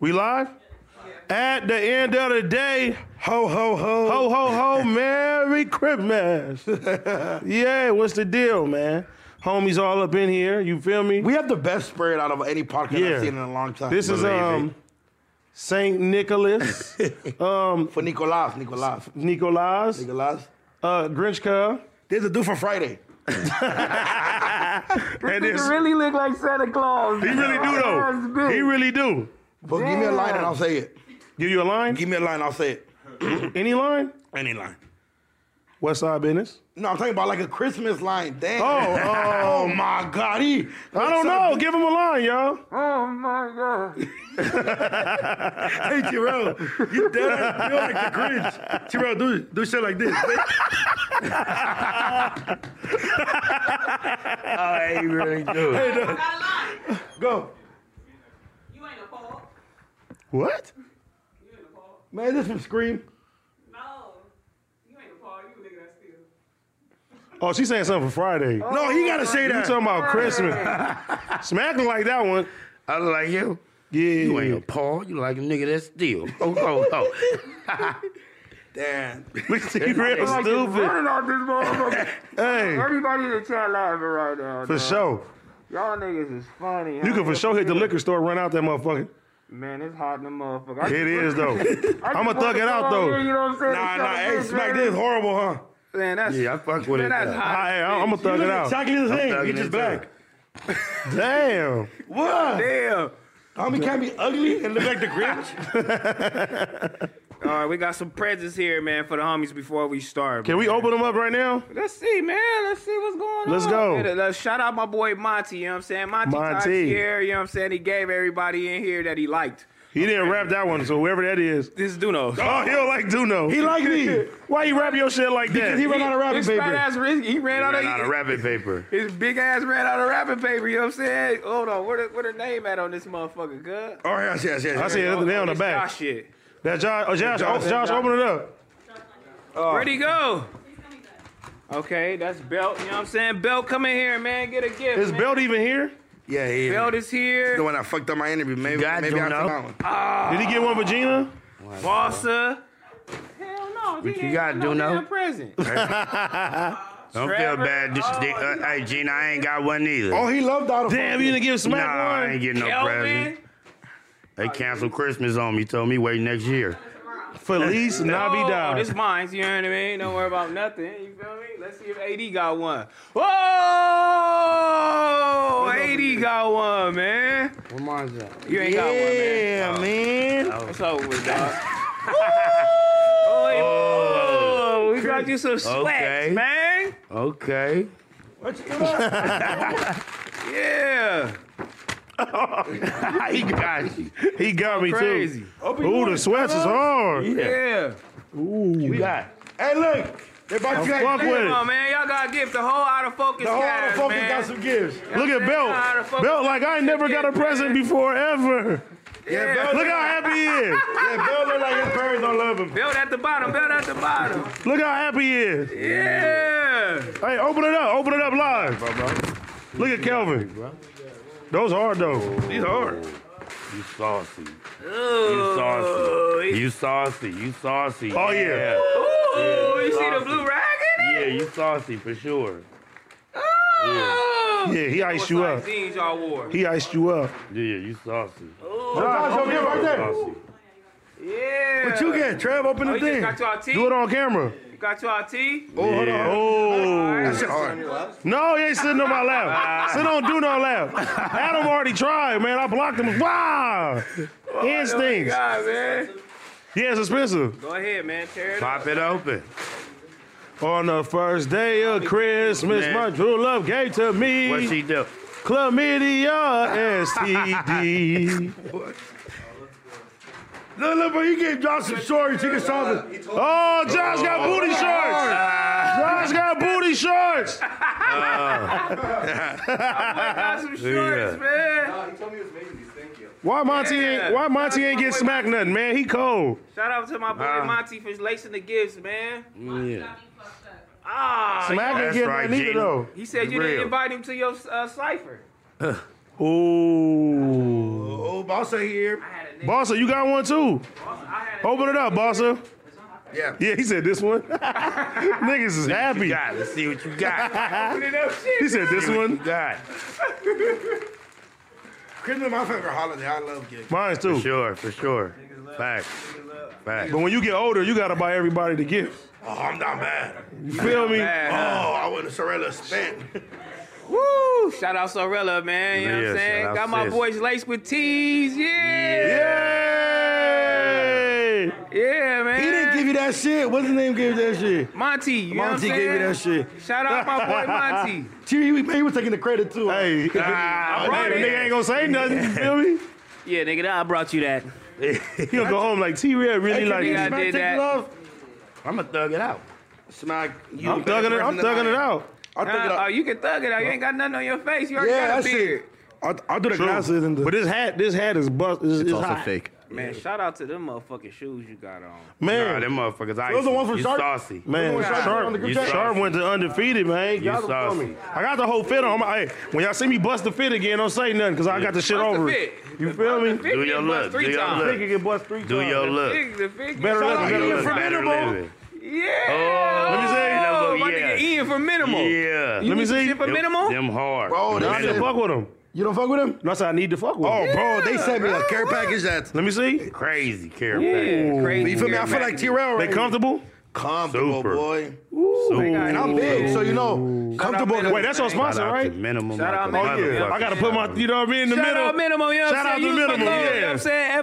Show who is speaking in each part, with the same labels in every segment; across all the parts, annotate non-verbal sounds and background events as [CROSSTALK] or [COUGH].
Speaker 1: We live? At the end of the day,
Speaker 2: Ho ho ho.
Speaker 1: ho
Speaker 2: [LAUGHS]
Speaker 1: ho ho, Merry Christmas. [LAUGHS] yeah, what's the deal, man? Homies all up in here, you feel me?
Speaker 2: We have the best spirit out of any podcast
Speaker 1: Yeah.
Speaker 2: I've seen in a long time.
Speaker 1: this is
Speaker 3: Believe it.
Speaker 1: um Saint Nicholas,
Speaker 3: [LAUGHS]
Speaker 2: for Nicolas. Nicolas.
Speaker 1: Nicolas,
Speaker 2: Nicolas.
Speaker 1: uh Grinch
Speaker 3: [LAUGHS]
Speaker 1: Cub.
Speaker 2: There's a dude for Friday.
Speaker 1: And it's,
Speaker 4: really look like Santa Claus.
Speaker 1: he really do though. He really do.
Speaker 2: But give me a line and I'll say it.
Speaker 1: Give you a line?
Speaker 2: Give me a line, I'll say it.
Speaker 1: Any line?
Speaker 2: Any line.
Speaker 1: West Side Business.
Speaker 2: No, I'm talking about like a Christmas line. Damn.
Speaker 1: Oh,
Speaker 2: [LAUGHS] oh my God. He,
Speaker 1: I don't know. Give him a line, y'all.
Speaker 4: Oh my God.
Speaker 3: Hey, Terrell, you dead? You're like the Grinch. Terrell, do, do shit like this.
Speaker 2: I really do.
Speaker 5: I got a line.
Speaker 2: Go.
Speaker 5: You ain't a Paul.
Speaker 1: [LAUGHS] What?
Speaker 5: You ain't a Paul.
Speaker 2: Man, this from Scream.
Speaker 5: No. You ain't a Paul. You a nigga that's still.
Speaker 1: Oh, she's saying something for Friday.
Speaker 3: No, he gotta say
Speaker 1: You
Speaker 3: that.
Speaker 1: talking about Christmas? Smacking like that one.
Speaker 3: I was like, yo,
Speaker 1: Yeah.
Speaker 3: you [LAUGHS] ain't a Paul. You like a nigga that's still. Oh, oh, oh.
Speaker 2: Damn.
Speaker 1: Look at you, real
Speaker 4: Like it's
Speaker 1: stupid.
Speaker 4: running out this
Speaker 1: [LAUGHS]
Speaker 4: motherfucker.
Speaker 1: Hey,
Speaker 4: Everybody in the chat laughing right now.
Speaker 1: for
Speaker 4: dog.
Speaker 1: sure.
Speaker 4: Y'all niggas is funny.
Speaker 1: You can for sure hit the liquor store, run out that motherfucker.
Speaker 4: Man, it's hot in the motherfucker. I
Speaker 1: It
Speaker 4: just-
Speaker 1: is though.
Speaker 4: I just
Speaker 1: I'ma
Speaker 4: wanted
Speaker 1: thug
Speaker 4: to
Speaker 1: it out
Speaker 4: come on here,
Speaker 1: though.
Speaker 4: You know what I'm saying?
Speaker 2: Nah,
Speaker 4: To
Speaker 2: nah.
Speaker 4: shut
Speaker 2: Hey,
Speaker 4: this
Speaker 2: smack
Speaker 4: man-
Speaker 2: this horrible, huh?
Speaker 4: Man, that's
Speaker 3: Yeah, I fuck with it.
Speaker 4: man, that's
Speaker 3: uh,
Speaker 4: hot.
Speaker 1: I, I'm gonna thug it out.
Speaker 2: Exactly the
Speaker 3: thugging
Speaker 2: same. You
Speaker 3: it
Speaker 2: just black.
Speaker 1: Damn.
Speaker 2: What?
Speaker 4: Damn.
Speaker 2: I mean, can't be ugly and look like the Grinch.
Speaker 4: All right, we got some presents here, man, for the homies before we start.
Speaker 1: Can we open them up right now?
Speaker 4: Let's see, man. Let's see what's going
Speaker 1: Let's
Speaker 4: on.
Speaker 1: go.
Speaker 4: Man, let's shout out my boy Monty, you know what I'm saying? Monty,
Speaker 1: Monty.
Speaker 4: Monty. here, you know what I'm saying? He gave everybody in here that he liked.
Speaker 1: He didn't rap that one, so whoever that is.
Speaker 4: This dude knows.
Speaker 1: Oh, he don't like Duno.
Speaker 2: he like me.
Speaker 1: Why you rap your shit like that?
Speaker 2: He ran out of wrapping
Speaker 4: His fat
Speaker 2: paper.
Speaker 4: ass, he he ran out
Speaker 3: Ran out of
Speaker 4: of
Speaker 3: rabbit paper.
Speaker 4: his big ass ran out of wrapping paper. You know what I'm saying? Hold on, where the, where the name at on this motherfucker? Good.
Speaker 2: Oh, yes, yes, yes.
Speaker 1: I
Speaker 2: yes.
Speaker 1: see it they on the back.
Speaker 4: Shit.
Speaker 1: That Josh, oh, Josh, oh, Josh, open it up. Oh.
Speaker 4: Where'd he go? Okay, that's Belt. You know what I'm saying? Belt, come in here, man. Get a gift.
Speaker 1: Is
Speaker 4: man.
Speaker 1: Belt even here?
Speaker 2: Yeah, he
Speaker 4: Belt is
Speaker 2: the
Speaker 4: here.
Speaker 2: one that fucked up my interview. Maybe,
Speaker 3: God,
Speaker 2: maybe
Speaker 3: don't
Speaker 2: I'll come
Speaker 3: know.
Speaker 2: out one.
Speaker 1: Did he get one for Gina?
Speaker 4: Bossa. Hell no.
Speaker 3: What you got, Duno?
Speaker 4: No present.
Speaker 3: Don't feel
Speaker 4: Trevor,
Speaker 3: bad. This,
Speaker 4: oh,
Speaker 3: the- uh, hey, Gina, I ain't got one either.
Speaker 2: Oh, he loved out of
Speaker 1: Damn, you didn't give
Speaker 3: nah,
Speaker 1: Smack
Speaker 3: I
Speaker 1: one
Speaker 3: ain't getting no
Speaker 4: Kelvin.
Speaker 3: present. They canceled Christmas on me. Told me wait next year.
Speaker 1: Feliz
Speaker 4: Oh,
Speaker 1: Navidad.
Speaker 4: this mine. You know what I mean? Don't worry about nothing. You feel me? Let's see if AD got one. Whoa! AD got one, man.
Speaker 3: What mine's that?
Speaker 4: You ain't got one, man. Oh.
Speaker 2: Yeah, man.
Speaker 4: What's over with, dog? oh, we got you some sweats,
Speaker 3: Okay.
Speaker 4: man.
Speaker 3: Okay.
Speaker 4: Yeah.
Speaker 3: he got you.
Speaker 1: He got me
Speaker 4: Crazy.
Speaker 1: too. Ooh, the sweats is hard.
Speaker 4: Yeah.
Speaker 3: You got.
Speaker 2: Hey, look. They bought you that.
Speaker 1: Fuck with
Speaker 4: Come
Speaker 1: it.
Speaker 4: on, man. Y'all got a gift. The whole out of focus
Speaker 2: The whole
Speaker 4: cast,
Speaker 2: fucking
Speaker 4: man.
Speaker 2: got some gifts.
Speaker 1: Look at
Speaker 4: Nah, the
Speaker 1: Belt.
Speaker 4: fuck-
Speaker 1: Belt, like I ain't never got a present before ever.
Speaker 4: yeah.
Speaker 1: Look how happy he is.
Speaker 2: Yeah, Bill look like his parents don't love him.
Speaker 4: Belt at the bottom. Belt at the bottom.
Speaker 1: Look how happy he is.
Speaker 4: Yeah.
Speaker 1: Hey, open it up. Open it up live. Look at Kelvin. Those hard though. These hard.
Speaker 3: You saucy. You
Speaker 4: Ooh,
Speaker 3: saucy. You saucy. You saucy.
Speaker 1: Oh, yeah.
Speaker 4: Ooh, you see the blue rag in
Speaker 3: Yeah,
Speaker 4: it?
Speaker 3: you saucy for sure.
Speaker 4: Oh.
Speaker 1: Yeah, he iced you up.
Speaker 4: Jeans y'all wore.
Speaker 1: He iced you up.
Speaker 3: Yeah, you saucy.
Speaker 2: That's your gift right there.
Speaker 3: Saucy.
Speaker 4: Yeah.
Speaker 2: What you get? Trev, open
Speaker 4: Oh,
Speaker 2: the
Speaker 4: you
Speaker 2: thing.
Speaker 4: just got y'all tea?
Speaker 1: Do it on camera.
Speaker 4: Got y'all tea?
Speaker 2: Oh, hold on.
Speaker 3: Yeah.
Speaker 1: Oh.
Speaker 2: That's just hard.
Speaker 1: No, he ain't sitting on my lap. Sit on do no lap. Adam already tried, man. I blocked him. Wow. Instincts.
Speaker 4: God, man.
Speaker 1: Yeah, it's expensive.
Speaker 4: Go ahead, man. Tear it up.
Speaker 3: Pop it open.
Speaker 1: On the first day of Christmas,
Speaker 3: Man.
Speaker 1: my true love gave to
Speaker 3: What
Speaker 1: me
Speaker 3: she do?
Speaker 1: chlamydia STD.
Speaker 2: Look, look, bro, he gave Josh some shorts. He can solve it.
Speaker 1: Oh, Josh got booty shorts. Josh got booty shorts.
Speaker 4: Got some
Speaker 3: Yeah.
Speaker 4: shorts, man.
Speaker 1: Why Monty ain't Why Monty ain't get smacked nothing, man? He cold.
Speaker 4: Shout out to my boy
Speaker 3: Uh.
Speaker 4: Monty for lacing the gifts, man.
Speaker 3: Yeah.
Speaker 4: Ah,
Speaker 1: Smack ain't
Speaker 3: That's
Speaker 1: get
Speaker 3: right,
Speaker 1: nothing either
Speaker 3: Gina.
Speaker 1: though.
Speaker 4: he said you
Speaker 3: Real.
Speaker 4: didn't invite him to your uh, cipher.
Speaker 1: Ooh.
Speaker 2: Oh, boss out here.
Speaker 4: I had a
Speaker 1: Bossa, you got one too.
Speaker 5: I had a
Speaker 1: Open it up, Bossa.
Speaker 3: Yeah.
Speaker 1: Yeah, he said this one. [LAUGHS] Niggas is happy.
Speaker 3: God, let's see what you got.
Speaker 4: Open it up, shit.
Speaker 1: He said this one.
Speaker 3: God. Criminal, my favorite holiday. I love gigs.
Speaker 1: Mine's
Speaker 3: For
Speaker 1: too.
Speaker 3: sure, for sure. Fact. Fact.
Speaker 1: But when you get older, you gotta buy everybody the gift.
Speaker 3: Oh, I'm not bad.
Speaker 1: You feel me?
Speaker 3: Oh,
Speaker 4: Man,
Speaker 3: I would have Sorella spent.
Speaker 4: Woo! Shout out Sorella, man. You know what
Speaker 3: Yeah,
Speaker 4: I'm saying?
Speaker 3: shout out
Speaker 4: Got my
Speaker 3: sis.
Speaker 4: boys laced with tees. Yeah.
Speaker 1: Yay!
Speaker 4: yeah. man.
Speaker 2: He didn't give you that shit. What's his name gave you that shit?
Speaker 4: Monty, you know what I'm
Speaker 2: Monty gave you
Speaker 4: saying?
Speaker 2: that shit.
Speaker 4: Shout out my boy Monty.
Speaker 2: T, he, man, he was taking the credit too.
Speaker 1: Hey,
Speaker 4: I
Speaker 1: ah, [LAUGHS]
Speaker 4: brought
Speaker 1: nigga,
Speaker 4: it.
Speaker 1: nigga ain't gonna say nothing. You feel me?
Speaker 4: Yeah, nigga, I brought you that.
Speaker 1: He gonna go home like T. Red really
Speaker 4: Hey,
Speaker 1: like.
Speaker 4: nigga, I
Speaker 1: it.
Speaker 4: did that.
Speaker 3: I'm going to thug it out. Smack you.
Speaker 1: I'm thugging it. I'm thugging it out.
Speaker 2: I'll thug it
Speaker 4: Nah,
Speaker 2: out.
Speaker 4: oh, you can thug it out. You ain't got nothing on your face. You already
Speaker 2: Yeah,
Speaker 4: got a
Speaker 2: that's it.
Speaker 4: beard.
Speaker 2: I'll, I'll do the glasses and the.
Speaker 1: But this hat, this hat is bust. Is, it's
Speaker 6: It's also
Speaker 1: hot.
Speaker 6: fake.
Speaker 4: Man, shout out to them motherfucking shoes you got on.
Speaker 3: Nah,
Speaker 1: man.
Speaker 3: them motherfuckers icy.
Speaker 2: Those the ones from
Speaker 3: you
Speaker 2: Shark?
Speaker 3: saucy.
Speaker 1: Man,
Speaker 2: Sharp on the
Speaker 1: Sharp,
Speaker 2: group
Speaker 1: you
Speaker 2: chat?
Speaker 1: Sharp went to undefeated, man.
Speaker 3: You
Speaker 1: Y'all don't know
Speaker 3: saucy.
Speaker 1: me. I got the whole fit on. I'm- Hey, when y'all see me bust the fit again, don't say nothing, because I got the shit
Speaker 4: Bust the
Speaker 1: over
Speaker 4: fit.
Speaker 1: it. You feel me?
Speaker 4: Fifty
Speaker 3: Do your
Speaker 4: bust
Speaker 3: look.
Speaker 4: Three
Speaker 3: Do your
Speaker 4: times.
Speaker 3: look.
Speaker 1: Nigga get bust three
Speaker 3: Do
Speaker 1: times.
Speaker 3: your look.
Speaker 4: Fig- the fig-
Speaker 1: Better
Speaker 4: Shout
Speaker 1: look,
Speaker 4: out
Speaker 1: better
Speaker 4: Ian
Speaker 1: look,
Speaker 4: from
Speaker 3: better
Speaker 4: Minimal.
Speaker 3: living.
Speaker 4: Yeah.
Speaker 3: Oh,
Speaker 1: Let me see.
Speaker 3: That look,
Speaker 4: My
Speaker 3: yeah.
Speaker 4: nigga Ian from Minimal.
Speaker 3: Yeah.
Speaker 1: Let me
Speaker 4: Some
Speaker 1: see.
Speaker 4: Shit from
Speaker 3: Them-
Speaker 4: Minimal.
Speaker 3: Them hard.
Speaker 6: Bro,
Speaker 1: I
Speaker 6: that's
Speaker 1: didn't
Speaker 6: it.
Speaker 1: fuck with him.
Speaker 2: You don't fuck with him?
Speaker 1: That's how I need to fuck with
Speaker 6: Oh,
Speaker 1: him.
Speaker 6: bro, they sent me a care package that's
Speaker 1: Let me see.
Speaker 3: crazy care package.
Speaker 4: yeah, crazy.
Speaker 6: you feel me? I
Speaker 4: hair
Speaker 6: feel
Speaker 4: back.
Speaker 6: like T-Rail
Speaker 1: They
Speaker 6: right now.
Speaker 1: comfortable?
Speaker 6: comfortable,
Speaker 3: Super.
Speaker 6: boy.
Speaker 4: got
Speaker 6: And I'm
Speaker 4: you.
Speaker 6: big, so you know, comfortable.
Speaker 4: Minimal.
Speaker 1: Wait, that's your
Speaker 4: Shout
Speaker 1: sponsor, right?
Speaker 3: Minimum.
Speaker 4: Shout out
Speaker 3: like a
Speaker 4: Minimal.
Speaker 3: motherfucker.
Speaker 1: I gotta put my, you know what I mean, in the
Speaker 4: Shout
Speaker 1: middle.
Speaker 4: out minimum, you know what I'm
Speaker 1: Shout out
Speaker 4: saying?
Speaker 1: to
Speaker 4: Use my
Speaker 1: Minimum,
Speaker 4: code, You know
Speaker 1: yeah.
Speaker 4: what I'm saying?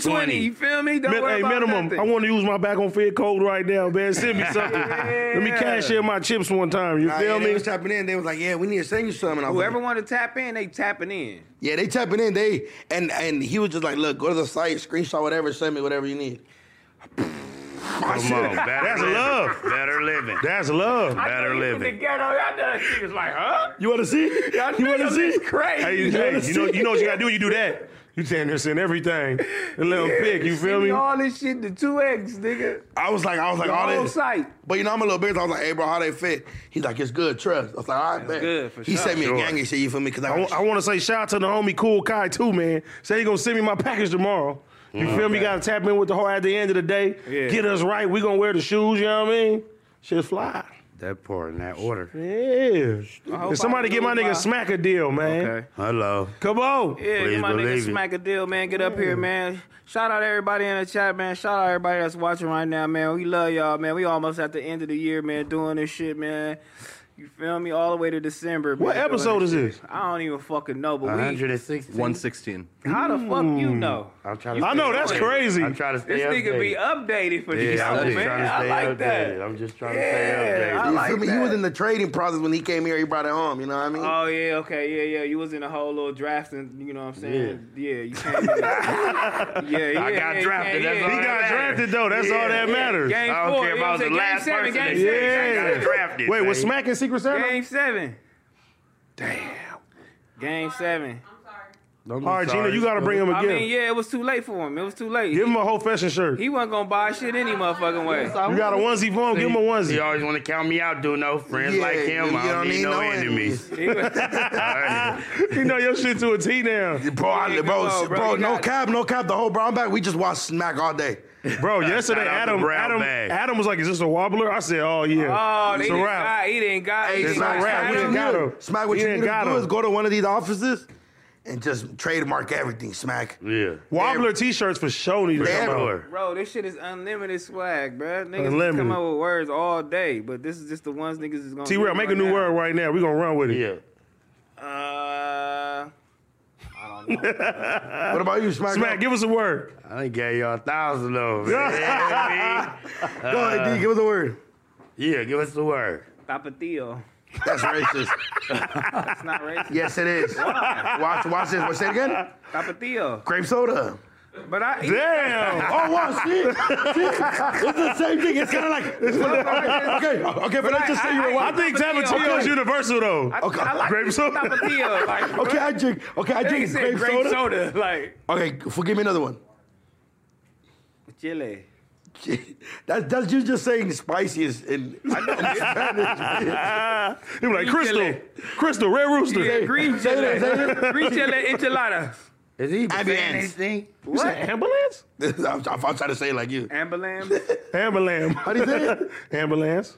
Speaker 4: 20,
Speaker 3: 20.
Speaker 4: you feel me? Don't
Speaker 1: Min-
Speaker 4: worry
Speaker 1: hey,
Speaker 4: about
Speaker 1: minimum.
Speaker 4: nothing.
Speaker 1: I want to use my back on Fed code right now, man. Send me something. Let me cash in my chips one time. You
Speaker 6: Nah,
Speaker 1: feel
Speaker 6: yeah,
Speaker 1: me?
Speaker 6: They was tapping in. They was like, "Yeah, we need to send you something." I was
Speaker 4: Whoever
Speaker 6: like,
Speaker 4: want to tap in, they tapping in.
Speaker 6: yeah, they tapping in. They and and he was just like, "Look, go to the site, screenshot whatever, send me whatever you need."
Speaker 3: Come [LAUGHS] on, better
Speaker 1: That's
Speaker 3: living.
Speaker 1: love.
Speaker 3: Better living.
Speaker 1: That's love.
Speaker 3: Better
Speaker 4: The
Speaker 3: living.
Speaker 4: ghetto, y'all done she was like, huh?
Speaker 1: You want to see?
Speaker 4: Y'all
Speaker 1: You want to
Speaker 4: niggas
Speaker 1: see?
Speaker 4: is crazy.
Speaker 1: Hey, you, hey, you know, you know what you gotta do when you do that. You stand there send everything and let them pick. You feel
Speaker 4: Send
Speaker 1: me?
Speaker 4: All this shit, the two eggs, nigga.
Speaker 6: I was like, I was like,
Speaker 4: The
Speaker 6: all
Speaker 4: whole
Speaker 6: this.
Speaker 4: site.
Speaker 6: But you know, I'm a little bit. I was like, "Hey, bro, how they fit?" He's like, "It's good, trust." I was like, "All right, man."
Speaker 4: good, for
Speaker 6: he
Speaker 4: sure.
Speaker 6: sent me a gang of shit. You feel me? Because I,
Speaker 1: I, want to say shout out to the homie Cool Kai too, man. Say he gonna send me my package tomorrow. You feel me? Gotta tap in with the whole at the end of the day.
Speaker 4: Mm. Yeah.
Speaker 1: Get us right. We gonna wear the shoes. You know what I mean? Shit's fly.
Speaker 3: That part in that order.
Speaker 1: Yeah.
Speaker 4: hope
Speaker 1: If somebody
Speaker 4: I
Speaker 1: get my
Speaker 4: lose
Speaker 1: nigga
Speaker 4: my-
Speaker 1: smack a deal, man.
Speaker 4: Okay.
Speaker 3: Hello.
Speaker 1: Come on.
Speaker 4: Yeah,
Speaker 3: Please
Speaker 4: you my nigga
Speaker 3: believe it.
Speaker 4: smack a deal, man. Get up here, man. Shout out everybody in the chat, man. Shout out everybody that's watching right now, man. We love y'all, man. We almost at the end of the year, man, doing this shit, man. You feel me? All the way to December.
Speaker 1: What
Speaker 4: man, doing
Speaker 1: episode is this?
Speaker 4: shit. I don't even fucking know, but we
Speaker 3: 160.
Speaker 6: 116.
Speaker 4: how the fuck you
Speaker 3: Hmm.
Speaker 4: know?
Speaker 3: I'm trying to.
Speaker 1: I know that's crazy.
Speaker 3: I'm trying to stay
Speaker 4: This nigga be
Speaker 3: updated.
Speaker 4: updated for this
Speaker 3: Yeah, I'm
Speaker 4: shit,
Speaker 3: just
Speaker 4: man.
Speaker 3: trying to
Speaker 4: I
Speaker 3: stay
Speaker 4: like
Speaker 3: updated.
Speaker 4: that.
Speaker 3: I'm just trying
Speaker 4: Yeah, I
Speaker 3: to stay updated.
Speaker 6: You
Speaker 4: like
Speaker 6: feel me?
Speaker 4: that.
Speaker 6: He was in the trading process when he came here. He brought it home. You know what I mean?
Speaker 4: Oh yeah, okay, yeah, yeah. You was in a whole little draft, and you know what I'm saying? Yeah, you can't.
Speaker 3: [LAUGHS]
Speaker 4: yeah, yeah.
Speaker 3: I got
Speaker 4: yeah,
Speaker 3: drafted,
Speaker 4: Yeah,
Speaker 3: that's
Speaker 4: yeah.
Speaker 3: all
Speaker 1: He got
Speaker 3: Yeah.
Speaker 1: drafted though. That's all that
Speaker 4: Yeah,
Speaker 1: matters.
Speaker 4: Game
Speaker 3: I don't
Speaker 4: four,
Speaker 3: care
Speaker 4: you
Speaker 3: if I
Speaker 4: know
Speaker 3: was
Speaker 4: what
Speaker 3: the
Speaker 4: I'm saying?
Speaker 3: last
Speaker 4: game seven,
Speaker 3: person.
Speaker 4: game
Speaker 3: they
Speaker 4: seven,
Speaker 3: said
Speaker 4: game
Speaker 3: I got
Speaker 4: seven.
Speaker 3: drafted.
Speaker 1: Wait, was
Speaker 3: man.
Speaker 1: Smack in Secret Santa?
Speaker 4: Game seven. Damn. Game seven.
Speaker 5: I'm sorry.
Speaker 1: All right, Gina, you gotta bring him
Speaker 4: I
Speaker 1: again.
Speaker 4: mean, yeah, it was too late for him. It was too late.
Speaker 1: Give him a whole fashion shirt.
Speaker 4: he wasn't gonna buy shit any motherfucking way.
Speaker 1: you got a onesie for him. Give him a
Speaker 3: He
Speaker 1: onesie.
Speaker 3: always want to count me out, dude. No friends
Speaker 6: Yeah,
Speaker 3: like him.
Speaker 6: you
Speaker 3: I don't need no enemies.
Speaker 4: He was-
Speaker 1: you know your shit to a T now,
Speaker 6: Bro, I,
Speaker 4: Yeah,
Speaker 6: bro,
Speaker 4: come on, bro.
Speaker 6: bro,
Speaker 4: You
Speaker 6: no
Speaker 4: got-
Speaker 6: cap, no cap. The whole brown bag, we just watched Smack all day.
Speaker 1: bro. Yesterday,
Speaker 3: Shout out to
Speaker 1: Adam,
Speaker 3: Brown
Speaker 1: Adam,
Speaker 3: Bag.
Speaker 1: Adam was like, "Is this a wobbler?" I said, "Oh yeah,
Speaker 4: oh, they
Speaker 1: it's a
Speaker 4: didn't
Speaker 1: wrap."
Speaker 4: got. He didn't got. he
Speaker 6: Hey,
Speaker 1: It's
Speaker 4: didn't
Speaker 1: not
Speaker 6: Smack,
Speaker 4: got
Speaker 1: rap.
Speaker 6: Smack,
Speaker 1: We
Speaker 6: what
Speaker 1: didn't
Speaker 6: you
Speaker 4: Adam.
Speaker 1: got
Speaker 6: need-
Speaker 1: him.
Speaker 6: Smack, what
Speaker 1: We
Speaker 6: you
Speaker 1: didn't
Speaker 6: need to
Speaker 1: got
Speaker 6: do
Speaker 1: him.
Speaker 6: is go to one of these offices and just trademark everything, Smack.
Speaker 3: Yeah.
Speaker 1: Wobbler T-shirts for Shoney to
Speaker 6: Damn.
Speaker 1: come out.
Speaker 3: Sure.
Speaker 4: Bro, this shit is unlimited swag, bro. Niggas
Speaker 1: Unlimited.
Speaker 4: come up with words all day, but this is just the ones niggas is gonna.
Speaker 1: T Real,
Speaker 4: do
Speaker 1: make a
Speaker 4: right
Speaker 1: new
Speaker 4: now.
Speaker 1: word right now. We gonna run with it.
Speaker 3: Yeah.
Speaker 4: Uh,
Speaker 6: What about you, Smack?
Speaker 1: Smack, give us a word.
Speaker 3: I done gave y'all a thousand of them. man. You know what I mean?
Speaker 6: Go ahead, D, give us a word.
Speaker 1: [LAUGHS]
Speaker 3: Yeah, give us the word.
Speaker 4: tapatio.
Speaker 6: That's racist.
Speaker 4: It's not
Speaker 6: [LAUGHS]
Speaker 4: racist.
Speaker 6: yes, it is. Watch, watch this. What say it again?
Speaker 4: Tapatio.
Speaker 6: Grape soda.
Speaker 4: But I eat
Speaker 1: Damn.
Speaker 6: Oh, wow, see? it's the same thing. It's kind of like, it's like okay, okay, but let's just say you're
Speaker 1: [LAUGHS]
Speaker 6: a
Speaker 1: I
Speaker 6: white.
Speaker 1: think
Speaker 4: Tapatio.
Speaker 1: Tapatio is universal though.
Speaker 6: Okay.
Speaker 4: I like
Speaker 1: Grape
Speaker 4: this
Speaker 1: soda.
Speaker 4: Tapatio. Like,
Speaker 6: Okay, I drink, okay, I
Speaker 4: Nigga
Speaker 6: drink
Speaker 4: said
Speaker 6: grape
Speaker 4: grape
Speaker 6: soda.
Speaker 4: soda. Like
Speaker 6: Okay, forgive me another one. [LAUGHS]
Speaker 4: chile.
Speaker 6: That's that's you just saying spiciest in I
Speaker 1: He was like
Speaker 4: Green
Speaker 1: Crystal,
Speaker 4: chili.
Speaker 1: Crystal, Red Rooster.
Speaker 4: green
Speaker 6: say
Speaker 4: chile.
Speaker 6: that, say that.
Speaker 4: green chile enchilada.
Speaker 3: Is he even saying
Speaker 6: Ambulance.
Speaker 3: anything?
Speaker 2: You said ambulance?
Speaker 6: [LAUGHS] I'm, I'm trying to say it like you.
Speaker 4: Ambulance.
Speaker 1: Ambulance. How
Speaker 2: do you say it?
Speaker 1: Ambulance.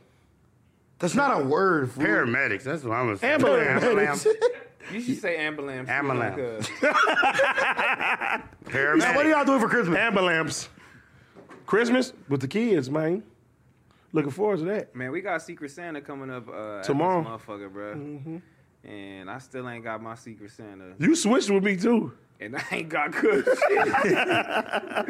Speaker 2: That's not a word. fool.
Speaker 3: Paramedics. That's what I was saying.
Speaker 1: Ambulance.
Speaker 3: Ambulance.
Speaker 4: You should say ambulance. fool,
Speaker 3: Ambulance.
Speaker 4: because-
Speaker 2: Now, what are
Speaker 3: Paramedics.
Speaker 2: y'all doing for Christmas?
Speaker 1: Ambulance. Christmas with the kids, man. Looking forward to that.
Speaker 4: Man, we got Secret Santa coming up uh, at
Speaker 1: Tomorrow.
Speaker 4: this motherfucker, bro. And I still ain't got my Secret Santa,
Speaker 1: You switched with me too.
Speaker 4: and I ain't got good [LAUGHS]
Speaker 1: That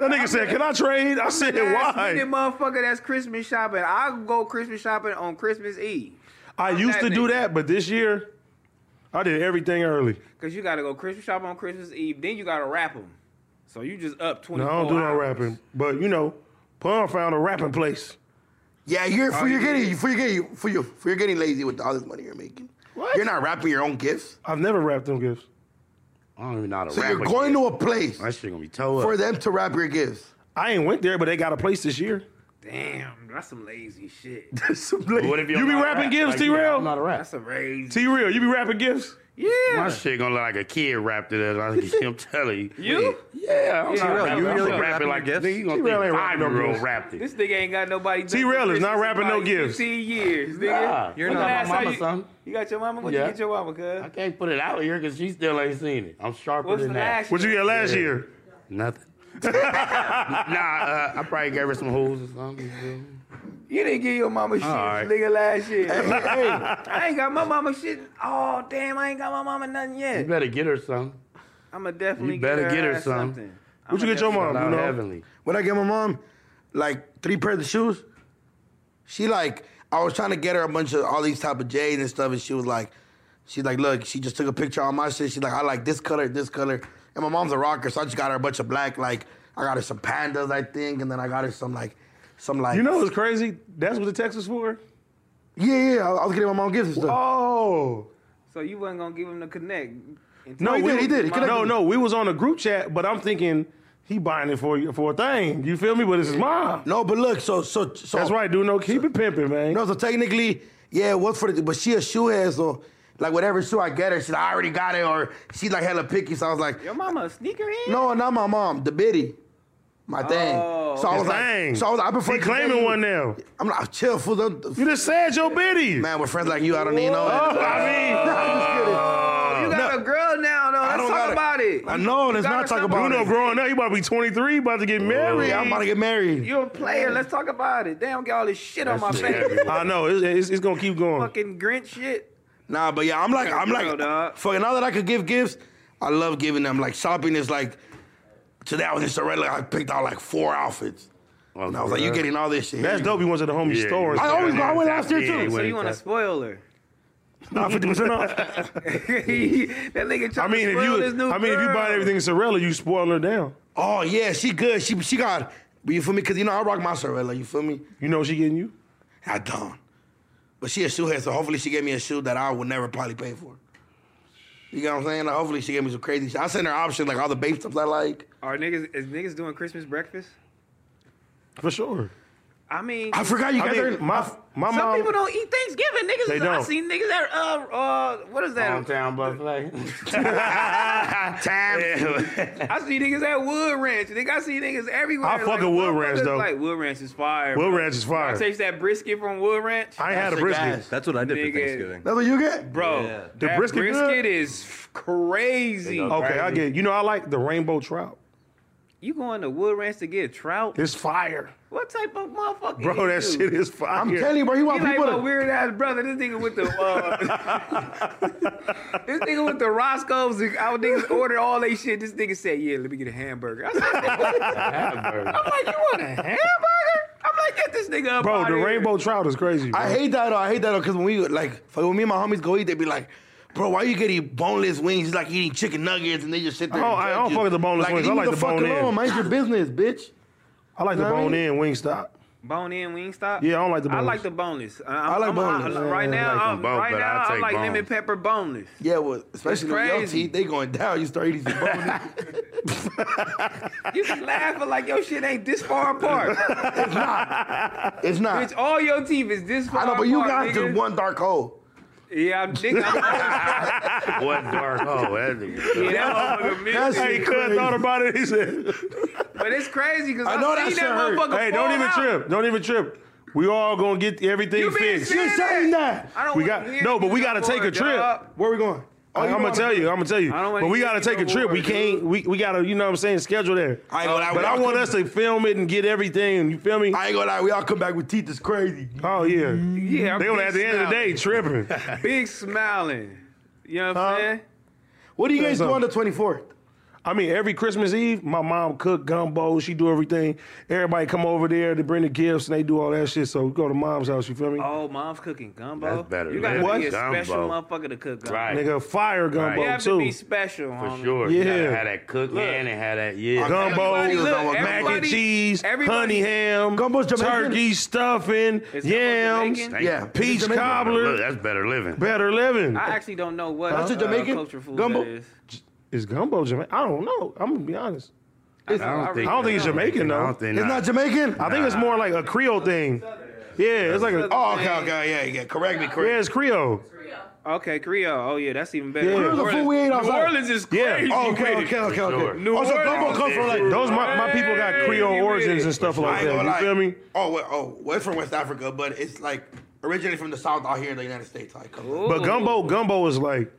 Speaker 1: nigga said, "Can I trade?" I said,
Speaker 4: Minute
Speaker 1: "Why?"
Speaker 4: motherfucker, that's Christmas shopping. I go Christmas shopping on Christmas Eve.
Speaker 1: I used to do that, but this year, I did everything early.
Speaker 4: Cause you gotta go Christmas shopping on Christmas Eve, then you gotta wrap them. So you just up twenty.
Speaker 1: No, I don't do no rapping, but you know, Pun found a rapping place.
Speaker 6: Yeah, you're for you're
Speaker 4: yeah.
Speaker 6: getting for you're getting for you for you're getting lazy with all this money you're making.
Speaker 1: What?
Speaker 6: You're not wrapping your own gifts.
Speaker 1: I've never wrapped them gifts.
Speaker 3: I don't even know how to
Speaker 6: So
Speaker 3: rap
Speaker 6: you're
Speaker 3: with
Speaker 6: going
Speaker 3: you.
Speaker 6: to a place
Speaker 3: That shit gonna be toe up.
Speaker 6: for them to wrap your gifts.
Speaker 1: I ain't went there, but they got a place this year.
Speaker 4: Damn, that's some
Speaker 1: [LAUGHS]
Speaker 4: lazy shit.
Speaker 3: What if
Speaker 1: You be
Speaker 3: not
Speaker 1: rapping
Speaker 3: rap?
Speaker 1: gifts,
Speaker 3: Like,
Speaker 1: T-Rail?
Speaker 3: I'm not a rap.
Speaker 4: That's some lazy.
Speaker 1: T real, you be rapping gifts.
Speaker 4: Yeah.
Speaker 3: My shit gonna look like a kid rapped it up. I'm telling you.
Speaker 4: You?
Speaker 3: Yeah, I'm not
Speaker 4: T-Rail,
Speaker 3: rapping.
Speaker 4: you
Speaker 3: I'm
Speaker 4: really
Speaker 3: rapping,
Speaker 4: rapping
Speaker 3: like
Speaker 4: gifts?
Speaker 3: this. You gonna
Speaker 1: T-Rail
Speaker 3: think
Speaker 1: ain't rapping
Speaker 3: five
Speaker 1: no
Speaker 3: year old
Speaker 1: gifts.
Speaker 3: rapped it.
Speaker 4: This nigga ain't got nobody. done
Speaker 1: T-Rail
Speaker 4: for
Speaker 1: is not
Speaker 4: Christmas
Speaker 1: rapping
Speaker 4: in
Speaker 1: no
Speaker 4: about
Speaker 1: gifts.
Speaker 4: 15 years, nigga.
Speaker 3: Nah.
Speaker 4: When
Speaker 3: not
Speaker 4: the
Speaker 3: my
Speaker 4: last time
Speaker 3: mama,
Speaker 4: you,
Speaker 3: son.
Speaker 4: You got your mama? What
Speaker 3: Yeah.
Speaker 4: you get your mama, cuz?
Speaker 3: I can't put it out here because she still ain't seen it. I'm sharper
Speaker 4: What's the
Speaker 3: than that.
Speaker 4: last?
Speaker 1: What you
Speaker 4: year?
Speaker 1: get last year?
Speaker 3: Nothing. nah, uh, I probably gave her some hoes or something. you feel me?
Speaker 4: You didn't give your mama shit,
Speaker 3: right.
Speaker 4: nigga, last year. I ain't got my mama shit. Oh, damn, I ain't got my mama nothing
Speaker 3: You
Speaker 4: yet.
Speaker 3: better get her some.
Speaker 4: I'ma definitely
Speaker 3: You better
Speaker 4: get, her
Speaker 3: get her
Speaker 4: ass
Speaker 3: some.
Speaker 4: something.
Speaker 1: What you get your mom?
Speaker 3: Not
Speaker 1: You know?
Speaker 3: heavenly.
Speaker 6: When I get my mom like three pairs of shoes, she like I was trying to get her a bunch of all these type of J's and stuff, and she was like, she's like, look, she just took a picture on my shit. She's like, I like this color, this color, and my mom's a rocker, so I just got her a bunch of black. Like I got her some pandas, I think, and then I got her some like. Some like
Speaker 1: You know what's crazy? That's what the text was for.
Speaker 6: yeah yeah I I was getting my mom gifts and stuff.
Speaker 1: Oh
Speaker 4: So you wasn't gonna give him the connect. until-
Speaker 1: no,
Speaker 6: he
Speaker 1: we,
Speaker 6: did, he did, he connected
Speaker 1: no,
Speaker 6: me.
Speaker 1: no, we was on a group chat, but I'm thinking he buying it for you for a thing. You feel me? But it's his mom.
Speaker 6: No, but look, so so so
Speaker 1: That's right, dude. No, keep it pimping, man.
Speaker 6: No, so technically, yeah, it was for the, but she a shoehead, so like whatever shoe I get her, she's like, I already got it, or she's like hella picky. So I was like,
Speaker 4: Your mama a sneakerhead?
Speaker 6: no, not my mom, the biddy, my thing.
Speaker 4: Oh.
Speaker 6: so I was
Speaker 1: His
Speaker 6: like,
Speaker 1: thing.
Speaker 6: so I was like, I prefer
Speaker 1: He
Speaker 6: the
Speaker 1: claiming
Speaker 6: Biddy.
Speaker 1: one now.
Speaker 6: I'm like, chill, fool. Don't,
Speaker 1: You just said your biddy.
Speaker 6: man, with friends like you, I don't need no.
Speaker 1: Oh, [LAUGHS]
Speaker 6: [LAUGHS]
Speaker 1: I
Speaker 4: you got a girl now, though. Let's
Speaker 6: don't
Speaker 4: talk
Speaker 6: got it.
Speaker 4: about it.
Speaker 6: I know, let's
Speaker 4: got
Speaker 6: not
Speaker 4: her
Speaker 6: talk
Speaker 4: something.
Speaker 1: mean,
Speaker 6: about
Speaker 1: you know,
Speaker 6: it.
Speaker 1: growing up, you about to be 23, about to get married.
Speaker 6: Yeah, I'm about to get married.
Speaker 4: You a player. Let's talk about it. Damn, get all this shit on my
Speaker 3: That's
Speaker 4: face.
Speaker 3: it.
Speaker 1: I know it's, it's, it's gonna keep going.
Speaker 4: Fucking Grinch shit.
Speaker 6: Nah, but yeah, I'm like, I'm
Speaker 4: Girl, dog.
Speaker 6: like, fucking now that I could give gifts, I love giving them. Like shopping is like, today I was in Sorella, I picked out like four outfits,
Speaker 3: Well,
Speaker 6: and I was like, you getting all this shit.
Speaker 1: That's dope. He went to the homie
Speaker 3: Yeah,
Speaker 1: store.
Speaker 3: yeah.
Speaker 6: I always go. I went last year
Speaker 3: Yeah,
Speaker 6: too.
Speaker 3: you
Speaker 4: So
Speaker 3: Wait,
Speaker 4: you want a
Speaker 3: that-
Speaker 4: spoiler? [LAUGHS]
Speaker 1: Not 50%
Speaker 6: [LAUGHS]
Speaker 1: off.
Speaker 4: that nigga trying
Speaker 1: I mean,
Speaker 4: to
Speaker 1: if
Speaker 4: spoil this
Speaker 1: you,
Speaker 4: new
Speaker 1: I mean, if you
Speaker 4: girl.
Speaker 1: buying everything Sorella, you spoiling her down.
Speaker 6: Oh yeah, she good. She she got. But you feel me? Cause you know I rock my Sorella. You feel me?
Speaker 1: You know she getting you.
Speaker 6: I don't. But she a shoehead, so hopefully she gave me a shoe that I would never probably pay for. You get what I'm saying? Like, hopefully she gave me some crazy. shit. I send her options like all the babe stuff I like.
Speaker 4: Are niggas is niggas doing Christmas breakfast?
Speaker 1: For sure.
Speaker 4: I mean,
Speaker 6: I forgot you
Speaker 1: I
Speaker 6: guys.
Speaker 1: mean,
Speaker 6: are
Speaker 1: my my
Speaker 4: some
Speaker 1: mom.
Speaker 4: people don't eat Thanksgiving. Niggas,
Speaker 1: Um, They
Speaker 4: I
Speaker 1: don't.
Speaker 4: seen niggas that uh uh what is that?
Speaker 3: Hometown buffet.
Speaker 4: I see niggas at Wood Ranch. Nigga, I see niggas everywhere.
Speaker 1: I fuck with Wood Ranch,
Speaker 4: motherfuckers
Speaker 1: though.
Speaker 4: Like Wood Ranch is fire.
Speaker 1: Will
Speaker 4: bro.
Speaker 1: Ranch is
Speaker 4: I
Speaker 1: fire.
Speaker 4: taste that brisket from Wood Ranch,
Speaker 1: I ain't had a
Speaker 6: That's a
Speaker 1: brisket.
Speaker 6: gas.
Speaker 7: That's what I did
Speaker 4: Nigga.
Speaker 7: for Thanksgiving.
Speaker 6: that's what you get.
Speaker 4: bro.
Speaker 7: Yeah.
Speaker 1: The
Speaker 4: that
Speaker 1: brisket good?
Speaker 4: is f- crazy.
Speaker 7: They go-
Speaker 1: Okay, I get. You know, I like the rainbow trout.
Speaker 4: You going to Wood Ranch to get trout?
Speaker 1: It's fire,
Speaker 4: What type of motherfucker?
Speaker 1: bro. That
Speaker 4: is you?
Speaker 1: shit is fire.
Speaker 6: I'm telling you, bro. You
Speaker 4: He
Speaker 6: want
Speaker 4: like
Speaker 6: people
Speaker 4: my
Speaker 6: to.
Speaker 4: weird ass brother. This nigga with the uh, this nigga with the Roscoe's. Our niggas ordered all they shit. This nigga said, "Yeah, let me get a hamburger." I said,
Speaker 3: Hamburger.
Speaker 4: "I'm like, you want a hamburger?" I'm like, "Get this nigga up
Speaker 1: bro.
Speaker 4: outta
Speaker 1: The
Speaker 4: here."
Speaker 1: rainbow trout is crazy. Bro.
Speaker 6: I hate that though. I hate that though. Cause when we like, fuck, when me and my homies go eat, they be like, "Bro, why you getting boneless wings? It's like eating chicken nuggets." And they just sit there.
Speaker 1: I
Speaker 6: and
Speaker 1: don't- I
Speaker 6: judge
Speaker 1: don't
Speaker 6: you.
Speaker 1: fuck with the boneless wings. I
Speaker 6: leave
Speaker 1: like
Speaker 6: me
Speaker 1: the bone
Speaker 6: fuck
Speaker 1: in.
Speaker 6: alone. Mind [LAUGHS] your business, bitch.
Speaker 1: I like the
Speaker 6: know what I
Speaker 1: bone in wing stop.
Speaker 4: Bone in wing stop.
Speaker 1: Yeah, I don't like the
Speaker 4: I like
Speaker 1: boneless.
Speaker 4: the boneless. I,
Speaker 6: I like
Speaker 4: I'm,
Speaker 6: boneless.
Speaker 4: I, right
Speaker 6: Yeah, I
Speaker 4: now,
Speaker 6: like
Speaker 4: I
Speaker 3: them both,
Speaker 4: right
Speaker 3: but
Speaker 4: now,
Speaker 3: I'll
Speaker 4: I
Speaker 3: take
Speaker 4: like
Speaker 3: bones.
Speaker 4: lemon pepper boneless.
Speaker 6: Yeah, well, especially with your
Speaker 4: crazy.
Speaker 6: teeth, they going down. You start eating [LAUGHS] some bone.
Speaker 4: You be laughing like your shit ain't this far apart.
Speaker 6: it's not.
Speaker 4: Bitch, all your teeth is this far
Speaker 6: I know,
Speaker 4: apart.
Speaker 6: but you got
Speaker 4: nigga.
Speaker 6: just one dark hole.
Speaker 4: Yeah, I'm thinking. yeah,
Speaker 3: What dark? Oh,
Speaker 4: [LAUGHS]
Speaker 3: that nigga.
Speaker 4: that motherfucker missed
Speaker 1: Hey,
Speaker 4: it.
Speaker 1: cuz thought about it. He said,
Speaker 4: But it's crazy because
Speaker 6: know
Speaker 4: I've
Speaker 6: that
Speaker 4: seen
Speaker 6: shit
Speaker 4: that
Speaker 6: hurt.
Speaker 4: motherfucker
Speaker 1: "Hey, don't
Speaker 4: fall
Speaker 1: even
Speaker 4: out.
Speaker 1: trip. Don't even trip. We all gonna get everything
Speaker 4: You been
Speaker 1: fixed."
Speaker 4: saying
Speaker 6: saying that.
Speaker 4: I don't
Speaker 1: We
Speaker 4: wanna
Speaker 1: got
Speaker 4: hear
Speaker 1: no, but
Speaker 4: you
Speaker 1: we gotta take
Speaker 4: more,
Speaker 1: a trip.
Speaker 4: dog.
Speaker 2: Where are we going?
Speaker 6: Oh,
Speaker 1: I, am gonna tell you. I'm gonna tell you.
Speaker 4: I don't wanna
Speaker 1: But we
Speaker 4: hear
Speaker 1: gotta
Speaker 4: you
Speaker 1: take
Speaker 4: no
Speaker 1: a trip.
Speaker 4: more,
Speaker 1: We
Speaker 4: dude.
Speaker 1: can't. We, we gotta. You know what I'm saying? Schedule there.
Speaker 6: I ain't gonna lie,
Speaker 1: but
Speaker 6: we
Speaker 1: I
Speaker 6: all
Speaker 1: want
Speaker 6: could-
Speaker 1: us to film it and get everything. You feel me?
Speaker 6: I ain't gonna lie, we all come back with teeth that's crazy.
Speaker 1: oh yeah.
Speaker 4: Yeah, I'm
Speaker 1: They gonna at the
Speaker 4: big
Speaker 1: end of the day
Speaker 4: smiling.
Speaker 1: tripping.
Speaker 4: big smiling. You know what I'm
Speaker 1: Huh?
Speaker 4: saying?
Speaker 2: What do you guys
Speaker 1: That's
Speaker 2: do
Speaker 1: up.
Speaker 2: on the 24th?
Speaker 1: I mean, every Christmas Eve, my mom cook gumbo. She do everything. Everybody come over there to bring the gifts and they do all that shit. So we go to mom's house. You feel me?
Speaker 4: Oh, mom's cooking gumbo.
Speaker 3: That's better.
Speaker 4: You gotta
Speaker 1: What?
Speaker 4: be a special
Speaker 3: Gumbo.
Speaker 4: motherfucker to cook gumbo.
Speaker 3: Right.
Speaker 1: Nigga, fire gumbo
Speaker 4: You have to
Speaker 1: too.
Speaker 4: be special,
Speaker 3: For
Speaker 4: homie.
Speaker 3: sure. Yeah. You
Speaker 1: Yeah.
Speaker 3: gotta have that cook hand and have that, yeah.
Speaker 1: Gumbo,
Speaker 4: Everybody,
Speaker 6: was
Speaker 4: look,
Speaker 6: on what-
Speaker 1: mac and
Speaker 4: everybody-
Speaker 1: cheese,
Speaker 4: everybody-
Speaker 1: honey ham,
Speaker 2: Gumbo's Jamaican?
Speaker 1: turkey stuffing,
Speaker 4: Is gumbo
Speaker 1: yams,
Speaker 4: Jamaican?
Speaker 6: Yeah.
Speaker 1: peach
Speaker 2: Jamaican?
Speaker 1: cobbler.
Speaker 3: Look, that's better living.
Speaker 1: Better living.
Speaker 4: I actually don't know what
Speaker 2: That's a
Speaker 4: uh,
Speaker 2: Jamaican
Speaker 4: culture food
Speaker 2: gumbo?
Speaker 4: that is.
Speaker 1: Is gumbo Jamaican? I don't know. I'm gonna be honest.
Speaker 4: I
Speaker 3: I don't think,
Speaker 1: I don't think it's Jamaican
Speaker 3: I
Speaker 1: though.
Speaker 3: don't think
Speaker 2: It's not Jamaican?
Speaker 1: I think it's more like a Creole thing. Yeah, it's like a
Speaker 6: Oh, okay, okay, yeah, yeah. Correct me, correct.
Speaker 1: yeah, it's Creole.
Speaker 4: Okay, Creole. Oh yeah, that's even better.
Speaker 1: Yeah. Creole's
Speaker 2: the
Speaker 4: New
Speaker 2: food we ate
Speaker 4: Orleans- New
Speaker 2: outside.
Speaker 4: Orleans is
Speaker 1: Yeah.
Speaker 4: crazy.
Speaker 6: Oh, okay,
Speaker 4: with it.
Speaker 6: okay, okay, okay.
Speaker 3: Sure.
Speaker 1: Oh,
Speaker 4: New
Speaker 6: also,
Speaker 4: Orleans
Speaker 6: gumbo comes from like
Speaker 1: Those my, my people got Creole
Speaker 4: Hey,
Speaker 1: origins and stuff
Speaker 6: I
Speaker 1: like
Speaker 6: ain't
Speaker 1: that.
Speaker 6: gonna
Speaker 1: You
Speaker 6: lie.
Speaker 1: feel me?
Speaker 6: Oh, well, oh, well, it's from West Africa, but it's like originally from the South out here in the United States. Like, come on.
Speaker 1: But
Speaker 4: Ooh.
Speaker 1: gumbo, gumbo is like,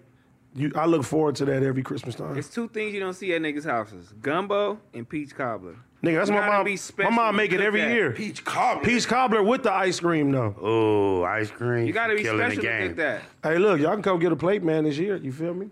Speaker 1: you. I look forward to that every Christmas time.
Speaker 4: It's two things you don't see at niggas' houses: gumbo and peach cobbler.
Speaker 1: Nigga, that's
Speaker 4: You
Speaker 1: my
Speaker 4: gotta
Speaker 1: mom.
Speaker 4: be
Speaker 1: My
Speaker 4: special
Speaker 1: mom
Speaker 4: to
Speaker 1: make it
Speaker 4: cook
Speaker 1: every
Speaker 4: that.
Speaker 1: year.
Speaker 6: peach cobbler.
Speaker 1: Peach cobbler with the ice cream though.
Speaker 3: Oh, ice cream.
Speaker 4: You gotta be
Speaker 3: killing
Speaker 4: special
Speaker 3: the
Speaker 4: to
Speaker 3: game.
Speaker 4: cook that.
Speaker 1: Hey, look, y'all can come get a plate, man, this year. You feel me?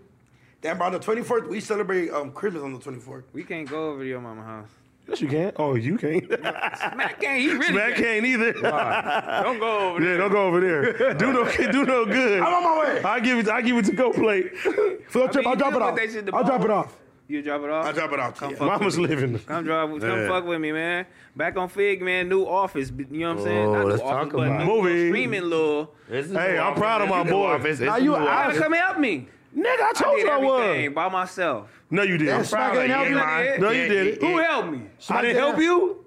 Speaker 6: Damn, bro, on the 24th, we celebrate um, Christmas on the 24th.
Speaker 4: We can't go over to your mama house.
Speaker 1: Yes, you can. Oh, you can't. [LAUGHS]
Speaker 4: Smack can't. He really
Speaker 1: Man, I
Speaker 4: can't.
Speaker 1: can't either.
Speaker 4: Don't go over
Speaker 1: [LAUGHS] yeah,
Speaker 4: there.
Speaker 1: don't go over there. Do no, do no good.
Speaker 6: I'm on my way.
Speaker 1: I give it. I give it to go plate.
Speaker 2: Field trip,
Speaker 4: mean,
Speaker 2: I'll
Speaker 4: you
Speaker 2: drop
Speaker 4: could
Speaker 2: it
Speaker 4: put
Speaker 2: off.
Speaker 4: that shit in the
Speaker 2: I'll drop
Speaker 4: bowl.
Speaker 2: it off.
Speaker 4: You drop it off.
Speaker 6: I'll drop it out to you.
Speaker 4: fuck.
Speaker 1: Mama's living.
Speaker 4: Come drive. Come
Speaker 3: Yeah.
Speaker 4: fuck with me, man. Back on Fig, man. New office. b- You know what I'm saying?
Speaker 3: Oh,
Speaker 4: new
Speaker 3: let's
Speaker 4: office,
Speaker 3: talk
Speaker 4: but
Speaker 3: about it.
Speaker 4: new
Speaker 1: Movie.
Speaker 4: Streaming, little.
Speaker 3: This is
Speaker 1: Hey,
Speaker 3: new
Speaker 1: I'm
Speaker 3: office.
Speaker 1: proud of my
Speaker 3: This is
Speaker 1: boy.
Speaker 3: new office. This
Speaker 2: Now
Speaker 3: is
Speaker 2: you
Speaker 3: new
Speaker 2: out.
Speaker 4: Gotta
Speaker 3: office.
Speaker 4: come help me.
Speaker 1: Nigga, I
Speaker 4: I
Speaker 1: told
Speaker 4: did
Speaker 1: you I
Speaker 4: everything
Speaker 1: was.
Speaker 4: by myself.
Speaker 1: No, you didn't.
Speaker 2: That's not gonna help
Speaker 3: you
Speaker 2: you.
Speaker 4: lying.
Speaker 3: lying.
Speaker 1: No, you did it.
Speaker 4: Who helped me?
Speaker 1: I didn't
Speaker 2: that.
Speaker 1: help you.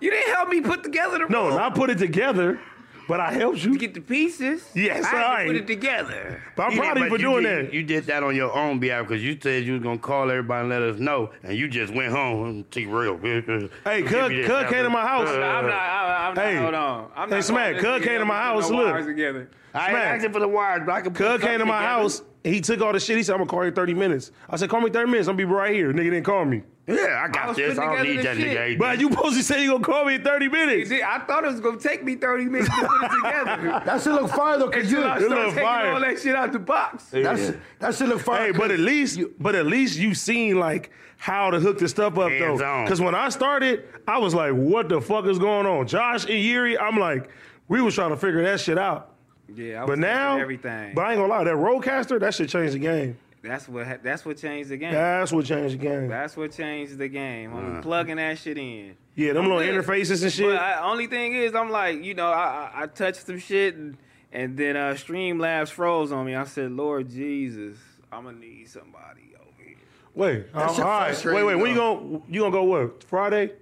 Speaker 4: You didn't help me put together the
Speaker 1: No,
Speaker 4: room.
Speaker 1: I put it together, but I helped you.
Speaker 4: to get the pieces.
Speaker 1: Yes,
Speaker 4: I had to
Speaker 1: alright.
Speaker 4: put it together.
Speaker 1: But I'm
Speaker 3: You
Speaker 1: proud
Speaker 3: did-
Speaker 1: of you for
Speaker 3: but
Speaker 1: doing
Speaker 3: did,
Speaker 1: that.
Speaker 3: You did that on your own behalf because you said you was gonna call everybody and let us know, and you just went home. T real. [LAUGHS]
Speaker 1: Hey, Cud, Cud came to my house.
Speaker 4: I'm not. I'm not. I'm not
Speaker 1: Hey.
Speaker 4: hold on. I'm
Speaker 1: Hey,
Speaker 4: not
Speaker 1: Smack,
Speaker 4: going
Speaker 1: Cud
Speaker 4: together.
Speaker 1: came to my
Speaker 4: Put
Speaker 1: house,
Speaker 4: no
Speaker 1: look.
Speaker 4: wires Together.
Speaker 3: I ain't
Speaker 1: Smack.
Speaker 3: asking for the wires, but I can.
Speaker 1: Cud came to my house. and He took all the shit. He said, I'm gonna call you in 30 minutes. I said, call me 30 minutes. I'm gonna be right here. Nigga didn't call me.
Speaker 3: Yeah, I
Speaker 4: I
Speaker 3: got
Speaker 4: was
Speaker 3: this. I
Speaker 4: putting
Speaker 3: don't need
Speaker 4: together
Speaker 3: that
Speaker 4: the
Speaker 3: nigga.
Speaker 4: shit.
Speaker 3: ain't
Speaker 1: But you supposed to say you gonna call me in 30 minutes.
Speaker 4: See, I thought it was gonna take me 30 minutes to put it
Speaker 1: [LAUGHS]
Speaker 4: together.
Speaker 2: That shit look fire though, cause
Speaker 4: Until
Speaker 2: you.
Speaker 4: I
Speaker 1: look
Speaker 4: started taking
Speaker 1: fire.
Speaker 4: all that shit out the box.
Speaker 2: That's, that shit look fire.
Speaker 1: Hey, but at least, but at least you seen like how to hook the stuff up
Speaker 3: Hands
Speaker 1: though.
Speaker 3: on.
Speaker 1: Because when I started, I was like, what the fuck is going on? Josh and Yuri, I'm like, we was trying to figure that shit out.
Speaker 4: Yeah, I was
Speaker 1: But now,
Speaker 4: touching everything.
Speaker 1: But I ain't gonna lie, that roadcaster, that shit changed the game.
Speaker 4: that's what ha- that's what changed the game.
Speaker 1: That's what changed the game.
Speaker 4: That's what changed the game. I'm plugging that shit in.
Speaker 1: Yeah, them
Speaker 4: I'm
Speaker 1: little
Speaker 4: good.
Speaker 1: interfaces and shit.
Speaker 4: But I, only thing is, I'm like, you know, I I, I touched some shit, and, and then uh, Streamlabs froze on me. I said, Lord Jesus, I'm gonna need somebody over here.
Speaker 1: wait, uh, all
Speaker 6: shit
Speaker 1: right, wait,
Speaker 6: frustrating,
Speaker 1: wait. When you gonna you gonna go what Friday?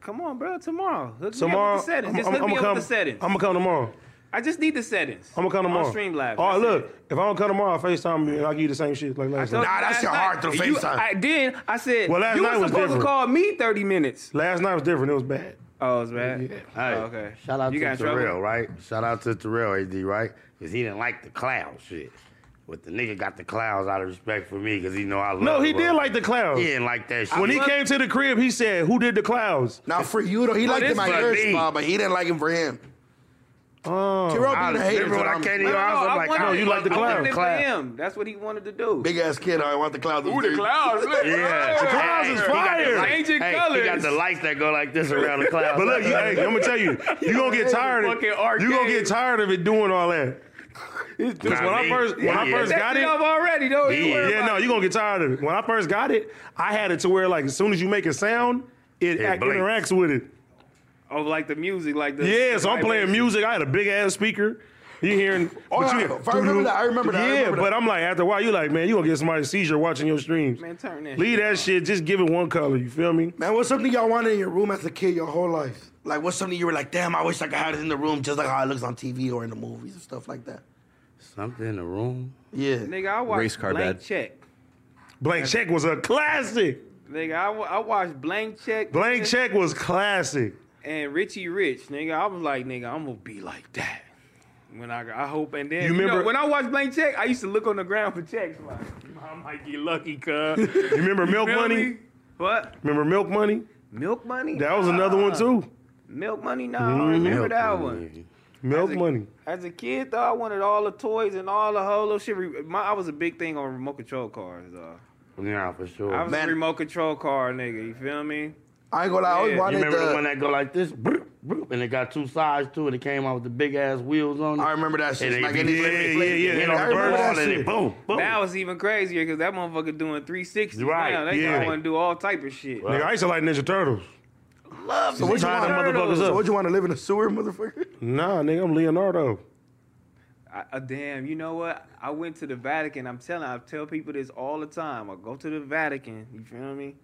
Speaker 4: Come on, bro. Tomorrow, hook
Speaker 1: Tomorrow?
Speaker 4: me up with the settings. Just hook me
Speaker 1: gonna
Speaker 4: up
Speaker 1: come.
Speaker 4: with the settings.
Speaker 1: I'm gonna come tomorrow.
Speaker 4: I just need the settings.
Speaker 1: I'm gonna come tomorrow.
Speaker 4: On Streamlabs.
Speaker 1: All right,
Speaker 4: That's
Speaker 1: look.
Speaker 4: it.
Speaker 1: If I don't come tomorrow, I'll FaceTime you and I'll give you the same shit like
Speaker 4: I
Speaker 1: last
Speaker 4: told
Speaker 1: night.
Speaker 6: Nah,
Speaker 4: you
Speaker 6: that
Speaker 4: last
Speaker 6: shit
Speaker 4: night,
Speaker 6: hard through
Speaker 4: you-
Speaker 6: FaceTime.
Speaker 4: I, then I said,
Speaker 1: Well, last
Speaker 4: you were
Speaker 1: night was
Speaker 4: supposed
Speaker 1: different.
Speaker 4: to call me 30 minutes.
Speaker 1: Last night was different. It was bad.
Speaker 4: Oh, it's bad.
Speaker 3: Hey,
Speaker 4: Oh, okay.
Speaker 3: Shout out
Speaker 4: you got
Speaker 3: to
Speaker 4: in trouble?
Speaker 3: Terrell, right? Shout out to Terrell, AD, right? Because he didn't like the cloud shit. But the nigga got the clouds out of respect for me because he know I love
Speaker 1: No, he
Speaker 3: him.
Speaker 1: did like the clouds.
Speaker 3: He didn't like that shit.
Speaker 1: When he
Speaker 4: love-
Speaker 1: came to the crib, he said, "Who did the clouds?"
Speaker 6: Now for you though, he liked
Speaker 4: this
Speaker 6: him at
Speaker 3: for
Speaker 6: your
Speaker 3: me.
Speaker 6: spot, but he didn't like him for him.
Speaker 1: Oh,
Speaker 6: T-Row
Speaker 3: I
Speaker 6: being a hater.
Speaker 3: remember when I
Speaker 6: I'm-
Speaker 3: came to
Speaker 4: No,
Speaker 3: your
Speaker 4: no,
Speaker 3: house,
Speaker 4: no, I
Speaker 3: I'm like,
Speaker 4: wanted
Speaker 3: oh,
Speaker 1: wanted
Speaker 3: you
Speaker 1: it.
Speaker 3: like the
Speaker 1: I
Speaker 4: I
Speaker 1: wanted
Speaker 3: cloud.
Speaker 4: wanted it for
Speaker 1: cloud.
Speaker 4: him. That's what he wanted to do.
Speaker 6: Big ass kid, I want the clouds.
Speaker 4: Ooh, the clouds. Look.
Speaker 3: Yeah,
Speaker 4: Oh,
Speaker 1: clouds is
Speaker 3: He got the
Speaker 1: fire.
Speaker 3: light-
Speaker 4: Changing
Speaker 3: hey,
Speaker 4: colors.
Speaker 3: He got the lights that go like this
Speaker 4: [LAUGHS]
Speaker 3: around the clouds.
Speaker 1: But look, you, hey, I'm gonna tell you, you gonna get tired. Of,
Speaker 4: Fucking
Speaker 1: you
Speaker 4: arcade.
Speaker 1: gonna get tired of it doing all that. Because when I
Speaker 3: me.
Speaker 1: first when I
Speaker 3: Yeah.
Speaker 1: first
Speaker 4: Set
Speaker 1: got
Speaker 4: it
Speaker 1: it,
Speaker 4: up already, though. Don't
Speaker 3: Yeah.
Speaker 4: worry
Speaker 1: Yeah,
Speaker 4: about
Speaker 1: no,
Speaker 4: it.
Speaker 1: you're gonna get tired of it. When I first got it, I had it to where like as soon as you make a sound, it,
Speaker 3: It
Speaker 1: act-
Speaker 3: blinks.
Speaker 1: interacts with it.
Speaker 4: Oh, like the music, like the
Speaker 1: Yeah,
Speaker 4: the
Speaker 1: so I'm playing
Speaker 4: vibration.
Speaker 1: music. I had a big ass speaker. You hearing?
Speaker 6: Oh,
Speaker 1: but
Speaker 6: yeah,
Speaker 1: you,
Speaker 6: if I remember that, I remember that, I
Speaker 1: Yeah,
Speaker 6: remember
Speaker 1: but
Speaker 6: that.
Speaker 1: I'm like, after a while, you like, man, you gonna get somebody seizure watching your streams.
Speaker 4: Man, turn that.
Speaker 1: Leave
Speaker 4: shit
Speaker 1: that
Speaker 4: off.
Speaker 1: shit. Just give it one color. You feel me?
Speaker 6: Man, what's something
Speaker 2: Something y'all wanted in your room as a kid your whole life.
Speaker 6: like? What's something you were like? Damn, I wish I could have it in the room, just like how it looks on TV or in the movies and stuff like that.
Speaker 3: Something in the room.
Speaker 6: Yeah.
Speaker 4: Nigga, I watched
Speaker 7: Race car
Speaker 4: Blank
Speaker 7: bad.
Speaker 4: Check.
Speaker 1: Blank Check was a classic.
Speaker 4: Nigga, I, wa- I watched Blank Check.
Speaker 1: Blank
Speaker 4: nigga,
Speaker 1: Check was classic.
Speaker 4: And Richie Rich, nigga. I was like, nigga, I'm gonna be like that. When I, I hope and then
Speaker 1: You
Speaker 4: you know,
Speaker 1: remember-
Speaker 4: when I watched Blank Check, I used to look on the ground for checks.
Speaker 1: [LAUGHS]
Speaker 4: Like, I might get lucky, cuz.
Speaker 1: You remember Milk
Speaker 4: Feel
Speaker 1: Money?
Speaker 4: me? What?
Speaker 1: Remember Milk Money?
Speaker 4: Milk Money?
Speaker 1: That was another one
Speaker 4: Nah.
Speaker 1: too. Mm-hmm.
Speaker 4: Milk Money? No, I don't remember
Speaker 3: Milk
Speaker 4: that
Speaker 3: room,
Speaker 4: one.
Speaker 3: nigga.
Speaker 1: Milk
Speaker 4: As a-
Speaker 1: Money.
Speaker 4: As a kid, though, I wanted all the toys and all the whole little shit. Re- My, I was a big thing on remote control cars, though.
Speaker 3: Yeah, for sure.
Speaker 4: I was
Speaker 6: Man.
Speaker 4: a remote control car nigga. You feel me?
Speaker 6: I ain't gonna lie, I always
Speaker 4: Yeah.
Speaker 3: you
Speaker 6: wanted
Speaker 3: remember the, one
Speaker 6: the.
Speaker 3: that go like this, Broop, broop, and it got two sides too, and it came out with the big ass wheels on it.
Speaker 6: I remember that shit.
Speaker 3: And
Speaker 6: Like
Speaker 3: they-
Speaker 6: any
Speaker 3: yeah,
Speaker 6: flipping
Speaker 1: yeah, yeah.
Speaker 3: Hit
Speaker 1: I
Speaker 3: on the
Speaker 1: remember
Speaker 3: bird
Speaker 1: that
Speaker 3: ball and
Speaker 1: shit.
Speaker 3: it boom,
Speaker 1: Oh.
Speaker 3: boom.
Speaker 4: That was even crazier because that motherfucker doing 360.
Speaker 3: Right,
Speaker 4: Now, they
Speaker 1: yeah.
Speaker 4: want to do all type of shit.
Speaker 1: Nigga, I used to like Ninja Turtles.
Speaker 4: Love
Speaker 1: So what you want- motherfuckers
Speaker 6: So
Speaker 1: up?
Speaker 6: what you want to live in a sewer, motherfucker? [LAUGHS]
Speaker 1: Nah, nigga, I'm Leonardo.
Speaker 4: I, uh, damn, you know what? I went to the Vatican. I'm telling, I tell people this all the time. I go to the Vatican. You feel me?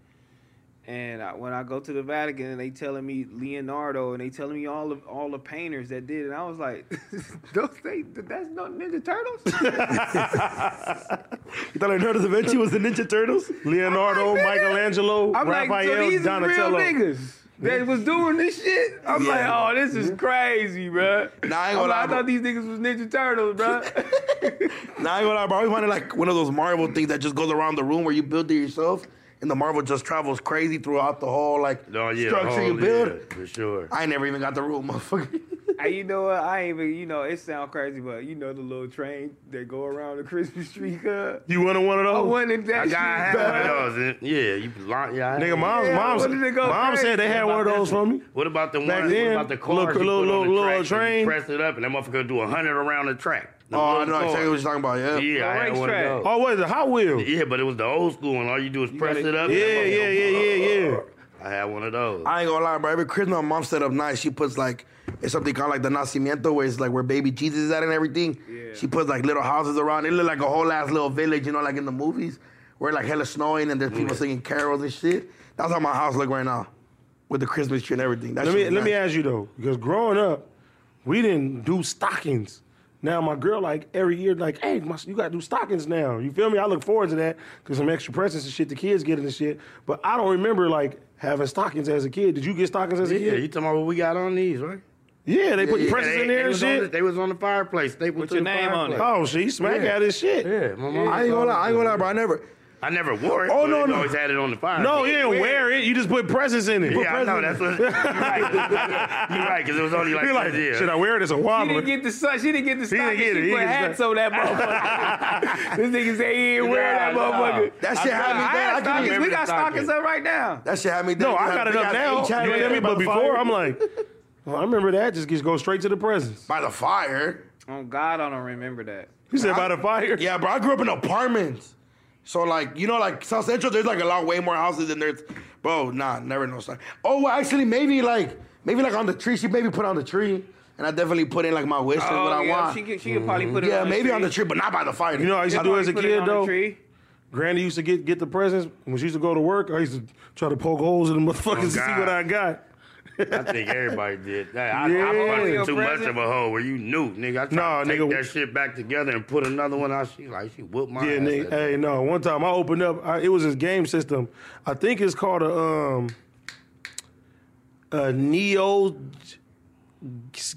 Speaker 4: And I, when I go to the Vatican, and they telling me Leonardo, and they telling me all of all the painters that did, it, and I was like, [LAUGHS] "Those they, that's not
Speaker 1: [LAUGHS]
Speaker 4: Ninja Turtles." [LAUGHS]
Speaker 6: You thought Leonardo da Vinci was the Ninja Turtles?
Speaker 1: Leonardo,
Speaker 4: nigga,
Speaker 1: Michelangelo,
Speaker 4: I'm like, so
Speaker 1: Raphael,
Speaker 4: these
Speaker 1: Donatello.
Speaker 4: is real niggas that was doing this shit. I'm
Speaker 6: Yeah.
Speaker 4: like, oh, this is crazy, bro.
Speaker 6: Nah, I ain't gonna
Speaker 4: I'm
Speaker 6: lie,
Speaker 4: like, I
Speaker 6: bro.
Speaker 4: thought these niggas was Ninja
Speaker 6: [LAUGHS]
Speaker 4: Turtles,
Speaker 6: Nah,
Speaker 4: bro.
Speaker 6: I ain't gonna lie, bro. I always wanted like one of those Marvel things that just goes around the room where you build it yourself, and the Marvel just travels crazy throughout the whole like
Speaker 3: oh, yeah,
Speaker 6: structure you
Speaker 3: oh,
Speaker 6: build.
Speaker 3: yeah, for
Speaker 1: [LAUGHS]
Speaker 3: sure.
Speaker 6: I ain't never even got the room, motherfucker.
Speaker 4: Hey, you know what? I ain't even, you know, it sound crazy, but you know the little train that go around the Christmas tree, cuz.
Speaker 1: You wanted one of
Speaker 4: I
Speaker 1: those?
Speaker 4: wanted that
Speaker 3: I
Speaker 4: shit.
Speaker 3: got I [LAUGHS] had
Speaker 4: bruh.
Speaker 3: one of those. Yeah, you lie, yeah. I had
Speaker 1: Nigga,
Speaker 3: one.
Speaker 1: mom's
Speaker 4: Yeah,
Speaker 1: mom's
Speaker 4: what did it go
Speaker 1: mom
Speaker 4: crazy?
Speaker 1: said they had
Speaker 3: What
Speaker 1: one of
Speaker 3: about
Speaker 1: those
Speaker 3: this
Speaker 1: for me.
Speaker 3: What about the one?
Speaker 1: Back
Speaker 3: What
Speaker 1: then,
Speaker 3: about the cars
Speaker 1: little-
Speaker 3: you put
Speaker 1: little-
Speaker 3: on the
Speaker 1: little-
Speaker 3: track
Speaker 1: little
Speaker 3: and you
Speaker 1: train.
Speaker 3: Press it up, and that motherfucker do hundred around the track. The
Speaker 6: oh, I
Speaker 3: little
Speaker 6: know
Speaker 3: car.
Speaker 6: exactly what you're talking about. Yeah.
Speaker 3: Yeah, I had
Speaker 4: The
Speaker 3: one of
Speaker 4: racetrack.
Speaker 3: those.
Speaker 1: Oh, what is it? Hot Wheels.
Speaker 3: Yeah, but it was the old school one. All you do is press
Speaker 4: gotta-
Speaker 3: it up.
Speaker 1: Yeah,
Speaker 3: and that
Speaker 1: yeah,
Speaker 3: motherfucker-
Speaker 1: yeah, yeah, yeah.
Speaker 3: I had one of those.
Speaker 6: I ain't gonna lie, bro. Every Christmas, my mom set up nice. She puts like it's something called like the Nacimiento, where it's like where baby Jesus is at and everything.
Speaker 4: Yeah.
Speaker 6: She puts like little houses around. It look like a whole ass little village, you know, like in the movies, where like hella snowing and there's people singing carols and shit. That's how my house look right now, with the Christmas tree and everything. That
Speaker 1: Let
Speaker 6: shit
Speaker 1: me
Speaker 6: is
Speaker 1: let me
Speaker 6: nice.
Speaker 1: ask you though, because growing up, we didn't do stockings. Now my girl like every year like, hey, my, you gotta do stockings now. You feel me? I look forward to that because some extra presents and shit the kids getting and shit. But I don't remember like having stockings as a kid. Did you get stockings as a
Speaker 3: Yeah, you
Speaker 1: kid?
Speaker 3: talking about what we got on these, right?
Speaker 1: Yeah, they put
Speaker 6: yeah.
Speaker 1: presents
Speaker 3: they,
Speaker 1: in
Speaker 3: they
Speaker 1: there and
Speaker 3: was on the-
Speaker 1: shit.
Speaker 3: they was on the fireplace. They put
Speaker 4: With your name on it.
Speaker 1: Oh, she smack at his shit.
Speaker 3: Yeah, my mom.
Speaker 6: I ain't gonna lie. I ain't gonna lie, bro. I never.
Speaker 3: I never wore it.
Speaker 1: Oh,
Speaker 3: but
Speaker 1: no,
Speaker 3: it
Speaker 1: no.
Speaker 3: Always had it on the fire.
Speaker 1: No, you didn't wear it. You just put presents in it.
Speaker 3: Yeah, I know. That's what. You're right. You're right. Because it was only like,
Speaker 1: You're like,
Speaker 3: this here.
Speaker 1: should I wear it as a
Speaker 4: She
Speaker 1: wobbler?
Speaker 4: didn't get the sun. She didn't get
Speaker 1: didn't
Speaker 4: the stock.
Speaker 1: get it.
Speaker 4: She
Speaker 1: He
Speaker 4: put
Speaker 1: didn't get
Speaker 4: hats on that motherfucker. this nigga say he ain't wear that
Speaker 3: Nah, nah.
Speaker 4: motherfucker.
Speaker 6: That shit
Speaker 4: I
Speaker 6: had me. down. I
Speaker 4: had
Speaker 6: couldn't
Speaker 4: stockings.
Speaker 6: even-
Speaker 4: We got
Speaker 3: the stocking.
Speaker 4: stockings up right now.
Speaker 6: That shit had me.
Speaker 1: No,
Speaker 6: down.
Speaker 1: I got it
Speaker 6: We
Speaker 1: up now. You
Speaker 6: each hand
Speaker 1: feel me?
Speaker 6: by
Speaker 1: But
Speaker 6: the
Speaker 1: before,
Speaker 6: fire.
Speaker 1: I'm like, well, I remember that. Just just go straight to the presents.
Speaker 6: by the fire.
Speaker 4: Oh God, I don't remember that.
Speaker 1: You said by the fire.
Speaker 6: Yeah, bro. I grew up in apartments. So like you know like South Central, there's like a lot way more houses than there's, bro. Nah, never no sign. Oh, well, actually maybe like maybe like on the tree. She maybe put on the tree, and I definitely put in like my wishes what I
Speaker 4: Oh, yeah,
Speaker 6: want.
Speaker 4: she could, she could probably put it.
Speaker 6: yeah,
Speaker 4: on
Speaker 6: maybe
Speaker 4: the
Speaker 6: on
Speaker 4: tree.
Speaker 6: the tree, but not by the fire.
Speaker 1: You know, what I used to do
Speaker 4: Probably
Speaker 1: as a
Speaker 4: put it
Speaker 1: kid
Speaker 4: on the
Speaker 1: though.
Speaker 4: tree.
Speaker 1: Granny used to get get the presents when she used to go to work. I used to try to poke holes in the motherfuckers to see
Speaker 3: God.
Speaker 1: what I got.
Speaker 3: I think everybody did that. I,
Speaker 1: Yeah.
Speaker 3: I
Speaker 4: Your
Speaker 3: busted too much
Speaker 4: present?
Speaker 3: of a hole where you knew, nigga. I tried
Speaker 1: Nah,
Speaker 3: to take
Speaker 1: nigga.
Speaker 3: that shit back together and put another one out. She like, she whooped my
Speaker 1: Yeah,
Speaker 3: ass.
Speaker 1: nigga.
Speaker 3: that day.
Speaker 1: Hey, no. One time I opened up. I, it was this game system. I think it's called a um a Neo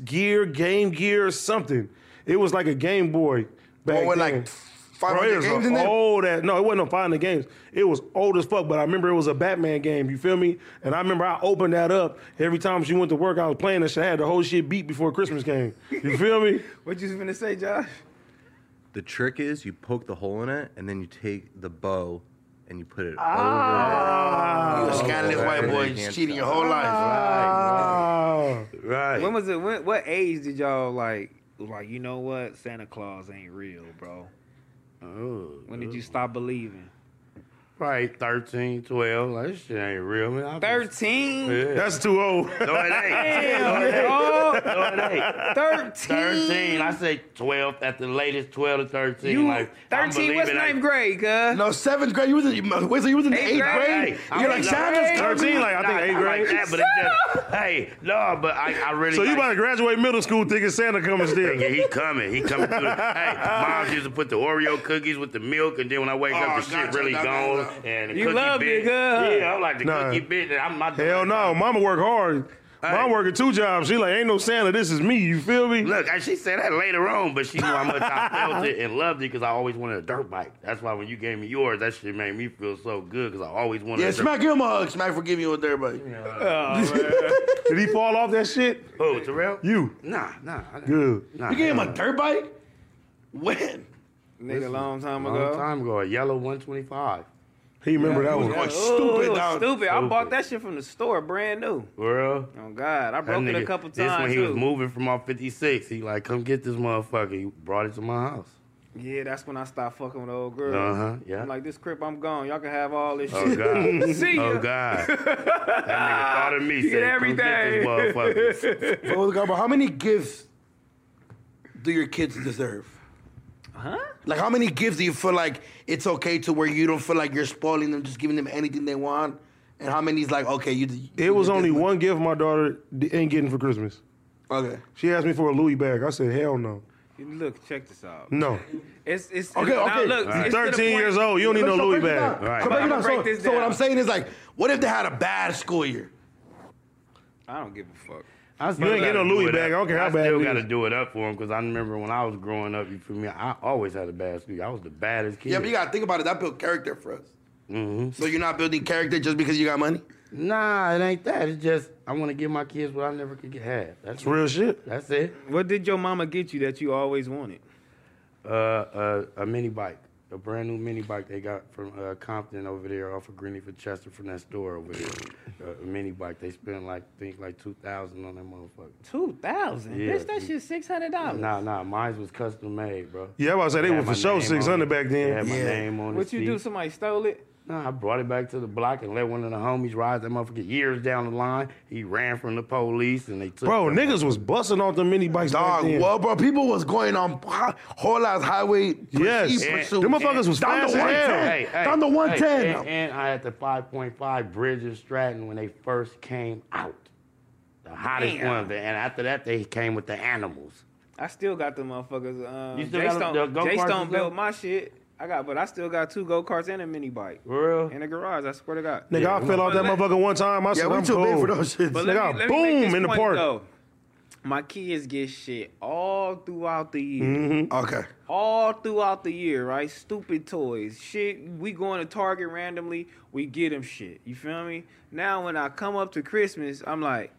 Speaker 1: Gear Game Gear or something. It was like a Game Boy. Back
Speaker 6: Going with
Speaker 1: then.
Speaker 6: like five
Speaker 1: Bro, it
Speaker 6: hundred
Speaker 1: was
Speaker 6: games
Speaker 1: a
Speaker 6: in there.
Speaker 1: old ass. No, it wasn't no finding games. It was old as fuck. But I remember it was a Batman game. You feel me? And I remember I opened that up every time she went to work. I was playing that shit. I had the whole shit beat before Christmas came. You feel
Speaker 3: [LAUGHS]
Speaker 1: me?
Speaker 4: What you was gonna say, Josh?
Speaker 7: The trick is you poke the hole in it, and then you take the bow and you put it
Speaker 6: You a
Speaker 1: Ah.
Speaker 6: scandalous
Speaker 7: Oh,
Speaker 6: white
Speaker 7: right.
Speaker 6: boy,
Speaker 7: Hands
Speaker 6: cheating your
Speaker 7: up.
Speaker 6: whole life.
Speaker 3: Oh.
Speaker 1: Ah.
Speaker 3: Right.
Speaker 4: When was it? When, what age did y'all like? Like, you know what? Santa Claus ain't real, bro.
Speaker 3: Oh,
Speaker 4: When did you stop believing?
Speaker 3: probably 13, 12. Like, this shit ain't real, man. I was-
Speaker 4: Thirteen.
Speaker 3: Yeah.
Speaker 1: [LAUGHS] That's too old. [LAUGHS]
Speaker 3: No, it ain't. No, it ain't.
Speaker 4: Damn,
Speaker 3: No, it ain't.
Speaker 4: dog. Thirteen.
Speaker 3: 13. I say 12 at the latest, 12 to 13.
Speaker 4: You
Speaker 3: like, I'm
Speaker 4: thirteen? What's
Speaker 3: believing I-
Speaker 4: ninth grade, cuz?
Speaker 2: No, seventh grade. You was in, wait, so you was in the
Speaker 4: Eighth
Speaker 2: eighth
Speaker 4: grade.
Speaker 2: grade?
Speaker 3: Hey, I
Speaker 2: You're
Speaker 3: was
Speaker 2: like,
Speaker 3: like,
Speaker 2: Sandra's
Speaker 4: hey.
Speaker 1: Thirteen, like I
Speaker 3: Nah,
Speaker 1: think eighth
Speaker 3: not like
Speaker 1: grade.
Speaker 3: that, but
Speaker 1: [LAUGHS]
Speaker 3: it's just, hey, no, but I, I really.
Speaker 1: so you
Speaker 3: like-
Speaker 1: about to graduate middle school thinking Santa coming
Speaker 3: [LAUGHS]
Speaker 1: still?
Speaker 3: Yeah, he coming. He coming through. The, hey, mom used to put the Oreo cookies with the milk, and then when I wake
Speaker 6: Oh,
Speaker 3: up, the shit
Speaker 6: gotcha,
Speaker 3: really
Speaker 6: gotcha,
Speaker 3: gone.
Speaker 6: gotcha.
Speaker 3: And the
Speaker 4: You
Speaker 3: cookie
Speaker 4: loved it,
Speaker 3: bit.
Speaker 4: huh?
Speaker 3: Yeah, I like the
Speaker 1: Nah.
Speaker 3: cookie bit. and I'm not.
Speaker 1: Hell no, Mama work hard. Mom
Speaker 3: Hey.
Speaker 1: working two jobs. She like ain't no Santa. This is me. You feel me?
Speaker 3: Look, and she said that later on, but she knew how much I felt it and loved it because I always wanted a dirt bike. That's why when you gave me yours, that shit made me feel so good because I always wanted.
Speaker 6: Yeah,
Speaker 3: a dirt-
Speaker 6: smack him a hug. Smack for giving you a dirt bike.
Speaker 1: Did he fall off that shit?
Speaker 3: Oh, Terrell.
Speaker 1: You
Speaker 3: Nah, nah. I-
Speaker 1: good?
Speaker 3: Nah,
Speaker 6: You gave him
Speaker 3: hell
Speaker 6: a dirt bike? When?
Speaker 4: Nigga, long time
Speaker 3: no.
Speaker 4: ago.
Speaker 3: long time ago, a yellow 125.
Speaker 1: He remember that
Speaker 6: Oh,
Speaker 1: one.
Speaker 4: Ooh, it
Speaker 6: stupid,
Speaker 4: was
Speaker 6: dog.
Speaker 4: stupid. I
Speaker 3: Stupid.
Speaker 4: bought that shit from the store, brand new.
Speaker 3: World.
Speaker 4: Oh God, I
Speaker 3: That
Speaker 4: broke it a
Speaker 3: nigga-
Speaker 4: couple times.
Speaker 3: This when he was
Speaker 4: too.
Speaker 3: moving from off 56. He like, come get this motherfucker. He brought it to my house.
Speaker 4: Yeah, that's when I stopped fucking with the old girl.
Speaker 3: Uh-huh, yeah.
Speaker 4: I'm like, this crib, I'm gone. Y'all can have all this
Speaker 3: Oh [LAUGHS]
Speaker 4: shit. [LAUGHS]
Speaker 3: God.
Speaker 4: See ya.
Speaker 3: oh [LAUGHS] God. That nigga thought of me.
Speaker 4: You
Speaker 3: said,
Speaker 4: get
Speaker 3: "Come
Speaker 4: everything."
Speaker 3: this motherfucker.
Speaker 6: Oh, Garbo, how many gifts?
Speaker 2: Do your kids deserve?
Speaker 4: Huh?
Speaker 6: Like, how many gifts do you feel like it's okay to where you don't feel like you're spoiling them, just giving them anything they want? And how many's like, okay, you. you
Speaker 1: It was
Speaker 6: did
Speaker 1: only
Speaker 6: this
Speaker 1: one gift my daughter d- ain't getting for Christmas.
Speaker 6: much. Okay.
Speaker 1: She asked me for a Louis bag. I said hell no,
Speaker 4: You [LAUGHS] Look, check this out.
Speaker 1: no.
Speaker 4: It's it's
Speaker 2: Okay,
Speaker 4: now
Speaker 2: okay.
Speaker 4: look, it's to the
Speaker 1: Thirteen
Speaker 4: point-
Speaker 1: years old. You don't need no
Speaker 2: So
Speaker 1: Louis
Speaker 2: break it down.
Speaker 1: bag.
Speaker 3: Right.
Speaker 2: So
Speaker 3: But
Speaker 2: break it
Speaker 4: I'ma
Speaker 2: down.
Speaker 4: break
Speaker 2: So-
Speaker 4: this
Speaker 2: so what
Speaker 4: down.
Speaker 2: I'm saying is like,
Speaker 6: What if they had a bad school year?
Speaker 4: I don't give a fuck.
Speaker 3: [LAUGHS] I
Speaker 1: You ain't getting no Louis bag. I don't care how bad
Speaker 3: I still
Speaker 1: it
Speaker 3: gotta
Speaker 1: is.
Speaker 3: do it up for him because I remember when I was growing up. You feel me? I always had a bad school. I was the baddest kid.
Speaker 6: Yeah, but you gotta think about it. That built character for us.
Speaker 3: hmm
Speaker 6: So you're not building character just because you got money.
Speaker 3: Nah, it ain't that. It's just I want to give my kids what I never could get had. That's
Speaker 1: It's real shit.
Speaker 3: That's it.
Speaker 4: What did your mama get you that you always wanted?
Speaker 3: Uh, uh, a mini bike, a brand new mini bike they got from uh, Compton over there, off of Greenleaf Chester from that store over there. uh, a mini bike. They spent like think like two thousand on that motherfucker.
Speaker 4: Two thousand.
Speaker 3: Yeah.
Speaker 4: Bitch, that shit six hundred dollars.
Speaker 3: Nah, nah, mine was custom made, bro.
Speaker 1: Yeah, I was about to say they
Speaker 3: Had
Speaker 1: were
Speaker 3: my
Speaker 1: for sure
Speaker 3: name
Speaker 1: six
Speaker 3: on it.
Speaker 1: hundred back
Speaker 3: It Had
Speaker 1: then.
Speaker 3: my
Speaker 6: Yeah.
Speaker 3: name on
Speaker 4: What
Speaker 3: the
Speaker 4: you do?
Speaker 3: seat.
Speaker 4: Somebody stole it.
Speaker 3: Nah, I brought it back to the block and let one of the homies ride that motherfucker years down the line. He ran from the police and they took.
Speaker 1: Bro,
Speaker 3: that
Speaker 1: niggas was busting off the mini bikes.
Speaker 6: Dog,
Speaker 1: back then.
Speaker 6: well, bro, people was going on hi- whole ass highway.
Speaker 1: Yes.
Speaker 6: pursuit-
Speaker 1: Yeah.
Speaker 6: pursuit.
Speaker 1: Them motherfuckers was
Speaker 6: Down
Speaker 1: fast
Speaker 6: the
Speaker 1: as hell.
Speaker 6: 110.
Speaker 3: Hey, hey,
Speaker 6: Down the
Speaker 3: hey,
Speaker 6: 110.
Speaker 3: and, and I had the 5.5 Bridges Stratton when they first came out. The hottest
Speaker 4: Damn.
Speaker 3: one. And after that, they came with the animals.
Speaker 4: I still got the motherfuckers. Um,
Speaker 3: You still
Speaker 4: Jay
Speaker 3: got the
Speaker 4: Stone,
Speaker 3: go-karts
Speaker 4: Jay
Speaker 3: and
Speaker 4: Stone
Speaker 3: stuff?
Speaker 4: built my shit. I got, but I still got two go karts and a mini bike
Speaker 3: For
Speaker 4: in the garage. I swear to God.
Speaker 1: Nigga, I fell off that
Speaker 4: But let-
Speaker 1: motherfucker one time. I said,
Speaker 2: yeah, we
Speaker 1: I'm
Speaker 2: too big
Speaker 1: cool.
Speaker 2: for those shits.
Speaker 4: But
Speaker 1: They
Speaker 4: let
Speaker 1: got
Speaker 4: me, let me make
Speaker 1: boom
Speaker 4: this
Speaker 1: in the
Speaker 4: point,
Speaker 1: park.
Speaker 4: Though. My kids get shit all throughout the year.
Speaker 3: Mm-hmm.
Speaker 6: Mm-hmm.
Speaker 2: okay.
Speaker 4: All throughout the year, right? Stupid toys. Shit, we going to Target randomly, we get them shit. You feel me? Now when I come up to Christmas, I'm like,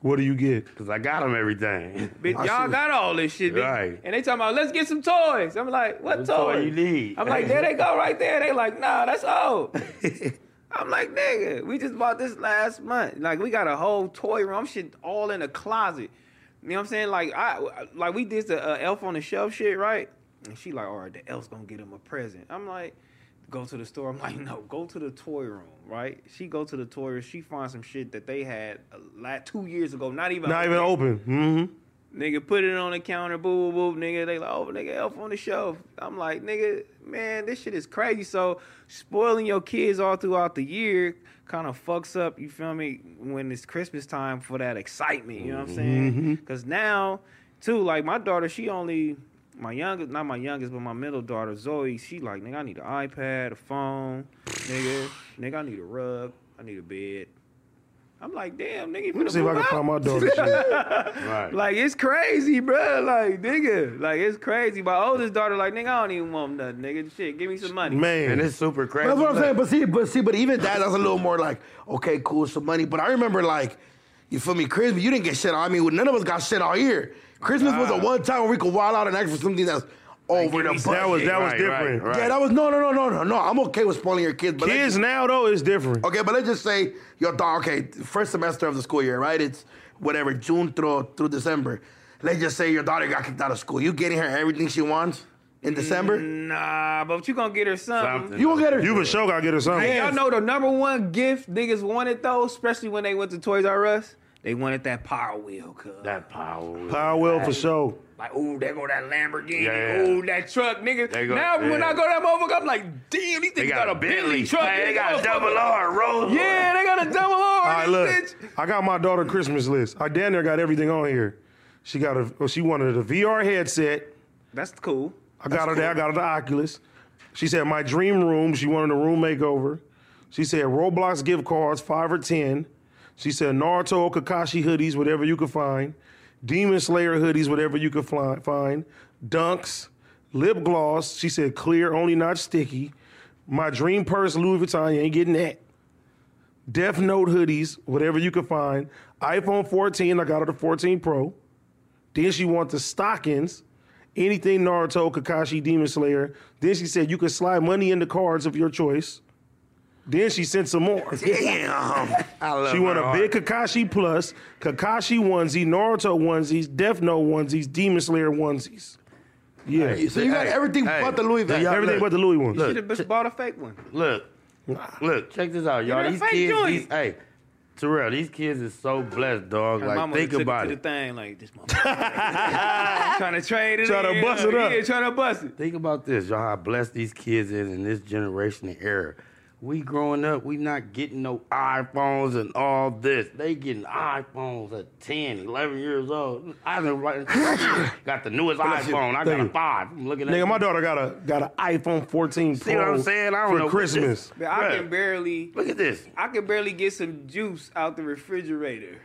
Speaker 1: What do you get?
Speaker 3: Because I got them [LAUGHS] everything.
Speaker 4: bitch,
Speaker 6: I
Speaker 4: y'all
Speaker 6: see-
Speaker 4: got all this shit. bitch.
Speaker 3: Right.
Speaker 4: And they talking about, let's get some toys. I'm like, what
Speaker 3: What toy
Speaker 4: toys?
Speaker 3: you need?
Speaker 4: I'm like, there they go right there. They like, nah, that's old. I'm like, nigga, we just bought this last month. Like, we got a whole toy room. Shit all in a closet. You know what I'm saying? Like, I like we did the uh, elf on the shelf shit, right? And she like, all right, the elf's gonna get him a present. I'm like, go to the store. I'm like, [LAUGHS] no, go to the toy room, right? She go to the toy room. She finds some shit that they had a lot, two years ago. Not even
Speaker 1: Not even open. Mm-hmm.
Speaker 4: Nigga put it on the counter, boo boo boo. Nigga, they like, oh nigga, elf on the shelf. I'm like, nigga, man, this shit is crazy. So spoiling your kids all throughout the year kind of fucks up. You feel me? When it's Christmas time for that excitement, you know what I'm saying?
Speaker 1: Mm-hmm.
Speaker 4: Because now, too, like my daughter, she only my youngest, not my youngest, but my middle daughter Zoe. She like, nigga, I need an iPad, a phone, nigga, nigga, I need a rug, I need a bed. I'm like, damn, nigga, you
Speaker 1: Let me
Speaker 4: finna
Speaker 1: see if I
Speaker 4: move
Speaker 1: can
Speaker 4: out?
Speaker 1: find my daughter. shit.
Speaker 3: [LAUGHS] right.
Speaker 4: Like it's crazy, bro. Like nigga, like it's crazy. My oldest daughter, like nigga, I don't even want nothing, nigga. Shit, give me some money.
Speaker 3: and
Speaker 1: Man,
Speaker 3: it's super crazy.
Speaker 2: That's what I'm saying. But see,
Speaker 6: But see, but even that, that's a little more like, okay, cool, some money. But I remember like, you feel me, Christmas, you didn't get shit. I mean, none of us got shit all year. Christmas was the one time where we could wild out and ask for something that's over the budget.
Speaker 1: that was that was
Speaker 3: Right,
Speaker 1: different.
Speaker 3: right, right.
Speaker 6: Yeah, that was no, no, no, no, no, no. I'm okay with spoiling your kids, but let's
Speaker 1: Kids now though is different.
Speaker 6: Okay, but let's just say your dog. Okay, first semester of the school year, right? It's whatever June through through December. Let's just say your daughter got kicked out of school. You getting her everything she wants in December.
Speaker 4: Mm. Nah, but you gonna get her something.
Speaker 3: Something.
Speaker 2: You will get her.
Speaker 1: You for sure gotta get her something.
Speaker 4: Hey, y'all know the number one gift niggas wanted though, especially when they went to Toys R Us, they wanted that Power Wheel, cuz.
Speaker 3: That power.
Speaker 1: Power will for sure.
Speaker 4: Like, ooh, there go that Lamborghini,
Speaker 3: Yeah.
Speaker 4: ooh, that truck, nigga.
Speaker 3: They go-
Speaker 4: now when
Speaker 3: yeah.
Speaker 4: I go to that motherfucker, I'm like, damn, these
Speaker 3: They
Speaker 4: niggas got, a Bentley truck.
Speaker 3: Man, they
Speaker 4: nigga.
Speaker 3: got a double
Speaker 4: Motherfucker-
Speaker 3: R Rolls.
Speaker 4: Yeah, they got a double R.
Speaker 1: All right,
Speaker 4: in
Speaker 1: look,
Speaker 4: this bitch.
Speaker 1: I got my daughter Christmas list. I damn near got everything on here. She got a, well, she wanted a VR headset.
Speaker 4: That's cool.
Speaker 1: I got her there. I got her the Oculus. She said my dream room. She wanted a room makeover. She said Roblox gift cards, five or ten. She said Naruto Kakashi hoodies, whatever you can find. Demon Slayer hoodies, whatever you can fly, find. Dunks, lip gloss. She said clear, only not sticky. My dream purse, Louis Vuitton. You ain't getting that. Death Note hoodies, whatever you can find. iPhone 14. I got her the 14 Pro. Then she wants the stockings, anything Naruto, Kakashi, Demon Slayer. Then she said you could slide money into cards of your choice. Then she sent some
Speaker 3: [LAUGHS]
Speaker 1: more.
Speaker 6: Damn, I love.
Speaker 1: She
Speaker 6: her
Speaker 1: won a
Speaker 6: heart.
Speaker 1: big Kakashi Plus, Kakashi onesie, Naruto onesies, Death Note onesies, Demon Slayer onesies. Yeah,
Speaker 2: So you got
Speaker 7: Hey,
Speaker 2: everything
Speaker 7: hey.
Speaker 2: but the Louis
Speaker 7: Now,
Speaker 2: Vuitton.
Speaker 7: y'all-
Speaker 1: everything but the Louis ones.
Speaker 4: Should have just bought a fake one.
Speaker 3: Look, look, check this out, y'all.
Speaker 4: that
Speaker 3: These
Speaker 4: fake
Speaker 3: kids,
Speaker 4: joint.
Speaker 3: these, hey, Terrell, these kids is so blessed, dog.
Speaker 4: Her
Speaker 3: Like,
Speaker 4: mama
Speaker 3: think
Speaker 4: took it
Speaker 3: about
Speaker 4: to the
Speaker 3: it.
Speaker 4: thing like this.
Speaker 3: [LAUGHS]
Speaker 4: trying to trade it,
Speaker 1: Tryna
Speaker 4: in.
Speaker 1: bust it up.
Speaker 4: Yeah, trying to bust it.
Speaker 3: Think about this, y'all. How blessed these kids is in this generation and era. We growing up, we not getting no iPhones and all this. They getting iPhones at 10, 11 years old. I done right- got the newest iPhone. I got a
Speaker 1: Thank you.
Speaker 3: five. I'm looking at
Speaker 1: Nigga, my daughter got a got an iPhone 14 Pro
Speaker 3: See what I'm saying? I don't
Speaker 1: for
Speaker 3: know what
Speaker 1: Christmas.
Speaker 3: this-
Speaker 4: Man, I
Speaker 3: Bruh,
Speaker 4: can barely,
Speaker 3: Look at this.
Speaker 4: I can barely get some juice out the refrigerator.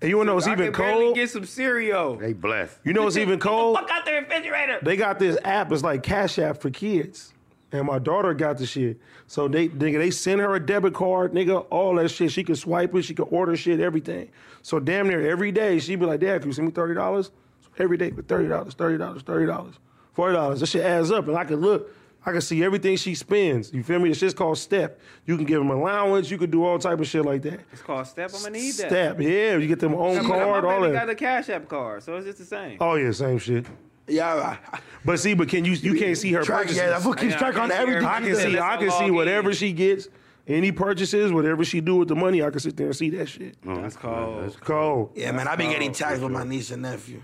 Speaker 1: And you wanna know what's
Speaker 4: I
Speaker 1: even
Speaker 4: can barely
Speaker 1: cold?
Speaker 4: get some cereal.
Speaker 3: They blessed.
Speaker 1: You know what's
Speaker 3: [LAUGHS]
Speaker 1: even cold?
Speaker 4: Fuck out the refrigerator.
Speaker 1: they got this app. It's like Cash App for kids. And my daughter got the shit. So they nigga, they send her a debit card, nigga, all that shit. She can swipe it, she can order shit, everything. So damn near every day she be like, Dad, can you send me thirty dollars? Every day for thirty dollars, thirty dollars, thirty dollars, forty dollars. That shit adds up, and I can look, I can see everything she spends. You feel me? This shit's called step. You can give them allowance, you can do all type of shit like that.
Speaker 4: It's called Step. I'm gonna need that.
Speaker 1: Step, yeah, you get them own
Speaker 4: My-
Speaker 1: card,
Speaker 4: my
Speaker 1: all
Speaker 4: baby
Speaker 1: that.
Speaker 4: got a Cash App card, so it's just the same.
Speaker 1: oh yeah, same shit.
Speaker 2: Yeah, I-
Speaker 1: But see, but can you you can't see her
Speaker 2: track.
Speaker 1: purchases.
Speaker 2: Yeah, that fool keeps
Speaker 4: I
Speaker 2: track
Speaker 4: can
Speaker 2: on
Speaker 4: see
Speaker 2: everything.
Speaker 1: I
Speaker 4: everything.
Speaker 2: she does.
Speaker 1: can see, I
Speaker 4: That's
Speaker 1: can
Speaker 4: a
Speaker 1: see
Speaker 4: login.
Speaker 1: whatever she gets, any purchases, whatever she do with the money. I can sit there and see that shit.
Speaker 4: That's called.
Speaker 3: That's cool.
Speaker 1: Cold.
Speaker 6: Yeah, man, I been getting taxed with my niece and nephew.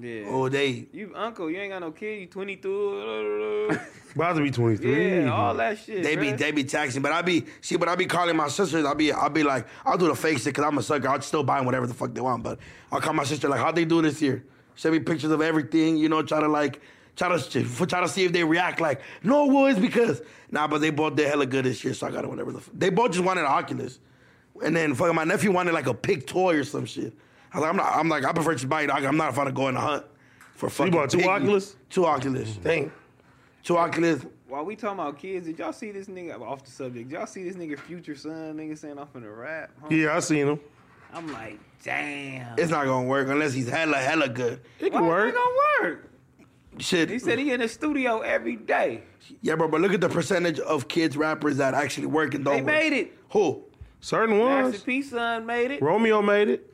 Speaker 4: Yeah.
Speaker 6: Oh, they.
Speaker 4: You uncle, you ain't got no kid.
Speaker 1: [LAUGHS]
Speaker 4: You 22.
Speaker 1: About to be twenty three.
Speaker 4: yeah, all that shit.
Speaker 6: They be
Speaker 4: bruh.
Speaker 6: they be taxing, but I be see, but I be calling my sisters. I be I be like, I'll do the fake shit because I'm a sucker. I'll still buy them whatever the fuck they want, but I'll call my sister like, how'd they do this year? Send me pictures of everything, you know, try to like try to try to see if they react like, no, well, it's because nah, but they both did hella good this year, so I got it whatever the f- they both just wanted an Oculus, and then fucking my nephew wanted like a pig toy or some shit. I was like, I'm not, I'm like, I prefer to buy it. I'm not about to go in the hunt for fucking.
Speaker 1: bought two
Speaker 6: pig-
Speaker 1: Oculus?
Speaker 6: Two Oculus.
Speaker 1: Dang.
Speaker 6: Two Oculus.
Speaker 4: While we talking about kids, did y'all see this nigga off the subject? Did y'all see this nigga future son nigga saying I'm finna rap? huh?
Speaker 1: Yeah, I seen him.
Speaker 4: I'm like, damn.
Speaker 6: It's not gonna work unless he's hella, hella good.
Speaker 1: It
Speaker 4: Why
Speaker 1: can
Speaker 4: is
Speaker 1: work.
Speaker 4: it gonna work?
Speaker 6: Shit.
Speaker 4: He said he in the studio every day.
Speaker 6: yeah, bro, but look at the percentage of kids rappers that actually work and don't
Speaker 4: They
Speaker 6: work.
Speaker 4: made it.
Speaker 6: Who?
Speaker 1: Certain
Speaker 4: Master
Speaker 1: ones.
Speaker 4: P son made it.
Speaker 1: Romeo made it.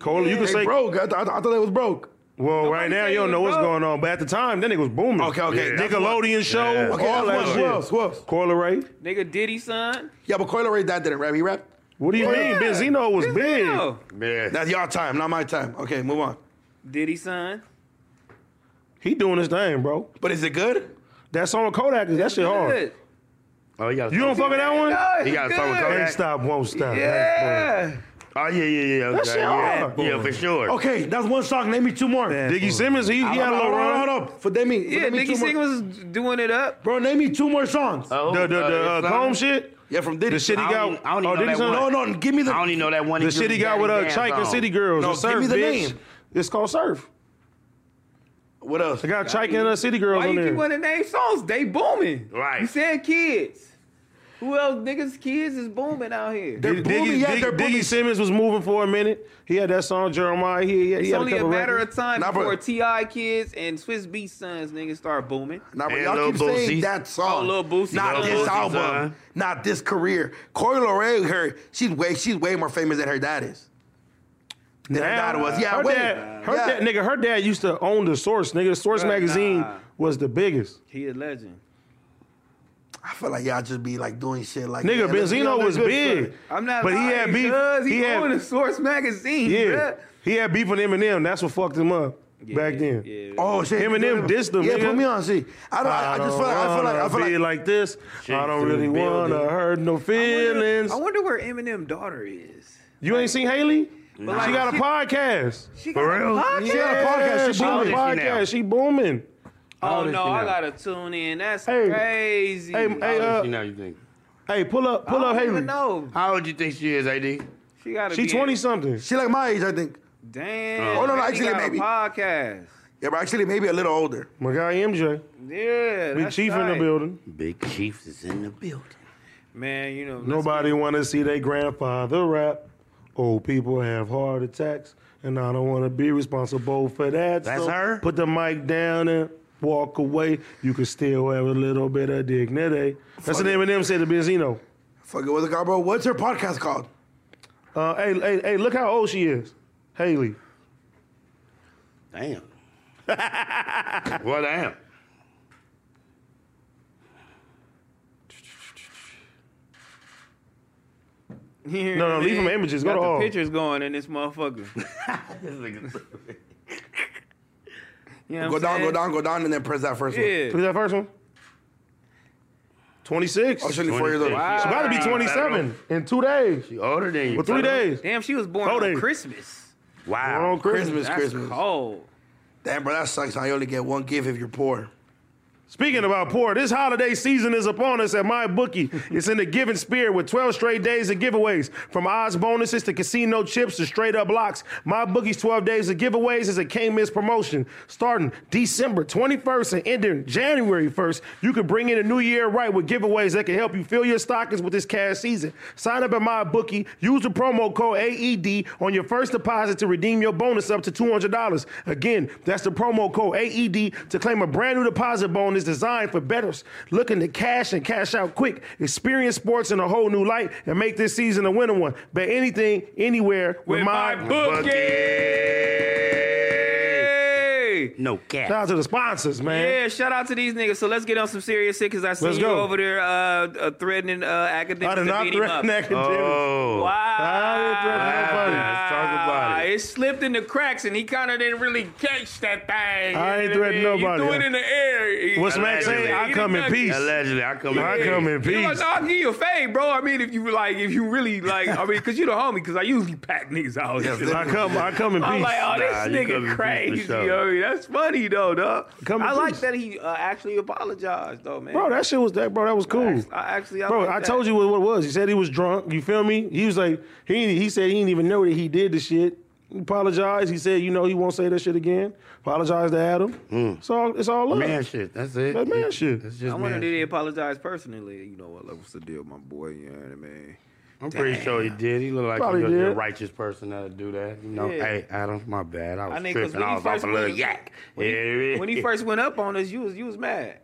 Speaker 1: Cole, you
Speaker 4: Yeah.
Speaker 1: can
Speaker 6: They
Speaker 1: say.
Speaker 6: broke. I, th- I, th- I thought they was broke.
Speaker 1: Well, right now
Speaker 4: say
Speaker 1: you don't
Speaker 4: he
Speaker 1: know what's
Speaker 4: broke.
Speaker 1: going on, but at the time, that nigga was booming.
Speaker 6: Okay, okay,
Speaker 1: Yeah.
Speaker 6: that's
Speaker 1: Nickelodeon show,
Speaker 3: Yeah.
Speaker 6: Okay,
Speaker 1: all that
Speaker 6: that's one.
Speaker 1: shit.
Speaker 6: Who else? Who else?
Speaker 1: Coil Ray.
Speaker 4: Nigga Diddy son.
Speaker 6: Yeah, but Coil Ray that didn't rap. He rapped.
Speaker 1: What do you mean? Benzino was big.
Speaker 4: Yo,
Speaker 3: Man.
Speaker 6: That's y'all time, not my time. Okay, move on.
Speaker 4: Diddy son.
Speaker 1: He doing his thing, bro.
Speaker 6: But is it good?
Speaker 1: That song with Kodak is that shit hard.
Speaker 4: Good.
Speaker 3: Oh, you got
Speaker 1: You don't fuck with that one?
Speaker 4: No, it's
Speaker 3: He got
Speaker 4: good.
Speaker 3: something coming.
Speaker 1: Ain't stop, won't stop.
Speaker 4: Yeah.
Speaker 3: Oh yeah, yeah, yeah. Okay.
Speaker 1: That shit
Speaker 3: yeah.
Speaker 1: hard.
Speaker 3: yeah, for sure.
Speaker 6: Okay, that's one song. Name me two more.
Speaker 1: Diggy Simmons, he, he
Speaker 6: Hold
Speaker 1: had a
Speaker 6: on,
Speaker 1: little
Speaker 6: hold on,
Speaker 1: run.
Speaker 6: hold on. For name me, for
Speaker 4: Yeah,
Speaker 6: name me
Speaker 4: Nicky
Speaker 6: two more-
Speaker 4: Singh was doing it up.
Speaker 6: Bro, name me two more songs.
Speaker 3: Oh,
Speaker 1: The the the uh,
Speaker 3: Islam-
Speaker 1: comb shit.
Speaker 6: yeah, from Diddy.
Speaker 1: The shit he
Speaker 3: I don't-
Speaker 1: got.
Speaker 3: I don't even
Speaker 1: oh,
Speaker 3: know
Speaker 1: Diddy
Speaker 3: that
Speaker 1: Son?
Speaker 3: one.
Speaker 6: No, no, give me
Speaker 3: I don't
Speaker 6: the.
Speaker 3: even know that one.
Speaker 1: The shit he got with uh, Chike and City Girls.
Speaker 6: No,
Speaker 1: the
Speaker 6: give
Speaker 1: surf,
Speaker 6: me the
Speaker 1: bitch.
Speaker 6: name.
Speaker 1: It's called Surf.
Speaker 6: What else?
Speaker 1: They got Chike and uh, City Girls
Speaker 4: Why
Speaker 1: on
Speaker 4: you keep
Speaker 1: there.
Speaker 4: wanting to name songs? They booming.
Speaker 3: Right.
Speaker 4: You said kids. Who else? Niggas, kids is booming out here.
Speaker 6: They're
Speaker 1: Diggy,
Speaker 6: booming, yeah,
Speaker 1: Diggy-
Speaker 6: they're booming.
Speaker 1: Diggy Simmons was moving for a minute. He had that song Jeremiah. He, he, he
Speaker 4: It's
Speaker 1: had
Speaker 4: only a
Speaker 1: couple
Speaker 4: matter
Speaker 1: records.
Speaker 4: of time
Speaker 6: Nah, bro.
Speaker 4: before Ti kids and Swiss Beat Sons niggas start booming.
Speaker 6: Now,
Speaker 3: And
Speaker 6: y'all
Speaker 3: Lil
Speaker 6: keep
Speaker 3: Boosie.
Speaker 6: saying that song.
Speaker 4: Oh, Lil Boosie.
Speaker 6: Not
Speaker 4: Lil
Speaker 6: this
Speaker 4: Boosie's
Speaker 6: album.
Speaker 3: on.
Speaker 6: Not this career. Corey Lorraine, her, she's way, she's way more famous than her dad is. Than her
Speaker 1: Damn.
Speaker 6: dad was. Yeah,
Speaker 1: her
Speaker 6: way.
Speaker 1: dad, her
Speaker 6: yeah.
Speaker 1: dad, nigga, her dad used to own the Source, nigga. The Source
Speaker 4: Bruh,
Speaker 1: magazine
Speaker 4: nah.
Speaker 1: was the biggest.
Speaker 4: He a legend.
Speaker 6: I feel like y'all just be like doing shit like
Speaker 1: Nigga,
Speaker 6: yeah, let's-
Speaker 1: Benzino was big.
Speaker 4: I'm not.
Speaker 1: But he
Speaker 4: lying,
Speaker 1: had beef.
Speaker 4: cuz He,
Speaker 1: he had,
Speaker 4: on the Source magazine.
Speaker 1: yeah.
Speaker 4: bruh.
Speaker 1: He had beef with Eminem. That's what fucked him up
Speaker 4: Yeah,
Speaker 1: back then.
Speaker 4: Yeah.
Speaker 6: Oh shit,
Speaker 1: Eminem dissed him,
Speaker 6: Yeah,
Speaker 1: nigga.
Speaker 6: put me on. See, I don't. I, I just feel like I feel like I feel
Speaker 1: be
Speaker 6: like.
Speaker 1: like this. I don't
Speaker 3: through the
Speaker 1: really wanna
Speaker 3: building.
Speaker 1: hurt no feelings.
Speaker 4: I wonder where Eminem daughter is.
Speaker 1: you ain't seen Haley?
Speaker 4: like,
Speaker 1: she got a
Speaker 4: she-
Speaker 1: podcast.
Speaker 4: She got a podcast?
Speaker 6: She got a podcast. She
Speaker 1: She got a podcast.
Speaker 6: booming.
Speaker 3: How old is she now?
Speaker 1: She booming.
Speaker 4: Oh
Speaker 3: is
Speaker 4: no,
Speaker 3: she
Speaker 4: I
Speaker 3: now?
Speaker 4: gotta tune in. That's
Speaker 1: Hey,
Speaker 4: crazy.
Speaker 1: hey, hey,
Speaker 3: How
Speaker 1: uh,
Speaker 3: old is she now, you think?
Speaker 1: Hey, pull up,
Speaker 4: I
Speaker 1: pull up
Speaker 4: don't even
Speaker 1: Haley.
Speaker 4: know.
Speaker 3: How old you think she is, AD?
Speaker 4: She gotta
Speaker 1: She
Speaker 4: be in-
Speaker 1: twenty something.
Speaker 6: She like my age, I think.
Speaker 4: Damn.
Speaker 6: Oh, no, no,
Speaker 4: she
Speaker 6: actually,
Speaker 4: got
Speaker 6: maybe.
Speaker 4: A podcast.
Speaker 6: Yeah, but actually maybe a little older.
Speaker 1: My guy MJ.
Speaker 4: Yeah.
Speaker 1: Big
Speaker 4: that's
Speaker 1: Chief in the
Speaker 4: tight.
Speaker 1: building.
Speaker 3: Big Chiefs is in the building.
Speaker 4: Man, you know. let's
Speaker 1: Nobody want to see their grandfather rap. Old people have heart attacks, and I don't want to be responsible for that.
Speaker 3: That's
Speaker 1: so
Speaker 3: her?
Speaker 1: Put the mic down and walk away. You can still have a little bit of dignity. That's what Eminem said to Benzino.
Speaker 6: Fuck it, what's it called, bro? What's her podcast called?
Speaker 1: Uh, hey, hey, hey, look how old she is, Haley.
Speaker 3: [LAUGHS] Damn. well, damn.
Speaker 4: [LAUGHS] Here,
Speaker 1: No, no, leave
Speaker 4: man.
Speaker 1: them images. Go
Speaker 4: Got
Speaker 1: to
Speaker 4: the
Speaker 1: all.
Speaker 4: pictures going in this motherfucker.
Speaker 1: [LAUGHS]
Speaker 4: You know
Speaker 6: Go
Speaker 4: what
Speaker 6: down,
Speaker 4: I'm
Speaker 6: go
Speaker 4: saying?
Speaker 6: down, go down, and then press that first one.
Speaker 1: Look at that first one. Twenty six.
Speaker 6: Oh,
Speaker 1: She's
Speaker 6: she's only four years old.
Speaker 4: Wow.
Speaker 1: about to be twenty seven in two days
Speaker 3: She older than you.
Speaker 1: or three
Speaker 3: fella.
Speaker 1: days.
Speaker 4: Yeah. Damn, she was born
Speaker 1: Hold
Speaker 4: on
Speaker 1: it.
Speaker 4: Christmas.
Speaker 1: We're on
Speaker 3: Wow.
Speaker 1: Christmas.
Speaker 6: Christmas,
Speaker 4: That's
Speaker 6: Christmas.
Speaker 4: cold.
Speaker 6: Damn, bro, that sucks. Now you only get one gift if you're
Speaker 4: [LAUGHS]
Speaker 6: poor.
Speaker 1: Speaking about poor, this holiday season is upon us at my bookie. It's in the giving spirit with 12 straight days of giveaways. From odds bonuses to casino chips to straight up locks, my bookie's 12 days of giveaways is a can't miss promotion. Starting December 21st and ending January 1st, you can bring in a new year right with giveaways that can help you fill your stockings with this cash season. Sign up at my bookie. Use the promo code AED on your first deposit to redeem your bonus up to $200. Again, that's the promo code AED to claim a brand new deposit bonus designed for betters looking to cash and cash out quick. Experience sports in a whole new light and make this season a winning one. Bet anything, anywhere with,
Speaker 4: With
Speaker 1: my,
Speaker 4: my
Speaker 1: book.
Speaker 4: Hey.
Speaker 3: No cap.
Speaker 1: Shout out to the sponsors, man.
Speaker 4: Yeah, shout out to these niggas. So let's get on some serious shit because I see
Speaker 1: Let's
Speaker 4: you
Speaker 1: go.
Speaker 4: over there uh, uh, threatening uh, academics
Speaker 1: I did
Speaker 4: to
Speaker 1: not
Speaker 4: beat him up.
Speaker 1: threaten that
Speaker 3: Oh.
Speaker 4: Wow.
Speaker 1: I didn't threaten nobody.
Speaker 3: Let's talk about it.
Speaker 4: It slipped in the cracks, and he kind of didn't really catch that thing.
Speaker 1: I
Speaker 4: You
Speaker 1: ain't
Speaker 4: know
Speaker 1: threatening
Speaker 4: what mean?
Speaker 1: nobody.
Speaker 4: You threw it in the air.
Speaker 1: What's
Speaker 4: You-
Speaker 1: Max saying? I
Speaker 4: You
Speaker 1: come in
Speaker 4: done-
Speaker 1: peace.
Speaker 3: Allegedly, I come
Speaker 1: I
Speaker 3: in.
Speaker 1: come in
Speaker 4: You like,
Speaker 1: peace.
Speaker 4: "Nah, I'll give you a fade, bro. I mean, if you like, if you really like, I mean, cause you the homie, cause I usually pack niggas out. and shit
Speaker 1: I
Speaker 4: like that.
Speaker 1: come, I come in peace.
Speaker 4: I'm like, oh, this
Speaker 3: Nah, you come in peace
Speaker 4: nigga
Speaker 3: for
Speaker 4: crazy. You
Speaker 3: sure.
Speaker 4: know what I mean? That's funny though, dog.
Speaker 1: Come in
Speaker 4: I like
Speaker 1: peace.
Speaker 4: that he uh, actually apologized though, man.
Speaker 1: bro, that shit was that, bro. That was cool.
Speaker 4: I act- I actually, I
Speaker 1: Bro,
Speaker 4: like
Speaker 1: I
Speaker 4: that.
Speaker 1: told you what what it was. He said he was drunk. You feel me? He was like, he ain't- he said he didn't even know that he did the shit. He apologized. He said, you know, he won't say that shit again. Apologized to Adam. It's all it's all love.
Speaker 3: Man shit. That's it.
Speaker 1: That man Hmm. shit.
Speaker 3: That's just
Speaker 4: I wonder
Speaker 3: man
Speaker 4: did
Speaker 3: shit.
Speaker 4: he apologize personally? You know what? Like, what's the deal, my boy? You know what I mean?
Speaker 3: I'm pretty sure he did. He looked like
Speaker 1: Probably
Speaker 3: he was a
Speaker 1: did.
Speaker 3: righteous person that'll do that. You know,
Speaker 4: Yeah.
Speaker 3: hey, Adam, my bad. I was
Speaker 4: I think 'cause
Speaker 3: tripping.
Speaker 4: when
Speaker 3: I
Speaker 4: he
Speaker 3: was off
Speaker 4: first
Speaker 3: a little
Speaker 4: went-
Speaker 3: yak.
Speaker 4: when he-
Speaker 3: Yeah,
Speaker 4: When he
Speaker 3: [LAUGHS]
Speaker 4: first went up on us, you was you was mad.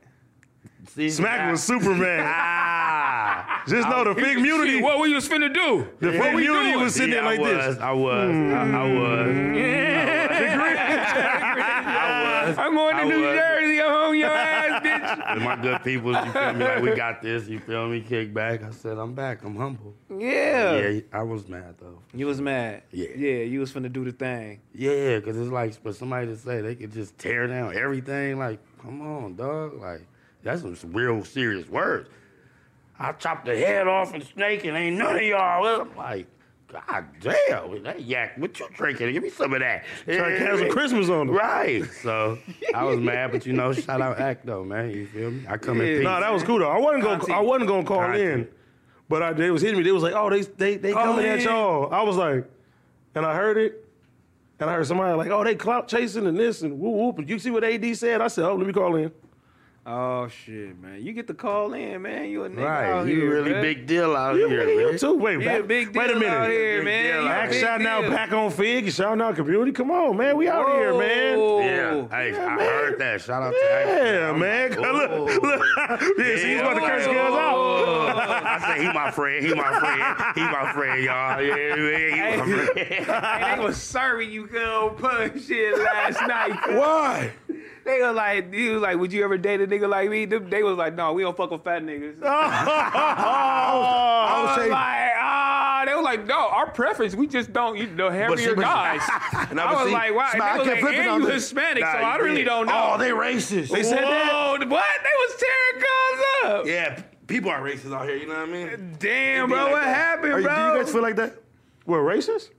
Speaker 3: See,
Speaker 1: Smack
Speaker 3: ah,
Speaker 1: was
Speaker 4: [LAUGHS]
Speaker 1: Superman.
Speaker 3: Ah.
Speaker 1: Just know the fig
Speaker 4: Shit,
Speaker 1: munity.
Speaker 4: what we was finna do?
Speaker 1: The fig
Speaker 4: we
Speaker 1: munity
Speaker 4: doing?
Speaker 1: was sitting
Speaker 3: Yeah,
Speaker 1: there like
Speaker 3: I
Speaker 1: this.
Speaker 3: was, I was. I,
Speaker 4: Mm.
Speaker 3: I was. I was.
Speaker 4: I'm going to
Speaker 3: I
Speaker 4: New
Speaker 3: was.
Speaker 4: Jersey. I'm home your [LAUGHS] ass, bitch.
Speaker 3: And my good people, you feel me?
Speaker 4: [LAUGHS]
Speaker 3: Like, we got this. You feel me? Kick back. I said, I'm back. I'm humble.
Speaker 4: Yeah.
Speaker 3: Yeah, I was mad, though.
Speaker 4: You was mad.
Speaker 3: Yeah.
Speaker 4: Yeah, you was finna do the thing.
Speaker 3: Yeah, because it's like for somebody to say they could just tear down everything. Like, come on, dog. Like, that's some real serious words. I chopped the head off a snake and ain't none of y'all. up. Like, god damn, that yak. What you drinking? Give me some of that.
Speaker 1: Trying to cancel Christmas on them.
Speaker 3: [LAUGHS] Right. So I was mad, but you know, shout out Act though, man. You feel me? I come in
Speaker 4: Yeah.
Speaker 3: peace.
Speaker 1: No, that was cool though. I wasn't gonna I wasn't gonna call
Speaker 3: Content.
Speaker 1: in, but I they was hitting me. They was like, oh, they they they coming at
Speaker 4: in.
Speaker 1: y'all. I was like, and I heard it, and I heard somebody like, oh, they clout chasing and this and whoop whoop. And you see what AD said? I said, oh, let me call in.
Speaker 4: Oh shit, man. You get the call in, man. You a nigga.
Speaker 3: right.
Speaker 4: out
Speaker 3: You
Speaker 4: here,
Speaker 3: really
Speaker 4: bruh.
Speaker 3: big deal out
Speaker 1: You,
Speaker 3: here,
Speaker 1: you
Speaker 3: man.
Speaker 1: too. Wait,
Speaker 4: Yeah,
Speaker 1: back-
Speaker 4: big deal
Speaker 1: wait a minute.
Speaker 4: out here,
Speaker 3: Big
Speaker 4: man. You
Speaker 3: deal
Speaker 4: a
Speaker 3: out
Speaker 1: Back
Speaker 4: big
Speaker 1: shout now
Speaker 4: deal.
Speaker 1: back on Fig, shout out community. Come on, man. We out here, man.
Speaker 4: Whoa.
Speaker 3: Yeah, hey, I
Speaker 1: man.
Speaker 3: heard that. Shout out to Act.
Speaker 1: Yeah,
Speaker 3: I'm
Speaker 1: man.
Speaker 3: like,
Speaker 1: Look, look. [LAUGHS] yeah, see, he's about to curse
Speaker 4: Oh.
Speaker 1: girls out.
Speaker 4: [LAUGHS]
Speaker 3: I say he my friend, he my friend, he my friend, y'all. Yeah, yeah, he my friend.
Speaker 1: [LAUGHS]
Speaker 4: Hey, they was serving you good old punch shit last night.
Speaker 6: Why?
Speaker 4: They was like, he was like, would you ever date a nigga like me? Them- They was like, no, we don't fuck with fat niggas.
Speaker 1: Oh,
Speaker 4: I was
Speaker 6: saying-
Speaker 4: Oh, like, ah, they were like, no, our preference, we just don't, you know, heavier
Speaker 6: but- [LAUGHS]
Speaker 4: guys.
Speaker 6: And
Speaker 4: I
Speaker 6: but
Speaker 4: was
Speaker 6: see,
Speaker 4: like, wow.
Speaker 6: Smack,
Speaker 4: and they
Speaker 6: kept
Speaker 4: was like,
Speaker 6: flipping
Speaker 4: and
Speaker 6: on
Speaker 4: you
Speaker 6: them.
Speaker 4: Hispanic, so
Speaker 6: Nah,
Speaker 4: I
Speaker 6: you
Speaker 4: really
Speaker 6: did.
Speaker 4: don't know.
Speaker 6: Oh, they racist.
Speaker 4: They said that. What? They was tearing guns up.
Speaker 6: Yeah, people are racist out here. You know what I mean?
Speaker 4: Damn, bro,
Speaker 6: like
Speaker 4: what
Speaker 6: that.
Speaker 4: happened,
Speaker 1: Are you, do
Speaker 4: bro?
Speaker 1: you guys feel like that? We're racist?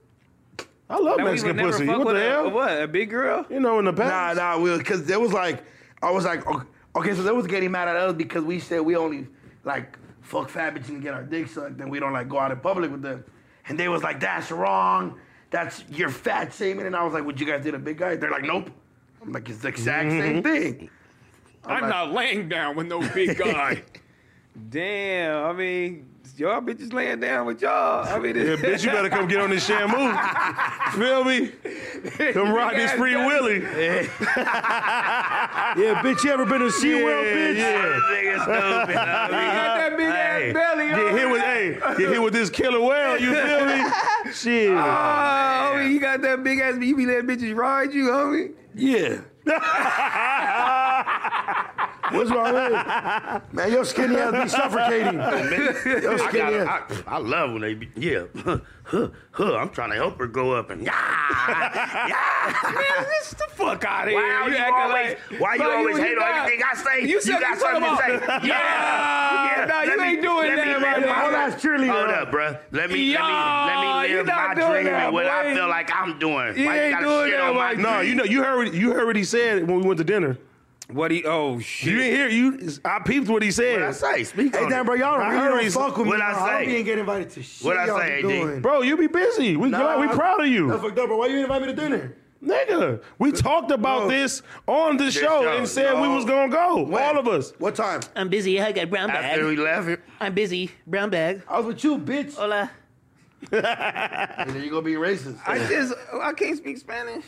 Speaker 1: I love
Speaker 4: That we would
Speaker 1: Mexican
Speaker 4: never
Speaker 1: pussy.
Speaker 4: fuck
Speaker 1: What
Speaker 4: with
Speaker 1: the
Speaker 4: a-
Speaker 1: hell?
Speaker 4: What? A big girl?
Speaker 1: You know, in the
Speaker 6: Nah,
Speaker 1: past.
Speaker 6: nah, we because there was like, I was like, okay, okay, so they was getting mad at us because we said we only like fuck fat bitches and get our dick sucked, and we don't like go out in public with them. And they was like, that's wrong. That's your fat shaming. And I was like, would you guys did a big guy? They're like, nope. I'm like, it's the exact same thing.
Speaker 4: I'm not laying down with no [LAUGHS] big guy. Damn, I mean, y'all bitches laying down with y'all. I mean, [LAUGHS]
Speaker 1: Yeah,
Speaker 4: it's
Speaker 1: bitch, you better come get on this shamu.
Speaker 4: [LAUGHS]
Speaker 1: Feel me? Come rock this free Willy. Yeah. bitch, you ever been to SeaWorld, bitch?
Speaker 6: Nigga stupid.
Speaker 4: You got that big
Speaker 1: Hey,
Speaker 4: ass belly.
Speaker 1: Get
Speaker 4: over
Speaker 1: hit with,
Speaker 4: there.
Speaker 1: hey, get hit with this killer whale, you feel
Speaker 4: [LAUGHS]
Speaker 1: me? Shit.
Speaker 4: Oh, homie, you got that big ass. You be letting bitches ride you, homie.
Speaker 6: Yeah. What's wrong with it? Man, your skinny ass be suffocating. Your
Speaker 3: I,
Speaker 6: skinny ass.
Speaker 3: gotta, I, I love when they be, yeah, huh, huh, huh, I'm trying to help her go up and, yeah, yeah.
Speaker 4: Man, get the fuck out of
Speaker 3: Why
Speaker 4: here.
Speaker 3: you
Speaker 4: acting
Speaker 3: always,
Speaker 4: like-
Speaker 3: why you
Speaker 4: Bro,
Speaker 3: always hate on
Speaker 4: got-
Speaker 3: everything I say?
Speaker 4: You said
Speaker 3: got
Speaker 4: you talking
Speaker 3: something to
Speaker 4: about-
Speaker 3: say? Yeah,
Speaker 4: Yeah, no,
Speaker 3: let
Speaker 4: you
Speaker 3: me-
Speaker 4: ain't doing
Speaker 3: let me
Speaker 4: that,
Speaker 3: live
Speaker 4: my
Speaker 3: my-
Speaker 4: nigga.
Speaker 6: Whole ass cheerleader.
Speaker 3: Hold up, bruh. Let
Speaker 4: Yeah,
Speaker 3: me, let me,
Speaker 4: you
Speaker 3: let me live
Speaker 4: not
Speaker 3: my
Speaker 4: doing
Speaker 3: dream
Speaker 4: that,
Speaker 3: and what I
Speaker 4: boy.
Speaker 3: feel like I'm doing.
Speaker 4: You
Speaker 3: why you
Speaker 4: ain't
Speaker 3: gotta
Speaker 4: doing
Speaker 3: shit
Speaker 4: that,
Speaker 3: on my
Speaker 4: like-
Speaker 3: dream?
Speaker 1: No, you know, you heard, you heard what he said when we went to dinner.
Speaker 4: What he? Oh
Speaker 1: You
Speaker 4: shit.
Speaker 1: didn't hear you. I peeped what he said.
Speaker 3: What I say? Speak
Speaker 6: Hey,
Speaker 3: on
Speaker 6: damn,
Speaker 3: it.
Speaker 6: bro, y'all
Speaker 1: I
Speaker 6: really
Speaker 1: heard
Speaker 6: don't
Speaker 1: he's-
Speaker 6: fuck with me.
Speaker 3: what I
Speaker 6: bro.
Speaker 3: say?
Speaker 6: don't be getting invited to shit.
Speaker 3: What I
Speaker 6: y'all be
Speaker 3: say, D?
Speaker 6: doing.
Speaker 1: Bro, you be busy. We
Speaker 6: Nah,
Speaker 1: glad we
Speaker 6: I-
Speaker 1: proud of
Speaker 6: That's
Speaker 1: you.
Speaker 6: fucked up, bro. Why you invite me to dinner?
Speaker 1: Nigga, we talked about
Speaker 6: No.
Speaker 1: this on the show,
Speaker 3: show,
Speaker 1: and said we
Speaker 6: no.
Speaker 1: was gonna go. All of us.
Speaker 6: What time?
Speaker 8: I'm busy. I got brown bag.
Speaker 3: After we left it,
Speaker 8: I'm busy. Brown bag.
Speaker 6: I was with you, bitch.
Speaker 8: Hola.
Speaker 1: Um,
Speaker 6: and then you gonna be racist.
Speaker 4: I just I can't speak Spanish.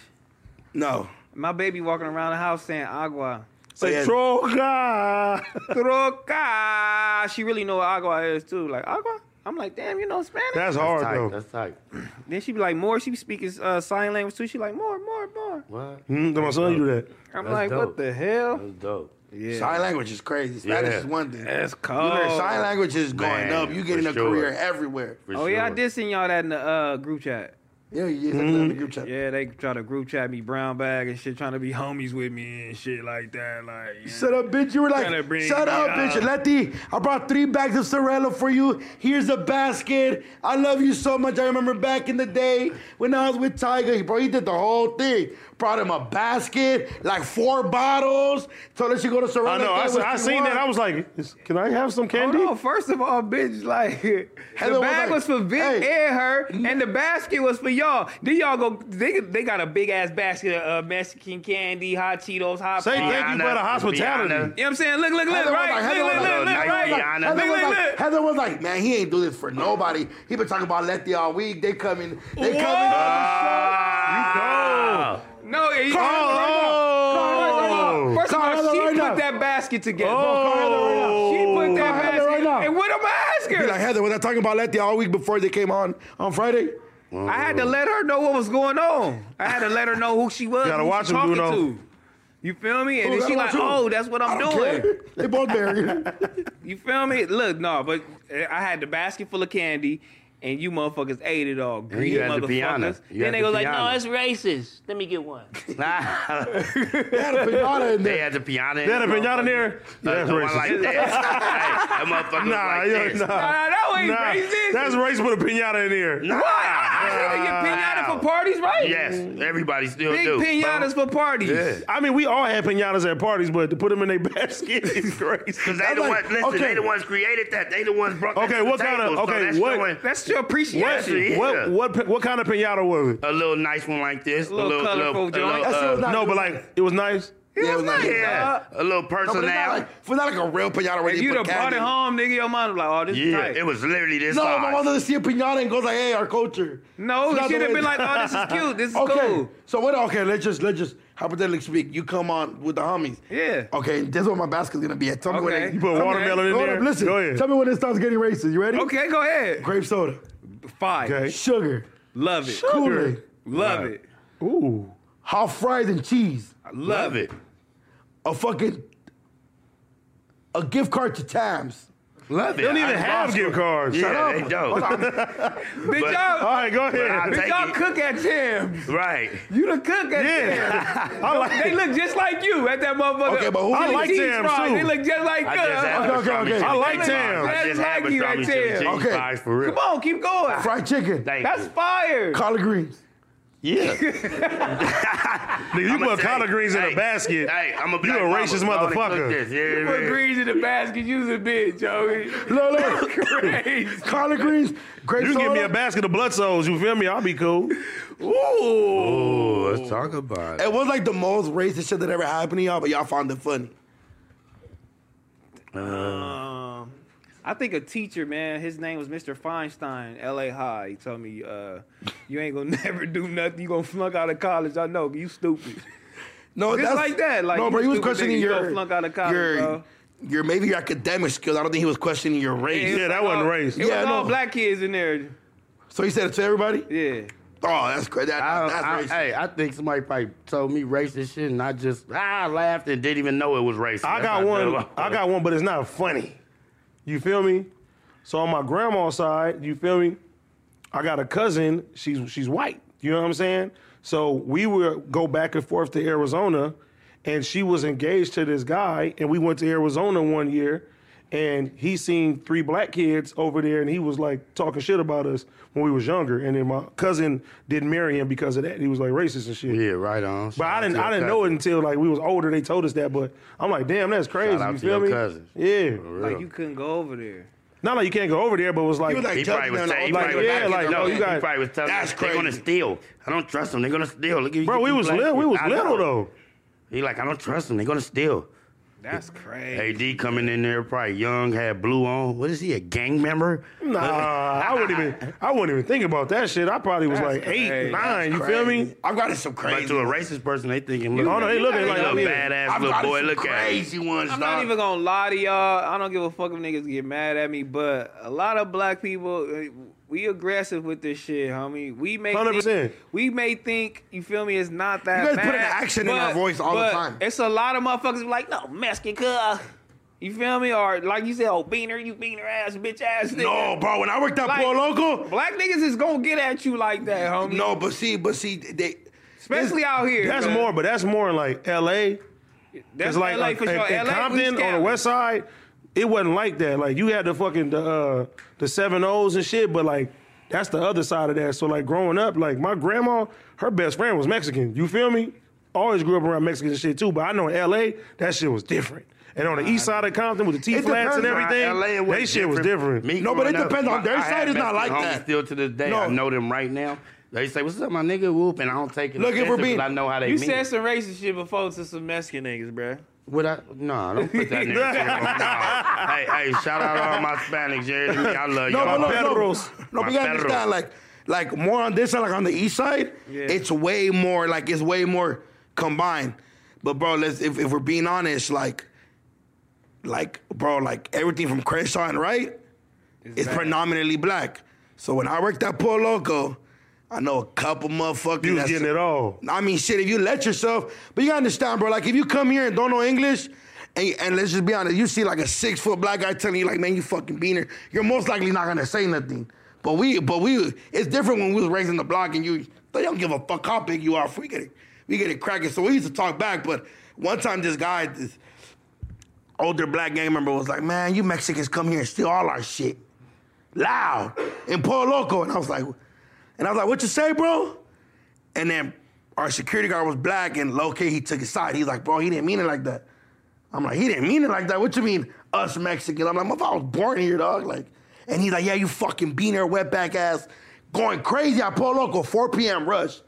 Speaker 6: no.
Speaker 4: My baby walking around the house saying agua.
Speaker 1: Say [LAUGHS]
Speaker 6: Yeah.
Speaker 1: troca.
Speaker 4: Troca. She really know what agua is too. Like agua. I'm like, damn, you know Spanish.
Speaker 1: That's
Speaker 3: that's
Speaker 1: hard
Speaker 3: tight.
Speaker 1: though.
Speaker 3: That's tight.
Speaker 4: then she be like, more. She be speaking uh, sign language too. She like, more, more, more.
Speaker 3: What?
Speaker 1: Mm, then my son, you do that.
Speaker 4: I'm
Speaker 3: That's
Speaker 4: like,
Speaker 3: dope.
Speaker 4: what the hell?
Speaker 3: That's dope.
Speaker 4: Yeah,
Speaker 6: Sign language is crazy. Spanish
Speaker 3: Yeah.
Speaker 6: is one thing.
Speaker 4: that's
Speaker 6: You learn
Speaker 4: cold.
Speaker 6: sign language is going
Speaker 3: Man,
Speaker 6: up. You getting
Speaker 3: for
Speaker 6: a
Speaker 3: sure.
Speaker 6: career everywhere.
Speaker 3: For
Speaker 4: Oh yeah, I
Speaker 3: sure.
Speaker 4: did send y'all that in the uh, group chat.
Speaker 6: Yeah, you just in the group chat.
Speaker 4: Yeah, they try to group chat me brown bag and shit, trying to be homies with me and shit like that. Like, yeah.
Speaker 6: Shut up, bitch. You were like,
Speaker 4: Tryna bring
Speaker 6: shut
Speaker 4: me
Speaker 6: up,
Speaker 4: up.
Speaker 6: bitch. Letty, I brought three bags of Sorello for you. Here's a basket. I love you so much. I remember back in the day when I was with Tiger, he- bro, he did the whole thing. Brought him a basket, like four bottles. Told her she go to Sorello.
Speaker 1: I know. I, I seen that. I was like, is- can I have some
Speaker 4: Hold
Speaker 1: candy?
Speaker 4: on, first of all, bitch, [LAUGHS] like
Speaker 6: Heather was
Speaker 4: the
Speaker 6: like,
Speaker 4: bag was, for Vic
Speaker 6: "Hey."
Speaker 4: and her, and the basket was for y'all. Then y'all go, they, they got a big ass basket of uh, Mexican candy, hot Cheetos, hot
Speaker 1: Say thank
Speaker 4: Pops.
Speaker 1: you
Speaker 3: Rihanna,
Speaker 1: for the hospitality.
Speaker 3: Rihanna.
Speaker 4: You know what I'm saying? Look, look, look,
Speaker 6: Heather was
Speaker 4: right?
Speaker 6: like- Heather
Speaker 4: look,
Speaker 6: was
Speaker 4: look,
Speaker 6: like-
Speaker 4: look, look,
Speaker 3: Heather
Speaker 4: right?
Speaker 3: was
Speaker 4: Look,
Speaker 3: like-
Speaker 6: Heather
Speaker 4: look,
Speaker 6: was, like,
Speaker 4: look.
Speaker 6: Heather was like, man, he ain't do this for nobody. He been talking about Letty all week. They coming. They coming.
Speaker 3: Ah,
Speaker 4: No, it,
Speaker 1: Oh.
Speaker 4: First of
Speaker 6: Call
Speaker 4: all,
Speaker 6: Heather
Speaker 4: she
Speaker 6: right
Speaker 4: put
Speaker 6: now.
Speaker 4: that basket together.
Speaker 1: Oh.
Speaker 4: She put that
Speaker 6: Call Heather
Speaker 4: basket.
Speaker 6: right now.
Speaker 4: And what am I asking?
Speaker 6: Be like, Heather, was I talking about Letty all week before they came on on Friday?
Speaker 4: I had to let her know what was going on. I had to let her know who she was.
Speaker 1: Gotta
Speaker 4: who
Speaker 1: watch
Speaker 4: she
Speaker 1: him,
Speaker 4: talking
Speaker 1: Bruno.
Speaker 4: to. You feel me? And
Speaker 6: Who
Speaker 4: then she
Speaker 6: gotta
Speaker 4: like,
Speaker 6: watch who?
Speaker 4: oh, that's what I'm
Speaker 6: don't
Speaker 4: doing.
Speaker 6: care. They both married.
Speaker 1: [LAUGHS]
Speaker 4: You feel me? Look, no, but eh, I had the basket full of candy, and you motherfuckers ate it all. Greedy
Speaker 3: had the piano.
Speaker 4: motherfuckers.
Speaker 3: You
Speaker 4: then
Speaker 3: had
Speaker 4: they
Speaker 3: the
Speaker 4: go like,
Speaker 3: piano.
Speaker 4: no,
Speaker 8: No,
Speaker 4: it's
Speaker 8: that's racist. Let me get one.
Speaker 6: had a pinata in
Speaker 3: they
Speaker 6: there.
Speaker 3: had the piano. in
Speaker 1: They had a
Speaker 3: there.
Speaker 1: pinata in there. Yeah, that's
Speaker 3: the one like
Speaker 1: [LAUGHS] racist.
Speaker 3: this. hey, that motherfucker
Speaker 1: Nah,
Speaker 3: was
Speaker 1: yeah,
Speaker 3: like
Speaker 1: [LAUGHS]
Speaker 3: this.
Speaker 1: nah.
Speaker 4: nah, that ain't racist. [LAUGHS]
Speaker 1: That's racist with a pinata in there.
Speaker 3: Nah.
Speaker 4: What? [LAUGHS] I, I
Speaker 3: Wow.
Speaker 4: get pinata for parties, right?
Speaker 3: Yes, everybody still
Speaker 4: Big
Speaker 3: do.
Speaker 4: pinatas for parties.
Speaker 3: Yeah.
Speaker 1: I mean, we all had pinatas at parties, but to put them in their [LAUGHS] basket is crazy.
Speaker 3: Because they the
Speaker 6: like,
Speaker 3: ones, listen,
Speaker 6: okay.
Speaker 3: they the ones created that. They the ones brought that
Speaker 1: Okay,
Speaker 3: to the
Speaker 1: what kind of-
Speaker 3: table, so
Speaker 1: okay,
Speaker 3: that's
Speaker 1: what-
Speaker 3: showing
Speaker 4: That's your
Speaker 1: What,
Speaker 4: appreciation.
Speaker 3: Yeah.
Speaker 1: what what pi- what kind of pinata was it?
Speaker 3: A little nice one like this. A
Speaker 4: Little
Speaker 3: little,
Speaker 4: colorful
Speaker 3: little,
Speaker 4: joint.
Speaker 3: A
Speaker 6: That's
Speaker 3: little,
Speaker 6: still
Speaker 3: uh,
Speaker 6: not-
Speaker 1: No, but like it was nice.
Speaker 4: It was nice,
Speaker 3: yeah,
Speaker 4: dog.
Speaker 3: a little
Speaker 6: No, but it's not
Speaker 3: personality.
Speaker 6: like, it's not like a real pinata where
Speaker 4: If
Speaker 6: you
Speaker 4: you
Speaker 6: put
Speaker 4: done brought
Speaker 6: candy.
Speaker 4: it home, nigga, your mom was like, oh, this is
Speaker 3: yeah,
Speaker 4: tight.
Speaker 3: it was literally this
Speaker 6: No, my
Speaker 3: size.
Speaker 6: mother see a pinata and goes like, "Hey, our culture."
Speaker 4: no,
Speaker 6: It's
Speaker 4: it
Speaker 6: not
Speaker 4: should
Speaker 6: the
Speaker 4: have
Speaker 6: way-
Speaker 4: been like, oh, this is cute. This is
Speaker 6: Okay,
Speaker 4: cool.
Speaker 6: so what? Okay, let's just let's just hypothetically speak. You come on with the homies.
Speaker 4: Yeah.
Speaker 6: Okay, this is what my basket's gonna be at. Tell me
Speaker 4: Okay.
Speaker 6: when.
Speaker 1: You
Speaker 6: It,
Speaker 1: put
Speaker 4: Okay.
Speaker 1: watermelon in
Speaker 6: hold
Speaker 1: there.
Speaker 6: up, listen.
Speaker 1: Go ahead.
Speaker 6: Tell me when it starts getting racist. You ready?
Speaker 4: Okay, go ahead.
Speaker 6: Grape soda,
Speaker 4: Five.
Speaker 1: Okay.
Speaker 6: sugar,
Speaker 4: Love it.
Speaker 6: Kool Aid,
Speaker 4: Love it.
Speaker 1: Ooh.
Speaker 6: hot fries and cheese,
Speaker 4: I love it.
Speaker 6: a fucking a gift card to Tams.
Speaker 3: Love it.
Speaker 1: They don't
Speaker 3: I
Speaker 1: even have
Speaker 3: lost
Speaker 1: gift
Speaker 3: one.
Speaker 1: cards. Shut
Speaker 3: Yeah,
Speaker 1: up.
Speaker 3: they don't.
Speaker 4: Bitch,
Speaker 3: But-
Speaker 1: All
Speaker 4: y'all,
Speaker 1: right, go
Speaker 3: [LAUGHS] I'll
Speaker 1: ahead.
Speaker 3: take
Speaker 4: bitch, y'all
Speaker 3: it.
Speaker 4: cook at Tim's.
Speaker 3: right.
Speaker 4: You the cook at
Speaker 1: Yeah.
Speaker 4: Tim's.
Speaker 1: I like
Speaker 4: They look just like you at that motherfucker.
Speaker 6: Okay, but who-
Speaker 1: I like
Speaker 4: Cheese
Speaker 1: Tim's,
Speaker 4: fries,
Speaker 1: too.
Speaker 4: They look just like
Speaker 3: I just had
Speaker 4: us.
Speaker 3: pastrami
Speaker 6: okay, okay.
Speaker 3: chicken
Speaker 1: I like
Speaker 3: fries.
Speaker 1: Tim.
Speaker 3: I just
Speaker 4: That's
Speaker 3: had
Speaker 4: like you right
Speaker 3: pastrami chicken
Speaker 4: there.
Speaker 3: cheese
Speaker 6: Okay.
Speaker 3: fries for real.
Speaker 4: Come on, keep going.
Speaker 6: Fried chicken,
Speaker 3: Thank
Speaker 4: That's
Speaker 3: you.
Speaker 4: fire.
Speaker 6: collard
Speaker 4: [LAUGHS]
Speaker 6: greens.
Speaker 1: Yeah. Nigga, you
Speaker 3: I'ma
Speaker 1: put
Speaker 3: tell
Speaker 1: collard
Speaker 3: you,
Speaker 1: greens in
Speaker 3: hey,
Speaker 1: a basket.
Speaker 3: Hey, I'm a
Speaker 1: You
Speaker 3: black
Speaker 1: a racist
Speaker 3: mama. Go and cook
Speaker 1: motherfucker.
Speaker 3: this, yeah,
Speaker 4: Put
Speaker 3: man.
Speaker 4: greens in the basket. Use a bitch, yo. [LAUGHS]
Speaker 6: No, no,
Speaker 4: Crazy.
Speaker 6: collard greens, grape
Speaker 1: You
Speaker 6: soda.
Speaker 1: give me a basket of blood souls, you feel me? I'll be cool.
Speaker 3: Oh, let's talk about it.
Speaker 6: It was like the most racist shit that ever happened to y'all, but y'all found it funny.
Speaker 4: Um, I think a teacher, man, his name was Mr. Feinstein, LA High. He told me, uh, you ain't gonna [LAUGHS] never do nothing. You gonna flunk out of college. I know, you stupid.
Speaker 6: No,
Speaker 4: Just
Speaker 6: that's
Speaker 4: like that, like,
Speaker 6: no, bro.
Speaker 4: you
Speaker 6: He was
Speaker 4: stupid
Speaker 6: questioning
Speaker 4: nigga, you
Speaker 6: your
Speaker 4: gonna flunk out of college,
Speaker 6: your,
Speaker 4: bro.
Speaker 6: your maybe your academic skills. I don't think he was questioning your race.
Speaker 1: Yeah, that wasn't race.
Speaker 4: raised. It
Speaker 6: Yeah,
Speaker 4: was all
Speaker 6: no.
Speaker 4: black kids in there.
Speaker 6: So he said it to everybody.
Speaker 4: Yeah.
Speaker 6: Oh, that's crazy. That,
Speaker 3: I, I,
Speaker 6: that's racist.
Speaker 3: hey, I think somebody probably told me racist shit, and I just ah, I laughed and didn't even know it was racist.
Speaker 1: I
Speaker 3: That's
Speaker 1: got
Speaker 3: how
Speaker 1: one.
Speaker 3: dumb
Speaker 1: I
Speaker 3: was.
Speaker 1: got one, but it's not funny. You feel me? So on my grandma's side, you feel me? I got a cousin. She's she's white. You know what I'm saying? So we would go back and forth to Arizona, and she was engaged to this guy, and we went to Arizona one year, and he seen three black kids over there, and he was like talking shit about us when we was younger, and then my cousin didn't marry him because of that. He was like racist and shit.
Speaker 3: Yeah, right on.
Speaker 1: But I didn't I didn't know it until like we was older. They told us that, but I'm like, damn, that's crazy.
Speaker 3: out
Speaker 1: you
Speaker 3: to
Speaker 1: feel
Speaker 3: your
Speaker 1: me?
Speaker 3: cousins.
Speaker 1: Yeah.
Speaker 4: Like you couldn't go over there.
Speaker 1: Not like you can't go over there, but it was like,
Speaker 6: he was like,
Speaker 3: He probably
Speaker 6: jumping
Speaker 3: was
Speaker 6: on
Speaker 3: saying,
Speaker 6: all
Speaker 3: he
Speaker 1: like,
Speaker 6: the
Speaker 3: probably
Speaker 1: yeah,
Speaker 6: back
Speaker 3: was
Speaker 6: in
Speaker 1: like,
Speaker 6: the-
Speaker 1: no, you got-
Speaker 3: he probably was telling
Speaker 6: That's
Speaker 3: us they're gonna
Speaker 6: crazy.
Speaker 3: steal. I don't trust them. They're gonna steal. Look, you
Speaker 1: bro,
Speaker 3: get
Speaker 1: we
Speaker 3: these
Speaker 1: was
Speaker 3: black
Speaker 1: little, we
Speaker 3: kids.
Speaker 1: was
Speaker 3: I
Speaker 1: little
Speaker 3: know.
Speaker 1: though.
Speaker 3: He like, I don't trust them. They're gonna steal.
Speaker 4: That's crazy.
Speaker 3: AD coming in there, probably young, had blue on. What is he, a gang member?
Speaker 1: Nah, I wouldn't even I wouldn't even think about that shit. I probably was
Speaker 4: That's
Speaker 1: like eight,
Speaker 4: crazy.
Speaker 1: nine. You feel me?
Speaker 6: I've gotten some crazy.
Speaker 3: But to a racist person, they thinking, look,
Speaker 1: Oh, no, they
Speaker 3: you
Speaker 1: looking
Speaker 3: got
Speaker 1: like-
Speaker 3: a little
Speaker 1: yeah.
Speaker 3: badass
Speaker 6: I've
Speaker 3: little
Speaker 6: gotten
Speaker 3: boy.
Speaker 6: some
Speaker 3: Look
Speaker 6: crazy ones.
Speaker 4: I'm not
Speaker 6: dog.
Speaker 4: even gonna lie to y'all. I don't give a fuck if niggas get mad at me, but a lot of black people, uh, we aggressive with this shit, homie. We may
Speaker 1: 100%.
Speaker 4: Think, we may think you feel me. It's not that.
Speaker 6: You guys
Speaker 4: bad,
Speaker 6: put an accent in
Speaker 4: but-
Speaker 6: our voice all the
Speaker 4: but
Speaker 6: time.
Speaker 4: It's a lot of motherfuckers like, no, Mexican cuz. You feel me? Or like you said, oh beaner, you beaner ass, bitch ass. Nigga.
Speaker 6: No, bro. When I worked at
Speaker 4: Like-
Speaker 6: Puerto Loco,
Speaker 4: Black niggas is gonna get at you like that, homie.
Speaker 6: no, but see, but see, they.
Speaker 4: especially out here.
Speaker 1: That's
Speaker 4: man.
Speaker 1: more, but that's more in like LA.
Speaker 4: That's
Speaker 1: it's like
Speaker 4: LA
Speaker 1: like,
Speaker 4: for
Speaker 1: in,
Speaker 4: sure.
Speaker 1: in
Speaker 4: LA, we
Speaker 1: Compton on the
Speaker 4: scamming.
Speaker 1: west side, it wasn't like that. Like you had the fucking the uh, the seven O's and shit, but like that's the other side of that. So like growing up, like my grandma, her best friend was Mexican. You feel me? Always grew up around Mexican and shit too, but I know in LA that shit was different. And on the east side of Compton with the T
Speaker 6: It
Speaker 1: flats and
Speaker 6: depends,
Speaker 3: Nah,
Speaker 1: everything,
Speaker 3: LA, it
Speaker 1: they shit was different.
Speaker 3: Me
Speaker 6: No, but it
Speaker 3: growing up,
Speaker 6: depends on
Speaker 3: my-
Speaker 6: their
Speaker 3: I had
Speaker 6: side, it's not
Speaker 3: Mexican
Speaker 6: like
Speaker 3: homies
Speaker 6: that.
Speaker 3: Still to this day,
Speaker 6: No.
Speaker 3: I know them right now. They say, "What's up, my nigga?" Whoop, and I don't take it.
Speaker 6: Look, if we're
Speaker 3: offensive 'cause
Speaker 6: being-
Speaker 3: I know how they
Speaker 4: You
Speaker 3: mean.
Speaker 4: said some racist shit before to some Mexican niggas, bruh.
Speaker 3: What I, no, don't put that
Speaker 4: [LAUGHS]
Speaker 3: in there. hey, hey, shout out all my Hispanics, Jerry. I love
Speaker 6: No,
Speaker 3: y'all.
Speaker 6: but look, no,
Speaker 1: Federals.
Speaker 6: no,
Speaker 3: My
Speaker 6: but you gotta understand,
Speaker 3: federals.
Speaker 6: like, like more on this side, like on the east side,
Speaker 4: Yeah.
Speaker 6: it's way more, like, it's way more combined. But bro, let's if, if we're being honest, like, like, bro, like everything from Crenshaw and right is
Speaker 4: bad.
Speaker 6: predominantly black. So when I worked at Puerto Loco, I know a couple motherfuckers.
Speaker 1: You was
Speaker 6: that's-
Speaker 1: getting it all.
Speaker 6: I mean, shit, if you let yourself, but you gotta understand, bro, like if you come here and don't know English, and, and let's just be honest, you see like a six foot black guy telling you, like, man, you fucking beaner, you're most likely not gonna say nothing. But we, but we, it's different when we was raising the block and you, they don't give a fuck how big you are. If we get it, we get it cracking. So we used to talk back, but one time this guy, this older black gang member was like, man, you Mexicans come here and steal all our shit. Loud. In Puerto Loco. And I was like, and I was like, what you say, bro? And then our security guard was black and low key he took his side. He's like, bro, he didn't mean it like that. I'm like, he didn't mean it like that. What you mean, us Mexicans? I'm like, if I was born here, dog. Like, and he's like, yeah, you fucking bean there, wetback ass, going crazy at Puerto Loco, 4 p.m. rush,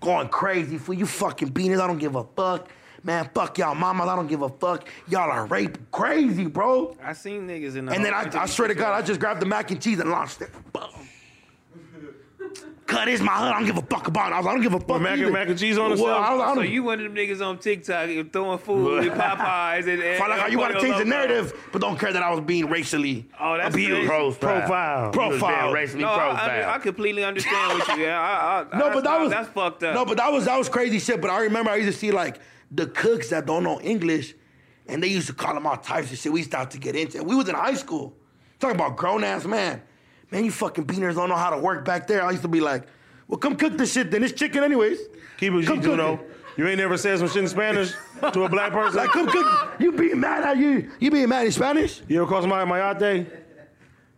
Speaker 6: going crazy for you fucking beaners. I don't give a fuck. Man, fuck y'all mamas. I don't give a fuck. Y'all are rape crazy, bro.
Speaker 4: I seen niggas in the
Speaker 6: And then I, I swear to God, I just grabbed the mac and cheese and launched
Speaker 4: [LAUGHS]
Speaker 6: it. Boom. Cut is my hood. I don't give a fuck about it. I was like, I don't give a fuck.
Speaker 1: mac and-
Speaker 6: either.
Speaker 1: mac and cheese on
Speaker 6: well,
Speaker 1: itself?
Speaker 6: I was, I don't,
Speaker 4: So you one of them niggas on TikTok and
Speaker 6: [LAUGHS]
Speaker 4: throwing food at Popeyes and, and
Speaker 6: find out how you want to change the narrative, but don't care that I was being racially
Speaker 4: Oh, that's
Speaker 6: abused.
Speaker 4: crazy.
Speaker 1: Profile.
Speaker 3: profile. You was
Speaker 6: Profile.
Speaker 3: being racially
Speaker 4: No, I,
Speaker 3: profiled.
Speaker 4: I, under- I completely understand what you. Yeah, I, I,
Speaker 6: No, but that was
Speaker 4: that's fucked up.
Speaker 6: No, but that was that was crazy shit. But I remember I used to see like the cooks that don't know English, and they used to call them all types of shit. We used to have to get into. it. We was in high school. Talking about grown ass man. Man, you fucking beaners don't know how to work back there. I used to be like, well, come cook this shit then. It's chicken anyways.
Speaker 1: Keep it G
Speaker 6: Come
Speaker 1: two
Speaker 6: cook
Speaker 1: though.
Speaker 6: it.
Speaker 1: You ain't never said some shit in Spanish to a black person.
Speaker 6: Like, come cook. You being mad at you. You being mad in Spanish?
Speaker 1: you ever call somebody mayate?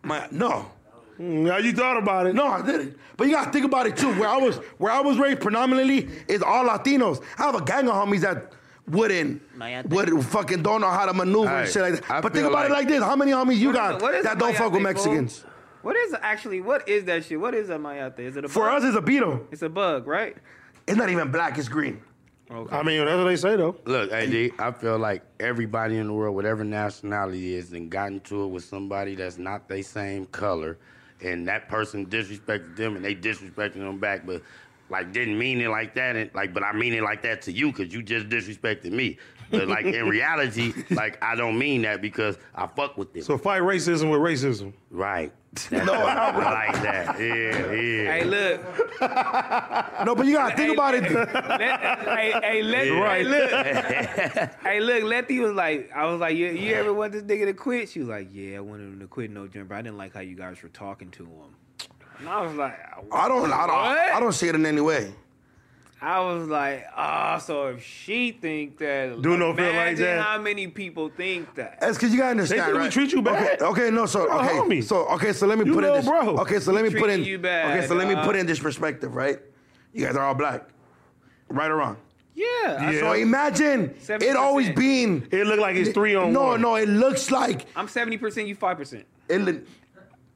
Speaker 6: My, no.
Speaker 1: Mm, How you thought about it?
Speaker 6: No, I didn't. But you gotta think about it too. Where I was, where I was raised predominantly is all Latinos. I have a gang of homies that wouldn't,
Speaker 8: Mayate.
Speaker 6: would fucking don't know how to maneuver
Speaker 7: All
Speaker 6: and
Speaker 7: right.
Speaker 6: shit like that.
Speaker 7: I
Speaker 6: but think
Speaker 7: feel
Speaker 6: about it
Speaker 7: like-
Speaker 6: like this: How many homies you
Speaker 4: What is
Speaker 6: got
Speaker 4: a- what is
Speaker 6: that
Speaker 4: a
Speaker 6: don't fuck with
Speaker 4: mayate, fool?
Speaker 6: Mexicans?
Speaker 4: What is actually? What is that shit? What is a mayate? Is it a
Speaker 6: For
Speaker 4: bug?
Speaker 6: us, it's a beetle.
Speaker 4: It's a bug, right?
Speaker 6: It's not even black; it's green.
Speaker 1: I mean, that's what they say though.
Speaker 3: Look, AD, I feel like everybody in the world, whatever nationality is, and got into it with somebody that's not they same color, and that person disrespected them, and they disrespected them back, but like didn't mean it like that, and like, but I mean it like that to you because you just disrespected me. But
Speaker 6: [LAUGHS]
Speaker 3: like in reality, like I don't mean that because I fuck with them.
Speaker 1: So fight racism with racism.
Speaker 6: [LAUGHS]
Speaker 3: right? That's- I like that. Yeah, yeah.
Speaker 4: Hey, look.
Speaker 6: No, but you gotta think
Speaker 4: Hey,
Speaker 6: about
Speaker 4: [LAUGHS] hey,
Speaker 6: it.
Speaker 4: Let, hey, hey, let, hey, look. hey, look, Letty was like, I was like, you, you ever want this nigga to quit? She was like, yeah, I wanted him to quit no jumper. I didn't like how you guys were talking to him. And I was like,
Speaker 6: I don't, I don't,
Speaker 4: What?
Speaker 6: I don't see it in any way.
Speaker 4: I was like, ah, so if she think that,
Speaker 1: Do no feel like
Speaker 4: imagine
Speaker 1: that.
Speaker 4: how many people think that.
Speaker 6: That's because you gotta
Speaker 1: They
Speaker 6: understand,
Speaker 1: think
Speaker 6: right?
Speaker 1: we treat you bad.
Speaker 6: Okay, okay, no, so
Speaker 1: You're a
Speaker 6: okay,
Speaker 1: homie.
Speaker 6: so okay, so let me
Speaker 1: You
Speaker 6: put in
Speaker 1: little
Speaker 6: this.
Speaker 1: bro.
Speaker 6: Okay, so let me put in.
Speaker 4: Treating you bad,
Speaker 6: okay, so let me
Speaker 4: dog.
Speaker 6: put in this perspective, right? You guys are all black, right or wrong.
Speaker 4: Yeah. I-
Speaker 6: So imagine it
Speaker 4: 70%.
Speaker 6: always being.
Speaker 1: It look like it's three on
Speaker 6: no,
Speaker 1: one.
Speaker 6: no, it looks like
Speaker 4: I'm 70%, you 5%.
Speaker 6: it. Li-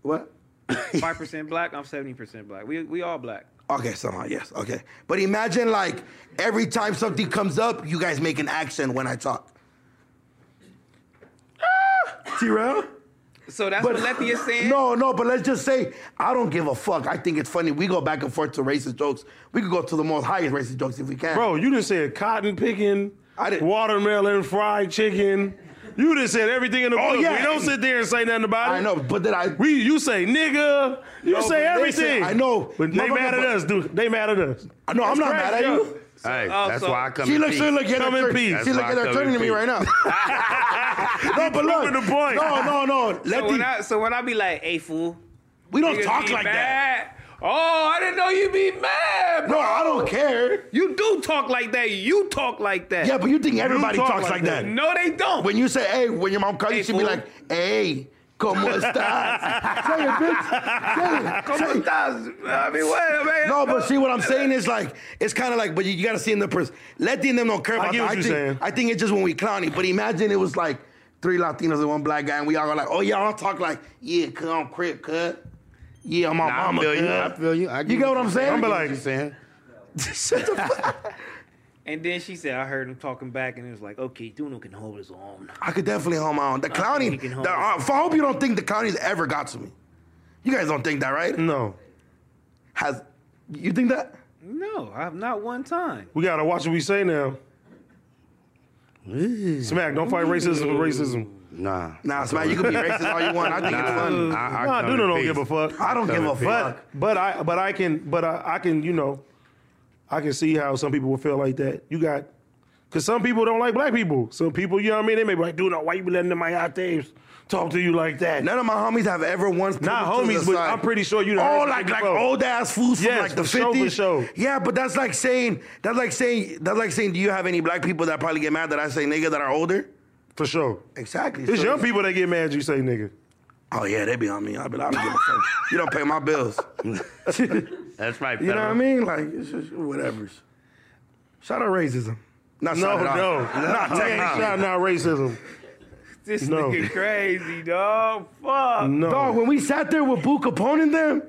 Speaker 6: what?
Speaker 4: 5% black, I'm 70% black. We, we all black.
Speaker 6: Okay, somehow yes. Okay, but imagine like every time something comes up, you guys make an action when I talk.
Speaker 1: Ah!
Speaker 6: T-Rail?
Speaker 4: So that's what Letty is saying?
Speaker 6: No, no, but let's just say I don't give a fuck. I think it's funny. We go back and forth to racist jokes. We could go to the most highest racist jokes if we can.
Speaker 1: Bro, you just said cotton picking,
Speaker 6: I didn't-
Speaker 1: watermelon fried chicken. You just said everything in the
Speaker 6: Oh,
Speaker 1: book.
Speaker 6: yeah.
Speaker 1: We don't sit there and say nothing about it.
Speaker 6: I know, but then I
Speaker 1: We, you say nigga. You
Speaker 6: No,
Speaker 1: say
Speaker 6: but listen,
Speaker 1: everything.
Speaker 6: I know.
Speaker 1: But they
Speaker 6: Motherfucker,
Speaker 1: mad at
Speaker 6: but-
Speaker 1: us, dude. They mad at us.
Speaker 6: I know I'm
Speaker 1: That's
Speaker 6: not
Speaker 1: crazy,
Speaker 6: mad at
Speaker 1: yo.
Speaker 6: you.
Speaker 3: hey,
Speaker 4: oh,
Speaker 3: that's
Speaker 4: so-
Speaker 3: why I come.
Speaker 6: She
Speaker 3: in
Speaker 6: looks,
Speaker 3: peace.
Speaker 6: she look at
Speaker 1: Come in
Speaker 6: her,
Speaker 1: peace.
Speaker 6: She
Speaker 3: That's
Speaker 6: look
Speaker 3: why
Speaker 6: at
Speaker 3: I
Speaker 6: her
Speaker 3: come
Speaker 6: turning
Speaker 3: in
Speaker 6: to me
Speaker 3: peace.
Speaker 6: right now. [LAUGHS] no, but look,
Speaker 1: proving the point.
Speaker 6: no, no, no. Let
Speaker 4: So
Speaker 6: the,
Speaker 4: when, I, so when I be like, hey, fool,
Speaker 6: we don't
Speaker 4: niggas
Speaker 6: talk
Speaker 4: be
Speaker 6: like that.
Speaker 4: mad. Oh, I didn't know you be mad,
Speaker 6: No,
Speaker 4: bro.
Speaker 6: I don't care.
Speaker 4: You do talk like that. You talk like that.
Speaker 6: Yeah, but you think everybody
Speaker 1: talk
Speaker 6: talks
Speaker 1: like
Speaker 6: like, that.
Speaker 4: No, they don't.
Speaker 6: When you say, "Hey," when your mom calls
Speaker 4: Hey,
Speaker 6: you, she be
Speaker 4: fool.
Speaker 6: like, "Hey, cómo estás?" say it, bitch. Say it. Say it.
Speaker 4: I mean, what, man?
Speaker 6: No, but see what I'm saying is like it's kind of like, but you, you got to see in the person. Letting them don't care about
Speaker 1: get
Speaker 6: that.
Speaker 1: what you're
Speaker 6: think,
Speaker 1: saying.
Speaker 6: I think it's just when we clowny. But imagine it was like three Latinos and one black guy, and we all go like, "Oh yeah, I'll talk like yeah, cuz I'm crip, cuz yeah, I'm my
Speaker 3: Nah, I
Speaker 6: mama."
Speaker 3: feel you.
Speaker 6: cuz."
Speaker 3: I feel you. I
Speaker 6: You get what I'm saying?
Speaker 3: I'm
Speaker 6: I get
Speaker 3: like
Speaker 6: what
Speaker 3: you saying.
Speaker 1: [LAUGHS]
Speaker 6: Shut the fuck.
Speaker 4: And then she said, I heard him talking back, and it was like, okay, Duno can hold his own.
Speaker 6: I could definitely hold my own. The
Speaker 4: he
Speaker 6: clowny.
Speaker 4: can
Speaker 6: The,
Speaker 4: hold
Speaker 6: uh, I hope you don't think the clownies ever got to me. You guys don't think that, right?
Speaker 1: No.
Speaker 6: Has you think that?
Speaker 4: No, I have not one time.
Speaker 1: We gotta watch what we say now. Smack, don't fight racism with racism.
Speaker 3: Nah.
Speaker 6: Nah, Smack, you can be racist all you want. I think it's funny.
Speaker 3: I, I
Speaker 1: nah,
Speaker 3: come
Speaker 1: Duno
Speaker 3: in
Speaker 1: don't
Speaker 3: peace.
Speaker 1: give a fuck.
Speaker 6: I don't give a fuck.
Speaker 1: But but I but I can but I, I can you know, I can see how some people will feel like that. You got, cause some people don't like black people. Some people, you know what I mean? They may be like, dude, why you be letting them my yates talk to you like that?
Speaker 6: None of my homies have ever once. put
Speaker 1: Not
Speaker 6: me to the
Speaker 1: homies, but
Speaker 6: side.
Speaker 1: I'm pretty sure you. done heard
Speaker 6: Oh,
Speaker 1: this
Speaker 6: like
Speaker 1: shit
Speaker 6: like
Speaker 1: before.
Speaker 6: old ass fools
Speaker 1: Yes,
Speaker 6: from like the
Speaker 1: for sure, for
Speaker 6: fifties.
Speaker 1: sure.
Speaker 6: Yeah, but that's like saying that's like saying that's like saying. Do you have any black people that probably get mad that I say nigga that are older?
Speaker 1: for sure.
Speaker 6: Exactly.
Speaker 1: It's
Speaker 6: So-
Speaker 1: young people that get mad. You say nigga.
Speaker 6: Oh yeah, they be on me. I be like, I don't give a fuck. You don't pay my
Speaker 1: [LAUGHS]
Speaker 6: bills.
Speaker 3: That's right.
Speaker 6: You know what I
Speaker 3: fella.
Speaker 6: mean? Like it's just whatever's. Shout out racism. Not
Speaker 1: No,
Speaker 6: shout it out.
Speaker 1: no, not
Speaker 6: technically.
Speaker 1: shouting out racism.
Speaker 4: This
Speaker 1: No.
Speaker 4: nigga crazy, dog. Fuck.
Speaker 1: No,
Speaker 6: Dog, Oh, when we sat there with Boo Capone and them,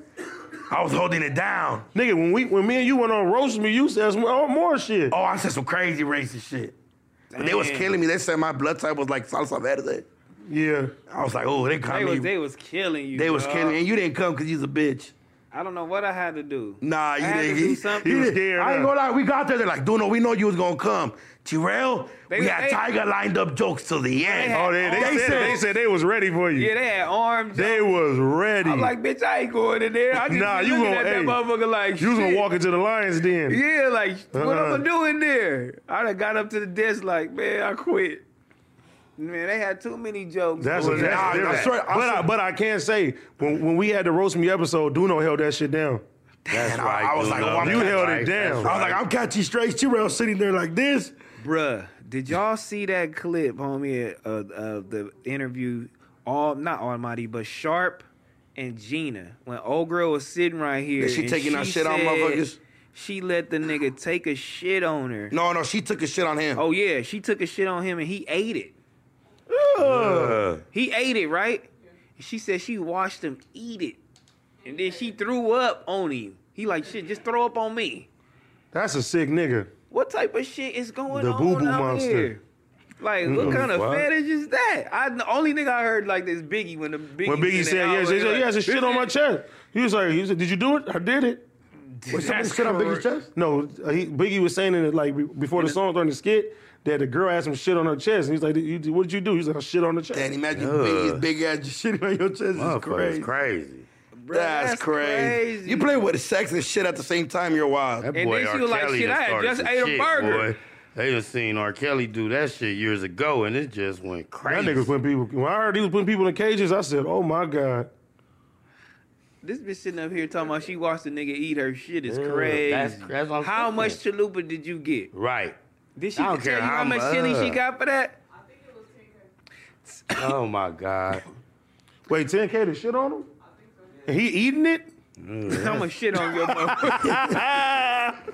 Speaker 6: I was holding it down.
Speaker 1: nigga, when we when me and you went on roast me, you said some oh, more shit.
Speaker 6: Oh, I said some crazy racist shit. But they was
Speaker 4: Damn.
Speaker 6: killing me. They said my blood type was like salsa verde.
Speaker 1: Yeah,
Speaker 6: I was like, oh, they
Speaker 4: They
Speaker 6: caught
Speaker 4: was,
Speaker 6: me.
Speaker 4: they was killing you.
Speaker 6: They was
Speaker 4: dog.
Speaker 6: killing me. And you didn't come because you's a bitch.
Speaker 4: I don't know what I had to do.
Speaker 6: Nah,
Speaker 4: I
Speaker 6: you
Speaker 4: had
Speaker 6: didn't.
Speaker 4: to do
Speaker 6: you-
Speaker 4: something.
Speaker 6: you
Speaker 1: was
Speaker 6: didn't-
Speaker 1: scared,
Speaker 6: I ain't
Speaker 1: huh?
Speaker 6: gonna lie. We got there. They're like, Duno, we know you was gonna come. Terrell,
Speaker 4: They-
Speaker 6: we had
Speaker 4: they-
Speaker 6: Tiger lined up jokes till the end.
Speaker 4: had-
Speaker 1: Oh, they, they,
Speaker 4: They
Speaker 1: said,
Speaker 4: said-
Speaker 1: they said they was ready for you.
Speaker 4: Yeah, they had arms.
Speaker 1: they was ready.
Speaker 4: I'm like, bitch, I ain't going in there. I just
Speaker 1: Nah,
Speaker 4: nah,
Speaker 1: you
Speaker 4: you looking
Speaker 1: gonna-
Speaker 4: at that
Speaker 1: hey,
Speaker 4: motherfucker like,
Speaker 1: you was gonna
Speaker 4: shit.
Speaker 1: walk into the lions den.
Speaker 4: Yeah, like what
Speaker 1: Uh-uh.
Speaker 6: Uh-huh.
Speaker 4: I'm gonna do in there? I done got up to the desk like, man, I quit. Man, they had too many jokes.
Speaker 1: That's
Speaker 4: going
Speaker 1: what
Speaker 4: on.
Speaker 1: that's
Speaker 6: Nah, I
Speaker 1: different.
Speaker 6: swear- I
Speaker 1: but, I,
Speaker 6: swear-
Speaker 1: but I can say when, when we had the roast me episode, Duno held that shit down.
Speaker 3: That's
Speaker 6: And I-
Speaker 3: right.
Speaker 6: I was
Speaker 3: dude.
Speaker 6: like,
Speaker 3: That's
Speaker 6: well,
Speaker 1: you
Speaker 6: that's
Speaker 1: held it
Speaker 3: right,
Speaker 1: down.
Speaker 3: that's
Speaker 6: I was like, I'm catching straight. Terrell sitting there like this.
Speaker 4: Bruh, did y'all see that clip, homie, of, of the interview? All not Almighty, but Sharp and Gina. When old girl was sitting right here,
Speaker 6: Yeah, she
Speaker 4: and
Speaker 6: taking our shit on
Speaker 4: said
Speaker 6: motherfuckers.
Speaker 4: She let the nigga take a shit on her.
Speaker 6: No, no, she took a shit on him.
Speaker 4: Oh yeah, she took a shit on him and he ate it. He ate it, right? She said she watched him eat it, and then she threw up on him. He like shit, just throw up on me.
Speaker 1: That's a sick nigga.
Speaker 4: What type of shit is going
Speaker 1: The
Speaker 4: on
Speaker 1: boo-boo
Speaker 4: out
Speaker 1: monster.
Speaker 4: here? Like, what kind of
Speaker 1: fuck.
Speaker 4: fetish is that? I the only nigga I heard like this Biggie when the Biggie
Speaker 1: When Biggie
Speaker 4: sent it
Speaker 1: said,
Speaker 4: out,
Speaker 1: yes,
Speaker 4: he
Speaker 1: yes,
Speaker 4: like,
Speaker 1: yes, there's shit on
Speaker 6: [LAUGHS]
Speaker 1: my chest. He was like, he was like, did you do it? I did it.
Speaker 6: Was somebody shit on Biggie's chest?
Speaker 1: No, uh, he, Biggie was saying it like be- before the song during the skit that the girl had some shit on her chest, and he's like, "You- "What did you do?" He's like, "I shit on the chest."
Speaker 6: And imagine Biggie's big ass just shitting on your chest. It's
Speaker 3: Motherfucker's
Speaker 6: crazy.
Speaker 3: crazy.
Speaker 4: Bruh,
Speaker 6: that's, crazy. You play with sex and shit at the same time. You're wild.
Speaker 3: That
Speaker 4: And
Speaker 3: boy
Speaker 4: then she
Speaker 3: R.
Speaker 4: was like,
Speaker 3: Kelly
Speaker 4: shit,
Speaker 3: done
Speaker 4: I had
Speaker 3: started
Speaker 4: just
Speaker 3: some
Speaker 4: ate a
Speaker 3: shit,
Speaker 4: burger.
Speaker 3: Boy. They done seen R. Kelly do that shit years ago, and it just went
Speaker 1: that
Speaker 3: crazy.
Speaker 1: nigga was putting people. When I heard he was putting people in cages, I said, "Oh my god."
Speaker 4: This bitch sitting up here talking about she watched the nigga eat her shit is
Speaker 3: Yeah,
Speaker 4: crazy.
Speaker 3: that's- that's what I'm
Speaker 4: how
Speaker 3: saying.
Speaker 4: much chalupa did you get?
Speaker 3: Right.
Speaker 4: Did she
Speaker 3: I
Speaker 4: tell
Speaker 3: don't
Speaker 4: you
Speaker 3: care
Speaker 4: how
Speaker 3: how
Speaker 4: much chili she
Speaker 3: much.
Speaker 4: got for that?
Speaker 5: I think it was 10K.
Speaker 3: Oh my God.
Speaker 1: Wait, 10K to shit on him? And he eating
Speaker 4: [LAUGHS]
Speaker 1: it?
Speaker 4: I'm gonna shit on your motherfucker.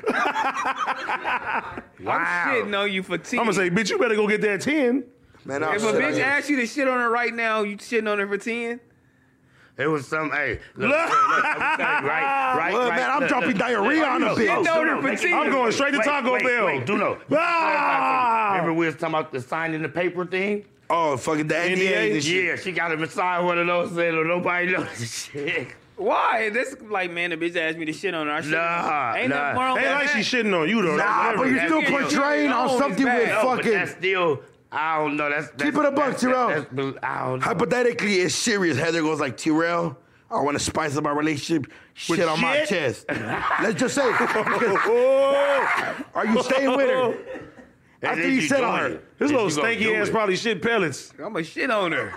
Speaker 4: [LAUGHS] I'm shitting on you for tea.
Speaker 1: I'm gonna say, bitch, you better go get that 10.
Speaker 6: Man, I
Speaker 4: if a
Speaker 6: shit on
Speaker 4: bitch
Speaker 6: you.
Speaker 4: asks you to shit on her right now, you shitting on her for ten.
Speaker 3: It was some. Hey, look, look, look, I'm telling
Speaker 4: [LAUGHS]
Speaker 3: you, right, right,
Speaker 6: Look,
Speaker 3: right,
Speaker 6: man, I'm
Speaker 3: look,
Speaker 6: dropping
Speaker 3: look.
Speaker 6: diarrhea on a
Speaker 3: Duno,
Speaker 6: bitch.
Speaker 4: Shit
Speaker 3: Duno,
Speaker 4: on her
Speaker 3: Duno,
Speaker 4: for
Speaker 3: make it-
Speaker 4: tea.
Speaker 1: I'm going straight to
Speaker 3: wait,
Speaker 1: Taco
Speaker 3: wait,
Speaker 1: Bell.
Speaker 3: Wait, Duno.
Speaker 1: Ah!
Speaker 3: Remember we was talking about the signing the paper thing?
Speaker 6: Oh, fucking the NDA.
Speaker 1: NDA?
Speaker 6: and shit.
Speaker 3: Yeah, she got him inside one of those and nobody knows shit.
Speaker 4: Why? This like man, the bitch asked me to shit on her. I shit
Speaker 3: Nah,
Speaker 4: ain't
Speaker 3: nah.
Speaker 4: nothing wrong with
Speaker 1: Ain't like
Speaker 4: that.
Speaker 1: she shitting on you, though.
Speaker 6: Nah,
Speaker 1: That's
Speaker 6: Ah, but you're
Speaker 1: different.
Speaker 6: still
Speaker 3: That's getting
Speaker 6: portraying on
Speaker 4: on, it's
Speaker 6: something
Speaker 4: bad.
Speaker 6: with
Speaker 4: No,
Speaker 3: No, but that's
Speaker 6: fucking.
Speaker 3: still, I don't know. That's, that's
Speaker 6: Keep it a buck,
Speaker 3: that's-
Speaker 6: Terrell.
Speaker 3: that's- that's- I don't know.
Speaker 6: Hypothetically, it's serious. Heather goes like, Terrell, I want to spice up our relationship. Shit on my
Speaker 1: shit?
Speaker 4: [LAUGHS]
Speaker 6: chest. Let's just say,
Speaker 4: [LAUGHS]
Speaker 6: are you staying
Speaker 1: [LAUGHS]
Speaker 6: with her?
Speaker 3: And
Speaker 6: After
Speaker 3: then
Speaker 6: you
Speaker 3: she
Speaker 6: said on
Speaker 3: doing
Speaker 6: her,
Speaker 3: it.
Speaker 1: This
Speaker 3: And
Speaker 1: little
Speaker 3: she gonna do
Speaker 1: stanky ass
Speaker 3: it.
Speaker 1: probably shit pellets.
Speaker 4: I'm gonna shit on her.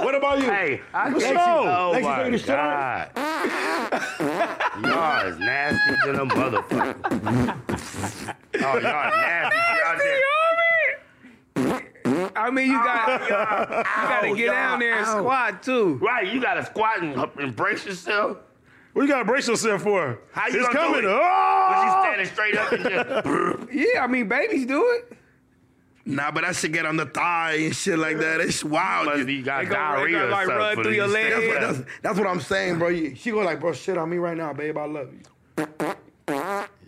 Speaker 6: What about you?
Speaker 3: Hey, I
Speaker 1: What's
Speaker 3: guess
Speaker 1: up?
Speaker 3: oh
Speaker 6: Lexi
Speaker 3: my
Speaker 6: told you to shut
Speaker 3: god, [LAUGHS] y'all is nasty to the motherfucker. oh, y'all nasty. Y'all just,
Speaker 4: I mean, you got you gotta get down there and squat too.
Speaker 3: right, you gotta squat and h- embrace yourself.
Speaker 1: What you gotta brace yourself for?
Speaker 3: How you
Speaker 1: it's
Speaker 3: gonna
Speaker 1: coming.
Speaker 3: do it? But she's
Speaker 1: Oh!
Speaker 3: standing straight up and just. [LAUGHS]
Speaker 4: Yeah, I mean, babies do it.
Speaker 6: Nah, but I should get on the thigh and shit like that. It's wild.
Speaker 3: Must
Speaker 6: You-
Speaker 3: be got
Speaker 4: They gonna- they
Speaker 3: diarrhea
Speaker 4: gonna,
Speaker 3: or
Speaker 4: like,
Speaker 3: something
Speaker 4: run
Speaker 3: for
Speaker 4: through your
Speaker 3: these
Speaker 4: leg.
Speaker 3: things.
Speaker 6: But that's, that's what I'm saying, bro. You- She go like, bro, shit on me right now, babe. I love
Speaker 4: [LAUGHS]
Speaker 6: you.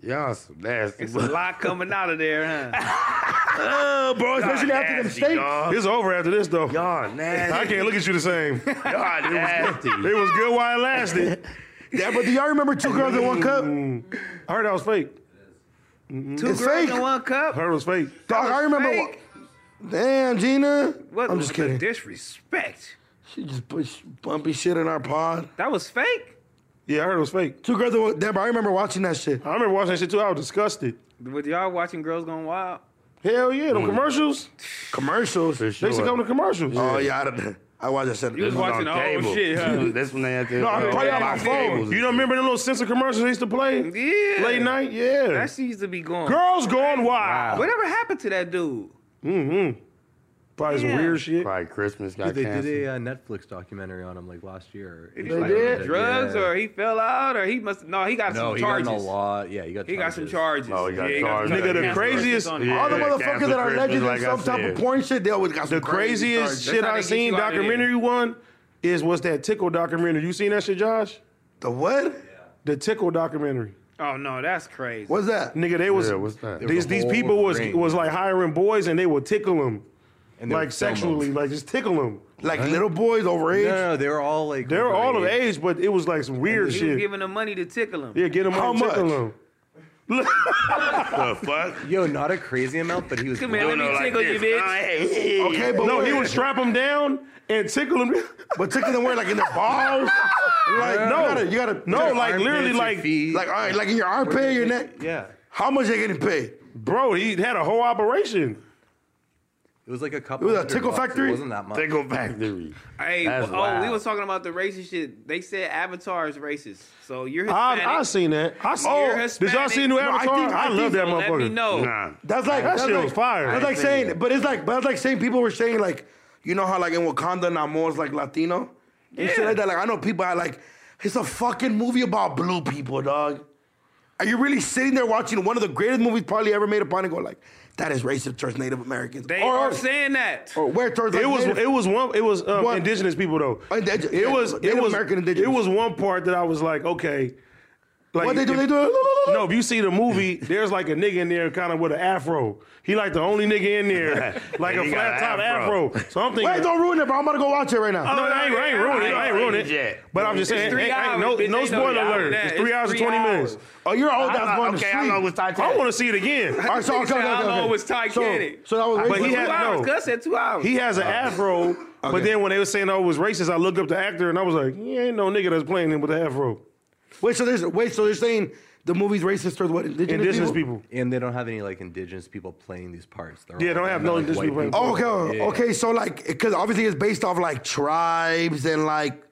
Speaker 3: Y'all some nasty.
Speaker 4: It's a lot coming out of there, huh?
Speaker 6: Uh, bro, especially after them
Speaker 3: nasty,
Speaker 6: steaks.
Speaker 3: dog.
Speaker 1: Oh, It's over after this, though.
Speaker 3: Y'all
Speaker 1: I
Speaker 3: nasty.
Speaker 1: can't look at you the same. It
Speaker 3: Y'all nasty.
Speaker 1: was good while it lasted.
Speaker 6: Yeah, but do y'all remember two girls in one cup?
Speaker 4: Mm.
Speaker 1: I heard that was fake.
Speaker 4: Two
Speaker 6: It's
Speaker 4: girls
Speaker 6: fake.
Speaker 4: in one cup.
Speaker 1: I heard it was fake.
Speaker 6: Dog, I remember.
Speaker 4: Fake?
Speaker 6: One. Damn, Gina.
Speaker 4: What
Speaker 6: I'm
Speaker 4: was
Speaker 6: just
Speaker 4: the
Speaker 6: kidding.
Speaker 4: disrespect?
Speaker 6: She just push bumpy shit in our pod.
Speaker 4: That was fake.
Speaker 1: Yeah, I heard it was fake.
Speaker 6: Two girls in one. Damn, bro, I remember watching that shit.
Speaker 1: I remember watching that shit too. I was disgusted.
Speaker 4: With y'all watching Girls Gone Wild,
Speaker 1: Hell yeah, them commercials.
Speaker 6: Commercials.
Speaker 3: For
Speaker 1: They used to
Speaker 3: Mm. sure.
Speaker 1: come to commercials.
Speaker 6: Oh yeah, I, don't- I watched that shit.
Speaker 4: You was
Speaker 3: This was
Speaker 4: watching
Speaker 3: on
Speaker 4: the whole
Speaker 3: cable. [LAUGHS]
Speaker 4: shit, huh?
Speaker 3: That's when they had to.
Speaker 1: No, I
Speaker 3: uh,
Speaker 1: was probably on my
Speaker 3: box
Speaker 1: phone.
Speaker 3: cables
Speaker 1: You
Speaker 3: and
Speaker 1: don't
Speaker 3: shit.
Speaker 1: remember the little Censor commercials they used to play?
Speaker 4: Yeah.
Speaker 1: Late night? Yeah.
Speaker 4: that shit used to be going.
Speaker 1: Girls going wild.
Speaker 4: Whatever happened to that dude?
Speaker 1: Mm-hmm. Probably some
Speaker 4: Yeah.
Speaker 1: weird shit.
Speaker 3: Probably Christmas got
Speaker 7: They did
Speaker 3: canceled.
Speaker 7: a uh, Netflix documentary on him like last year. They
Speaker 1: did?
Speaker 4: Drugs or he fell out or he must no he got
Speaker 7: no,
Speaker 4: some
Speaker 7: he
Speaker 4: charges.
Speaker 7: got in a lot. Yeah, he got.
Speaker 4: He got some charges.
Speaker 3: Oh, he got charges.
Speaker 4: some
Speaker 1: Nigga, the
Speaker 4: charges.
Speaker 1: craziest-
Speaker 4: On him.
Speaker 3: Yeah.
Speaker 6: All the motherfuckers
Speaker 3: Cancel
Speaker 6: that are
Speaker 3: Christmas,
Speaker 6: legends
Speaker 3: like
Speaker 6: in
Speaker 3: I
Speaker 6: some type
Speaker 3: said.
Speaker 6: of porn shit, they always got some
Speaker 1: The craziest
Speaker 6: shit.
Speaker 1: shit
Speaker 4: That's how
Speaker 1: I
Speaker 4: they get
Speaker 1: seen
Speaker 4: you out of here.
Speaker 1: documentary one is was that Tickle documentary. You seen that shit, Josh?
Speaker 6: The what?
Speaker 1: The Tickle documentary.
Speaker 4: Oh no, that's crazy.
Speaker 6: What's that?
Speaker 1: Nigga, they was
Speaker 3: Yeah, what's that?
Speaker 1: these these people was was like hiring boys and they would tickle them.
Speaker 7: And they
Speaker 1: like
Speaker 7: would film 'em.
Speaker 1: sexually, like just tickle them.
Speaker 6: Like little boys overage.
Speaker 7: No, no, they were all like.
Speaker 1: They were all of
Speaker 7: overage.
Speaker 1: age, but it was like some weird
Speaker 4: He was
Speaker 1: shit.
Speaker 4: giving them money to tickle him.
Speaker 1: yeah, get them
Speaker 6: How
Speaker 1: on tickle
Speaker 6: much?
Speaker 1: them.
Speaker 7: uh,
Speaker 9: The fuck?
Speaker 7: Yo, not a crazy amount, but he was.
Speaker 4: Come here,
Speaker 9: Doing
Speaker 4: let me
Speaker 9: it like
Speaker 4: tickle you,
Speaker 9: this.
Speaker 4: bitch.
Speaker 9: Hey,
Speaker 6: Okay, but
Speaker 1: No, he
Speaker 6: where-
Speaker 1: would strap them down and tickle them.
Speaker 6: But tickling them where like in their
Speaker 3: [LAUGHS]
Speaker 6: balls. like
Speaker 1: no,
Speaker 6: you gotta, you gotta
Speaker 1: no, like
Speaker 7: Armpits,
Speaker 1: literally,
Speaker 7: your
Speaker 1: like
Speaker 7: feet.
Speaker 6: like all right, like in your armpit, your neck.
Speaker 7: Yeah,
Speaker 6: How much they getting paid?
Speaker 1: [LAUGHS] bro, he had a whole operation.
Speaker 7: it was like a couple.
Speaker 6: It was a
Speaker 7: hundred
Speaker 6: tickle
Speaker 7: bucks.
Speaker 6: factory?
Speaker 7: It wasn't that much.
Speaker 9: Tickle Factory.
Speaker 4: Hey,
Speaker 9: That's
Speaker 4: oh, we
Speaker 9: wild.
Speaker 4: was talking about the racist shit. They said Avatar is racist. So you're Hispanic.
Speaker 1: I I seen that. I seen,
Speaker 4: You're
Speaker 1: did y'all
Speaker 4: Hispanic.
Speaker 1: see New
Speaker 4: No, I
Speaker 1: Avatar? I,
Speaker 6: think- I
Speaker 1: love
Speaker 6: think-
Speaker 1: that
Speaker 4: Let
Speaker 1: motherfucker.
Speaker 4: me know.
Speaker 9: Nah.
Speaker 6: That's like
Speaker 1: That
Speaker 6: that's
Speaker 1: shit
Speaker 6: like,
Speaker 1: was fire.
Speaker 6: That's
Speaker 1: I
Speaker 6: like
Speaker 1: seen
Speaker 6: saying,
Speaker 1: it.
Speaker 6: but it's like, but it's like saying people were saying like, you know how like in Wakanda now more is like Latino and shit
Speaker 4: Yeah.
Speaker 6: like that. Like I know people are like, it's a fucking movie about blue people, dog. Are you really sitting there watching one of the greatest movies probably ever made upon and go like, that is racist towards Native Americans?
Speaker 4: They
Speaker 6: or,
Speaker 4: are
Speaker 6: or-
Speaker 4: saying that.
Speaker 6: or where towards like,
Speaker 1: It was
Speaker 6: Native-
Speaker 1: it was one it was um,
Speaker 6: One-
Speaker 1: indigenous people though.
Speaker 6: Oh, indig-
Speaker 1: it
Speaker 6: yeah,
Speaker 1: was it
Speaker 6: Native
Speaker 1: was
Speaker 6: American indigenous.
Speaker 1: It was one part that I was like, okay, like
Speaker 6: what they do?
Speaker 1: if-
Speaker 6: They do
Speaker 1: No, if you see the movie, there's like a nigga in there kind of with an afro. He like the only nigga in there, like
Speaker 9: And
Speaker 1: a
Speaker 9: he got
Speaker 1: flat
Speaker 9: an
Speaker 1: top afro.
Speaker 9: afro.
Speaker 1: So I'm thinking.
Speaker 6: Wait, don't ruin it, bro. I'm about to go watch it
Speaker 1: [LAUGHS]
Speaker 6: right now.
Speaker 1: no, I ain't, I ain't ruined it. I ain't ruined
Speaker 9: Yeah.
Speaker 1: it. But I'm just saying,
Speaker 4: three
Speaker 1: ain't- ain't- no,
Speaker 4: hours, bitch.
Speaker 1: no
Speaker 4: Ain't no
Speaker 1: spoiler
Speaker 4: hour
Speaker 1: alert.
Speaker 4: than
Speaker 1: It's
Speaker 4: that.
Speaker 1: three
Speaker 4: It's
Speaker 1: hours and
Speaker 4: three
Speaker 1: 20 minutes.
Speaker 4: hours.
Speaker 6: Oh, you're old ass going to
Speaker 9: okay,
Speaker 6: sleep.
Speaker 9: how long was Titanic?
Speaker 1: I want to see it again.
Speaker 6: All right, so
Speaker 4: Nigga
Speaker 6: okay,
Speaker 4: said,
Speaker 6: okay,
Speaker 4: how
Speaker 6: okay,
Speaker 4: long
Speaker 6: okay.
Speaker 4: was Titanic?
Speaker 6: So, so that was
Speaker 1: But he
Speaker 6: racist.
Speaker 4: two
Speaker 1: had-
Speaker 4: hours.
Speaker 1: no.
Speaker 4: Gus said two hours.
Speaker 1: He has an afro, but then when they were saying oh, it was racist, I looked up the actor and I was like, he ain't no nigga that's playing him with the afro.
Speaker 6: Wait, so there's wait, so they're saying the movie's racist towards what indigenous,
Speaker 1: Indigenous people.
Speaker 7: And they don't have any like indigenous people playing these parts. They're
Speaker 1: Yeah,
Speaker 7: all
Speaker 1: don't have
Speaker 7: kinda,
Speaker 1: no
Speaker 7: like,
Speaker 1: indigenous
Speaker 7: white
Speaker 1: people playing-
Speaker 6: Oh, okay,
Speaker 7: Yeah.
Speaker 6: okay. So like, because obviously it's based off like tribes and like.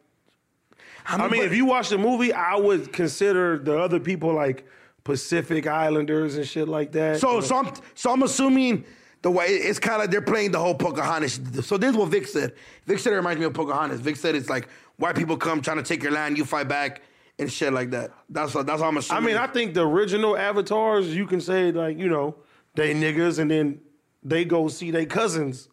Speaker 1: I mean, if you watch the movie, I would consider the other people like Pacific Islanders and shit like that.
Speaker 6: so so I'm so I'm assuming the way it's kind of like they're playing the whole Pocahontas. So this is what Vic said. Vic said it reminds me of Pocahontas. Vic said it's like white people come trying to take your land, you fight back and shit like that. That's what, that's how I'm
Speaker 1: I
Speaker 6: assuming.
Speaker 1: mean, I think the original avatars, you can say like, you know, they niggas, and then they go see their cousins,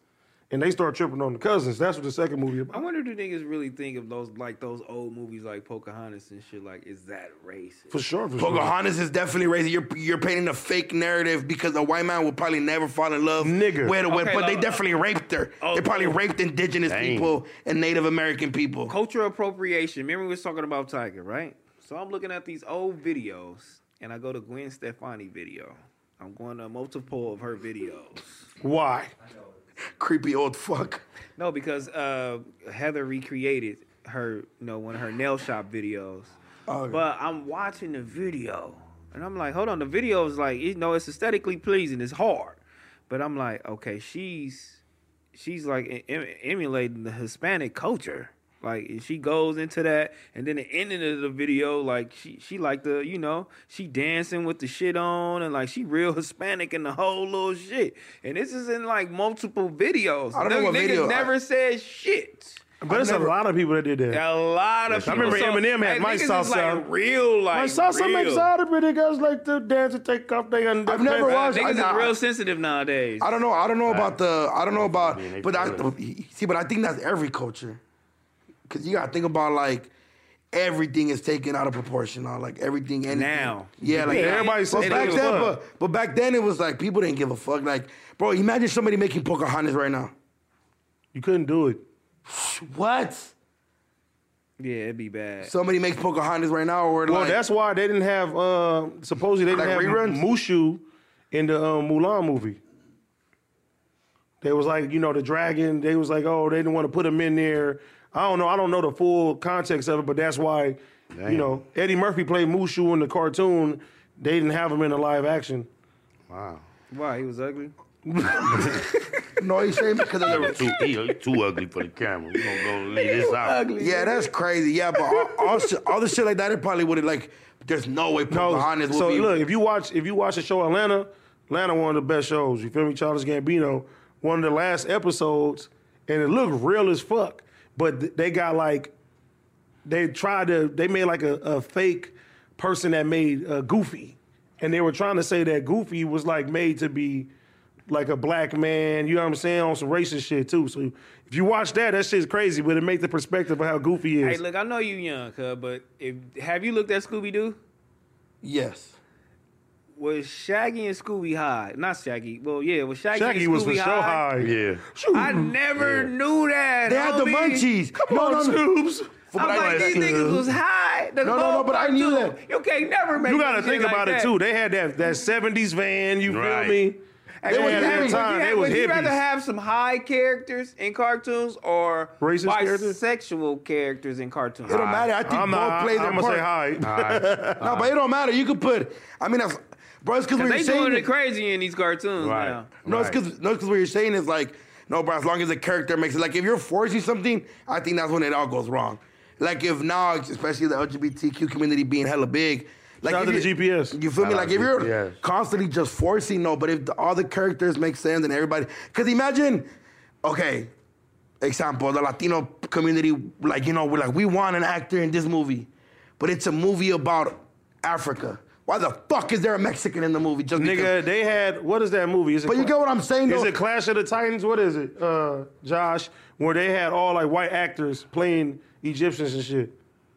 Speaker 1: and they start tripping on the cousins. That's what the second movie
Speaker 4: I
Speaker 1: about.
Speaker 4: wonder do niggas really think of those like those old movies like Pocahontas and shit like is that racist?
Speaker 1: For sure, for sure.
Speaker 6: Pocahontas is definitely racist. You're you're painting a fake narrative because a white man would probably never fall in love
Speaker 1: Nigga.
Speaker 6: with a woman,
Speaker 4: Okay,
Speaker 6: but they
Speaker 4: like-
Speaker 6: definitely raped her.
Speaker 4: Oh,
Speaker 6: they probably
Speaker 4: oh.
Speaker 6: raped indigenous people and Native American people.
Speaker 4: cultural appropriation. Remember we was talking about Tiger, right? So I'm looking at these old videos, and I go to Gwen Stefani video. I'm going to multiple of her videos.
Speaker 1: Why?
Speaker 6: Creepy old fuck.
Speaker 4: No, because uh, Heather recreated her, you know, one of her nail shop videos.
Speaker 1: Oh,
Speaker 4: But I'm watching the video, and I'm like, hold on, the video is like, you know, it's aesthetically pleasing. It's hard, but I'm like, okay, she's she's like e-, em- em- emulating the Hispanic culture. Like and she goes into that, and then the ending of the video, like she she like the you know she dancing with the shit on, and like she real Hispanic and the whole little shit. And this is in like multiple videos.
Speaker 6: I don't know
Speaker 4: Niggas
Speaker 6: what video-
Speaker 4: never
Speaker 6: I-
Speaker 4: said shit.
Speaker 1: But it's a lot of people that did that.
Speaker 4: A lot of
Speaker 1: I
Speaker 4: people.
Speaker 1: remember Eminem had
Speaker 4: like,
Speaker 1: My
Speaker 4: niggas is,
Speaker 1: Salsa.
Speaker 4: like real like
Speaker 1: I saw some
Speaker 4: real.
Speaker 1: excited pretty girls like to dance and take off their.
Speaker 6: I've never
Speaker 4: Bruh,
Speaker 6: watched-
Speaker 4: Niggas
Speaker 6: I-
Speaker 4: is
Speaker 6: I-
Speaker 4: real sensitive nowadays.
Speaker 6: I don't know. I don't know about the. I don't know about.
Speaker 9: mean, they
Speaker 6: But I
Speaker 9: feel
Speaker 6: see. But I think that's every culture, because you gotta think about like everything is taken out of proportion. Now, like everything. Anything.
Speaker 4: Now.
Speaker 6: Yeah. Like
Speaker 1: Yeah, everybody's
Speaker 6: But
Speaker 1: saying
Speaker 6: back
Speaker 1: they
Speaker 6: then,
Speaker 1: give a fuck.
Speaker 6: but, but back then it was like people didn't give a fuck. Like, bro, imagine somebody making Pocahontas right now.
Speaker 1: You couldn't do it.
Speaker 6: What?
Speaker 4: Yeah, it'd be bad.
Speaker 6: Somebody makes Pocahontas right now, or
Speaker 1: Well,
Speaker 6: like,
Speaker 1: that's why they didn't have. Uh, supposedly they didn't
Speaker 6: Like
Speaker 1: have
Speaker 6: reruns?
Speaker 1: Mushu in the um, Mulan movie. They was like, you know, the dragon. They was like, oh, they didn't want to put him in there. I don't know. I don't know the full context of it, but that's why, you
Speaker 9: Damn.
Speaker 1: know, Eddie Murphy played Mushu in the cartoon. They didn't have him in the live action.
Speaker 9: Wow.
Speaker 4: Why he was ugly?
Speaker 6: no, he's saying
Speaker 1: [LAUGHS]
Speaker 6: because of the.
Speaker 9: Too, he, too ugly for the camera. We're going to leave this out. [LAUGHS]
Speaker 6: Yeah, that's crazy. Yeah, but all, all, shit- all the shit like that, it probably would have like. There's no way Pocahontas would
Speaker 1: so
Speaker 6: be.
Speaker 1: look, if you watch if you watch the show Atlanta, Atlanta one of the best shows. You feel me? Childish Gambino, one of the last episodes, and it looked real as fuck. But th- they got like, they tried to they made like a, a fake person that made uh, Goofy, and they were trying to say that Goofy was like made to be like a black man. You know what I'm saying on some racist shit too. So if you watch that, that shit's crazy, but it makes the perspective of how Goofy is.
Speaker 4: Hey, look, I know you young, cuz, but if have you looked at Scooby Doo?
Speaker 6: yes.
Speaker 4: was Shaggy and Scooby High? Not Shaggy. Well, yeah, was Shaggy.
Speaker 1: Shaggy
Speaker 4: and Scooby
Speaker 1: was for sure high.
Speaker 9: Yeah.
Speaker 4: I never knew that.
Speaker 6: They had the
Speaker 4: homie.
Speaker 6: munchies.
Speaker 1: Come on, Scoobs.
Speaker 4: I'm like, these niggas was high. The
Speaker 6: no, no,
Speaker 4: whole
Speaker 6: but I
Speaker 4: cartoon.
Speaker 6: knew that.
Speaker 4: You can't never make
Speaker 1: You
Speaker 4: no
Speaker 1: gotta
Speaker 4: shit
Speaker 1: think
Speaker 4: like
Speaker 1: about
Speaker 4: that.
Speaker 1: it too. They had that that seventies van. You
Speaker 9: Right.
Speaker 1: feel me?
Speaker 4: They
Speaker 1: had their time. They was
Speaker 4: would you rather
Speaker 1: hippies.
Speaker 4: have some high characters in cartoons or
Speaker 1: Racist characters?
Speaker 4: bisexual characters in cartoons?
Speaker 6: It don't matter. I think
Speaker 1: I'm
Speaker 6: both
Speaker 1: not.
Speaker 6: play
Speaker 1: I'm
Speaker 6: their
Speaker 1: gonna
Speaker 6: part.
Speaker 1: say hi.
Speaker 6: No, but it don't matter. You could put. I mean, that's, bro, it's because we
Speaker 4: They
Speaker 6: were saying
Speaker 4: doing it
Speaker 6: it.
Speaker 4: crazy in these cartoons
Speaker 9: Right.
Speaker 4: now.
Speaker 6: No, it's because no, because what you're saying is like, no, bro. As long as the character makes it, like, if you're forcing something, I think that's when it all goes wrong. Like if now, especially the LGBTQ community being hella big, like
Speaker 1: Shout out
Speaker 6: if
Speaker 1: to the
Speaker 6: you-
Speaker 1: GPS.
Speaker 6: You feel me?
Speaker 9: Shout
Speaker 6: Like
Speaker 9: out
Speaker 6: if you're
Speaker 9: GPS.
Speaker 6: constantly just forcing, no. But if the, all the characters make sense and everybody, because imagine, okay, example, the Latino community, like, you know, we're like, we want an actor in this movie, but it's a movie about Africa. Why the fuck is there a Mexican in the movie? Just because-
Speaker 1: Nigga, they had what is that movie? Is it
Speaker 6: But you
Speaker 1: Cla-
Speaker 6: get what I'm saying,
Speaker 1: Is
Speaker 6: though?
Speaker 1: it Clash of the Titans? What is it, uh, Josh? Where they had all like white actors playing Egyptians and shit.